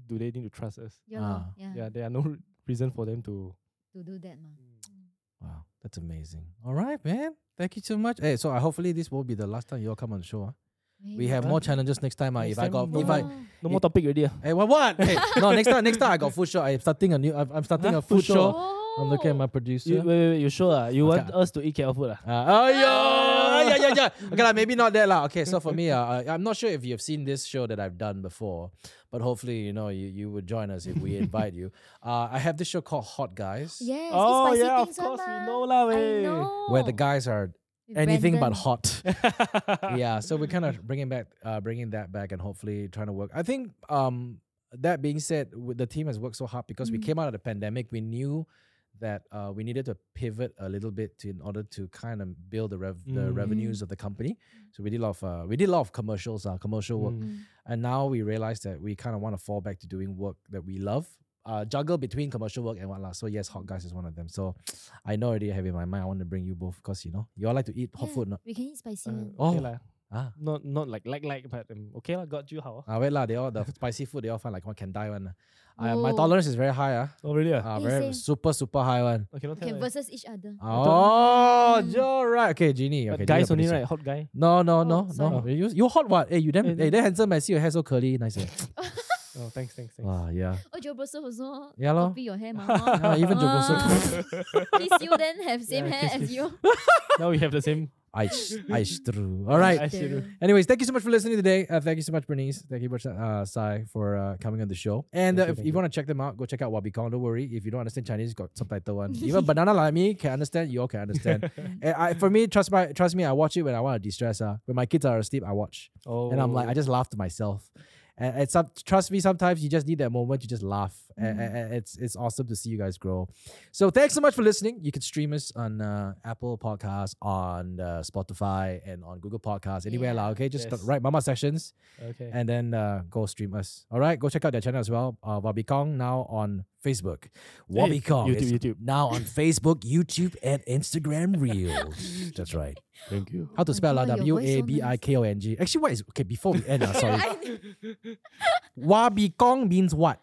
[SPEAKER 2] do they need to trust us?
[SPEAKER 3] Yeah, lor,
[SPEAKER 1] Ah,
[SPEAKER 3] yeah,
[SPEAKER 2] Yeah, there are no reason for them to.
[SPEAKER 3] to do that, mah.
[SPEAKER 1] wow, that's amazing. All right, man. Thank you so much. Hey, so uh, hopefully this won't be the last time you all come on the show. Huh? We have
[SPEAKER 2] Huh?
[SPEAKER 1] more challenges next time. ah.
[SPEAKER 2] Next
[SPEAKER 1] if I
[SPEAKER 2] time
[SPEAKER 1] got,
[SPEAKER 2] no
[SPEAKER 1] if I,
[SPEAKER 2] more. No more topic already. ah.
[SPEAKER 1] hey, what, what? Hey, no, next time, next time I got food show. I'm starting a new. I'm I'm starting
[SPEAKER 2] Huh?
[SPEAKER 1] a food,
[SPEAKER 2] Food
[SPEAKER 3] Oh.
[SPEAKER 1] show.
[SPEAKER 2] show?
[SPEAKER 1] Oh, I'm looking at my producer.
[SPEAKER 2] You, wait, wait, wait, you sure? ah? You want
[SPEAKER 1] Okay.
[SPEAKER 2] us to eat KL food? ah?
[SPEAKER 1] Uh, oh yeah, yeah, yeah, yeah. Okay, like, maybe not that lah. Okay, so for me, uh, I- I'm not sure if you've seen this show that I've done before, but hopefully, you know, you, you would join us if we invite you. Uh, I have this show called Hot Guys,
[SPEAKER 3] Yes,
[SPEAKER 2] Oh,
[SPEAKER 3] it's spicy
[SPEAKER 2] yeah, of
[SPEAKER 3] things one
[SPEAKER 2] course, we
[SPEAKER 3] mah.
[SPEAKER 2] know lah,
[SPEAKER 3] I
[SPEAKER 2] weh.
[SPEAKER 3] know.
[SPEAKER 1] where the guys are
[SPEAKER 3] With
[SPEAKER 1] anything but
[SPEAKER 3] Brandon.
[SPEAKER 1] hot. yeah, so we're kind of bringing back, uh, bringing that back, and hopefully trying to work. I think um, that being said, w- the team has worked so hard because we
[SPEAKER 3] Mm.
[SPEAKER 1] came out of the pandemic. We knew that uh, we needed to pivot a little bit to, in order to kind of build the, rev- the
[SPEAKER 2] Mm.
[SPEAKER 1] revenues of the company. So we did a lot of uh, we did a lot of commercials, uh, commercial work,
[SPEAKER 2] Mm.
[SPEAKER 3] Mm.
[SPEAKER 1] and now we realize that we kind of want to fall back to doing work that we love. Uh, juggle between commercial work and whatnot. So yes, hot guys is one of them. So I know already I have in my mind. I want to bring you both because you know you all like to eat hot
[SPEAKER 3] Yeah,
[SPEAKER 1] food. No?
[SPEAKER 3] We can eat spicy.
[SPEAKER 2] Uh,
[SPEAKER 3] one.
[SPEAKER 1] Oh.
[SPEAKER 2] okay lah.
[SPEAKER 1] Ah,
[SPEAKER 2] Not not like like like, but um, okay lah. Got you how? ah?
[SPEAKER 1] Ah, wait lah, they all the spicy food they all find like one can die one. Uh, my
[SPEAKER 3] Whoa.
[SPEAKER 1] tolerance is very high ah,
[SPEAKER 2] Oh really? ah?
[SPEAKER 1] uh,
[SPEAKER 3] Eh,
[SPEAKER 1] very
[SPEAKER 3] same.
[SPEAKER 1] super super high one.
[SPEAKER 2] Okay, not
[SPEAKER 3] Okay, versus each other.
[SPEAKER 1] Ah. Oh,
[SPEAKER 3] Mm.
[SPEAKER 1] you're right. Okay, Genie. Okay,
[SPEAKER 2] guys
[SPEAKER 1] Genie
[SPEAKER 2] only
[SPEAKER 1] the producer.
[SPEAKER 2] right, hot guy.
[SPEAKER 1] No, no,
[SPEAKER 3] Oh,
[SPEAKER 1] no,
[SPEAKER 3] sorry.
[SPEAKER 1] no. You, you hot what? Hey, you damn,
[SPEAKER 2] Eh,
[SPEAKER 1] hey, damn handsome. I see your hair so curly. Nice. eh.
[SPEAKER 2] Oh thanks, thanks, thanks.
[SPEAKER 1] Wow, yeah.
[SPEAKER 3] Oh, Joe Broseph also
[SPEAKER 1] Yeah lor.
[SPEAKER 3] copy your hair, mah.
[SPEAKER 1] Yeah, even Joe
[SPEAKER 3] Ah.
[SPEAKER 1] Broseph.
[SPEAKER 3] Please, you then have same
[SPEAKER 2] Yeah,
[SPEAKER 3] hair
[SPEAKER 2] kiss,
[SPEAKER 3] as
[SPEAKER 2] kiss.
[SPEAKER 3] you.
[SPEAKER 2] now we have the same.
[SPEAKER 1] I sh- I sh- true. All right.
[SPEAKER 2] I see.
[SPEAKER 3] True.
[SPEAKER 1] Anyways, thank you so much for listening today. Uh, thank you so much, Bernice. Thank you much, uh, Sai, for uh, coming on the show. And uh,
[SPEAKER 2] Thank you,
[SPEAKER 1] if,
[SPEAKER 2] thank
[SPEAKER 1] you
[SPEAKER 2] you.
[SPEAKER 1] want to check them out, go check out Wabicon. Don't worry. If you don't understand Chinese, it's got subtitle one. Even banana like me can understand, you all can understand. and I, for me, trust my trust me, I watch it when I want to de-stress. Uh. When my kids are asleep, I watch.
[SPEAKER 2] Oh.
[SPEAKER 1] And I'm like, I just laugh to myself. And, and some, trust me, sometimes you just need that moment. You just laugh. And, and-
[SPEAKER 2] Mm-hmm.
[SPEAKER 1] and it's it's awesome to see you guys grow. So thanks so much for listening. You can stream us on uh, Apple Podcasts, on uh, Spotify, and on Google Podcasts, anywhere
[SPEAKER 3] Yeah.
[SPEAKER 1] lah. Okay, just
[SPEAKER 2] Yes.
[SPEAKER 1] write Mama Sessions
[SPEAKER 2] Oh, okay.
[SPEAKER 1] and then uh, go stream us. All right, go check out their channel as well. Uh, Wabi Kong now on Facebook. Wabi Kong
[SPEAKER 2] YouTube,
[SPEAKER 1] is
[SPEAKER 2] YouTube.
[SPEAKER 1] now on Facebook, YouTube, and Instagram Reels. That's right.
[SPEAKER 2] Thank you.
[SPEAKER 1] How to spell uh,
[SPEAKER 3] Akiva, your
[SPEAKER 1] W
[SPEAKER 3] voice
[SPEAKER 1] A
[SPEAKER 3] so
[SPEAKER 1] B I K O N G. Actually, what is okay? Before we end, uh, sorry.
[SPEAKER 3] I know.
[SPEAKER 1] Wabikong means what?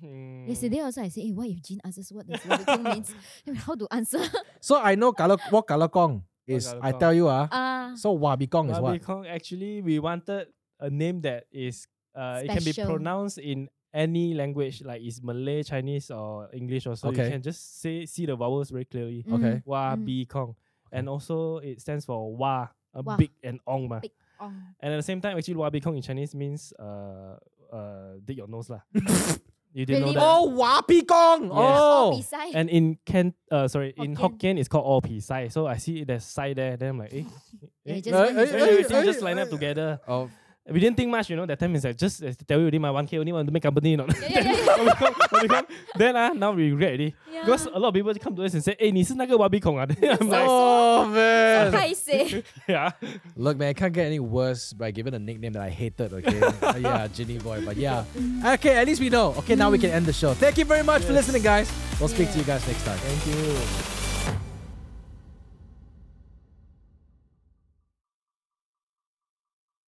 [SPEAKER 3] Yesterday also I said, hey, what if Jean asks us what does everything means? Then How to answer?
[SPEAKER 1] So I know kalo, what kalakong is. I
[SPEAKER 2] kalakong?
[SPEAKER 1] tell you ah.
[SPEAKER 3] Ah,
[SPEAKER 1] so wabikong is what?
[SPEAKER 2] Wabikong, actually, we wanted a name that is uh, it can be
[SPEAKER 3] Special.
[SPEAKER 2] pronounced in any language, like it's Malay, Chinese, or English. Or so
[SPEAKER 1] Okay.
[SPEAKER 2] you can just say see the vowels very clearly.
[SPEAKER 3] Mm.
[SPEAKER 1] Okay.
[SPEAKER 2] Wabikong, and also it stands for Wa, a
[SPEAKER 3] Wa.
[SPEAKER 2] big and Ong ma.
[SPEAKER 3] Big. Oh.
[SPEAKER 2] And at the same time, actually, Wabikong in Chinese means uh uh dig your nose lah. you didn't
[SPEAKER 3] Really?
[SPEAKER 2] know that.
[SPEAKER 1] Oh, wabikong.
[SPEAKER 3] Oh,
[SPEAKER 1] Oh.
[SPEAKER 3] beside.
[SPEAKER 2] And in Can uh sorry in
[SPEAKER 3] Hokkien.
[SPEAKER 2] Hokkien it's called all pi sai. So I see there's sai there. Then I'm like, eh,
[SPEAKER 3] Yeah,
[SPEAKER 2] eh,
[SPEAKER 3] just
[SPEAKER 1] Eh,
[SPEAKER 3] one
[SPEAKER 1] eh,
[SPEAKER 3] is
[SPEAKER 2] So
[SPEAKER 1] eh,
[SPEAKER 3] right.
[SPEAKER 2] everything just line up together.
[SPEAKER 1] Oh.
[SPEAKER 2] We didn't think much, you know. That time is like just uh, tell you already my one k only want to make company, not.
[SPEAKER 3] Yeah, yeah, yeah,
[SPEAKER 2] when we come- when we come- then ah, now we regret already
[SPEAKER 3] yeah.
[SPEAKER 2] because uh, a lot of people come to us and say, "Hey, 你是那个 Wabi Kong 啊?" Then I'm like,
[SPEAKER 1] Oh man.
[SPEAKER 3] Paiseh.
[SPEAKER 2] yeah.
[SPEAKER 1] Look, man, it can't get any worse by giving a nickname that I hated, okay? Uh, yeah, Ginny Boy, but yeah. Okay, at least we know. Okay, now we can end the show. Thank you very much for listening, guys. We'll speak to you
[SPEAKER 3] Yeah.
[SPEAKER 1] guys next time.
[SPEAKER 2] Thank you.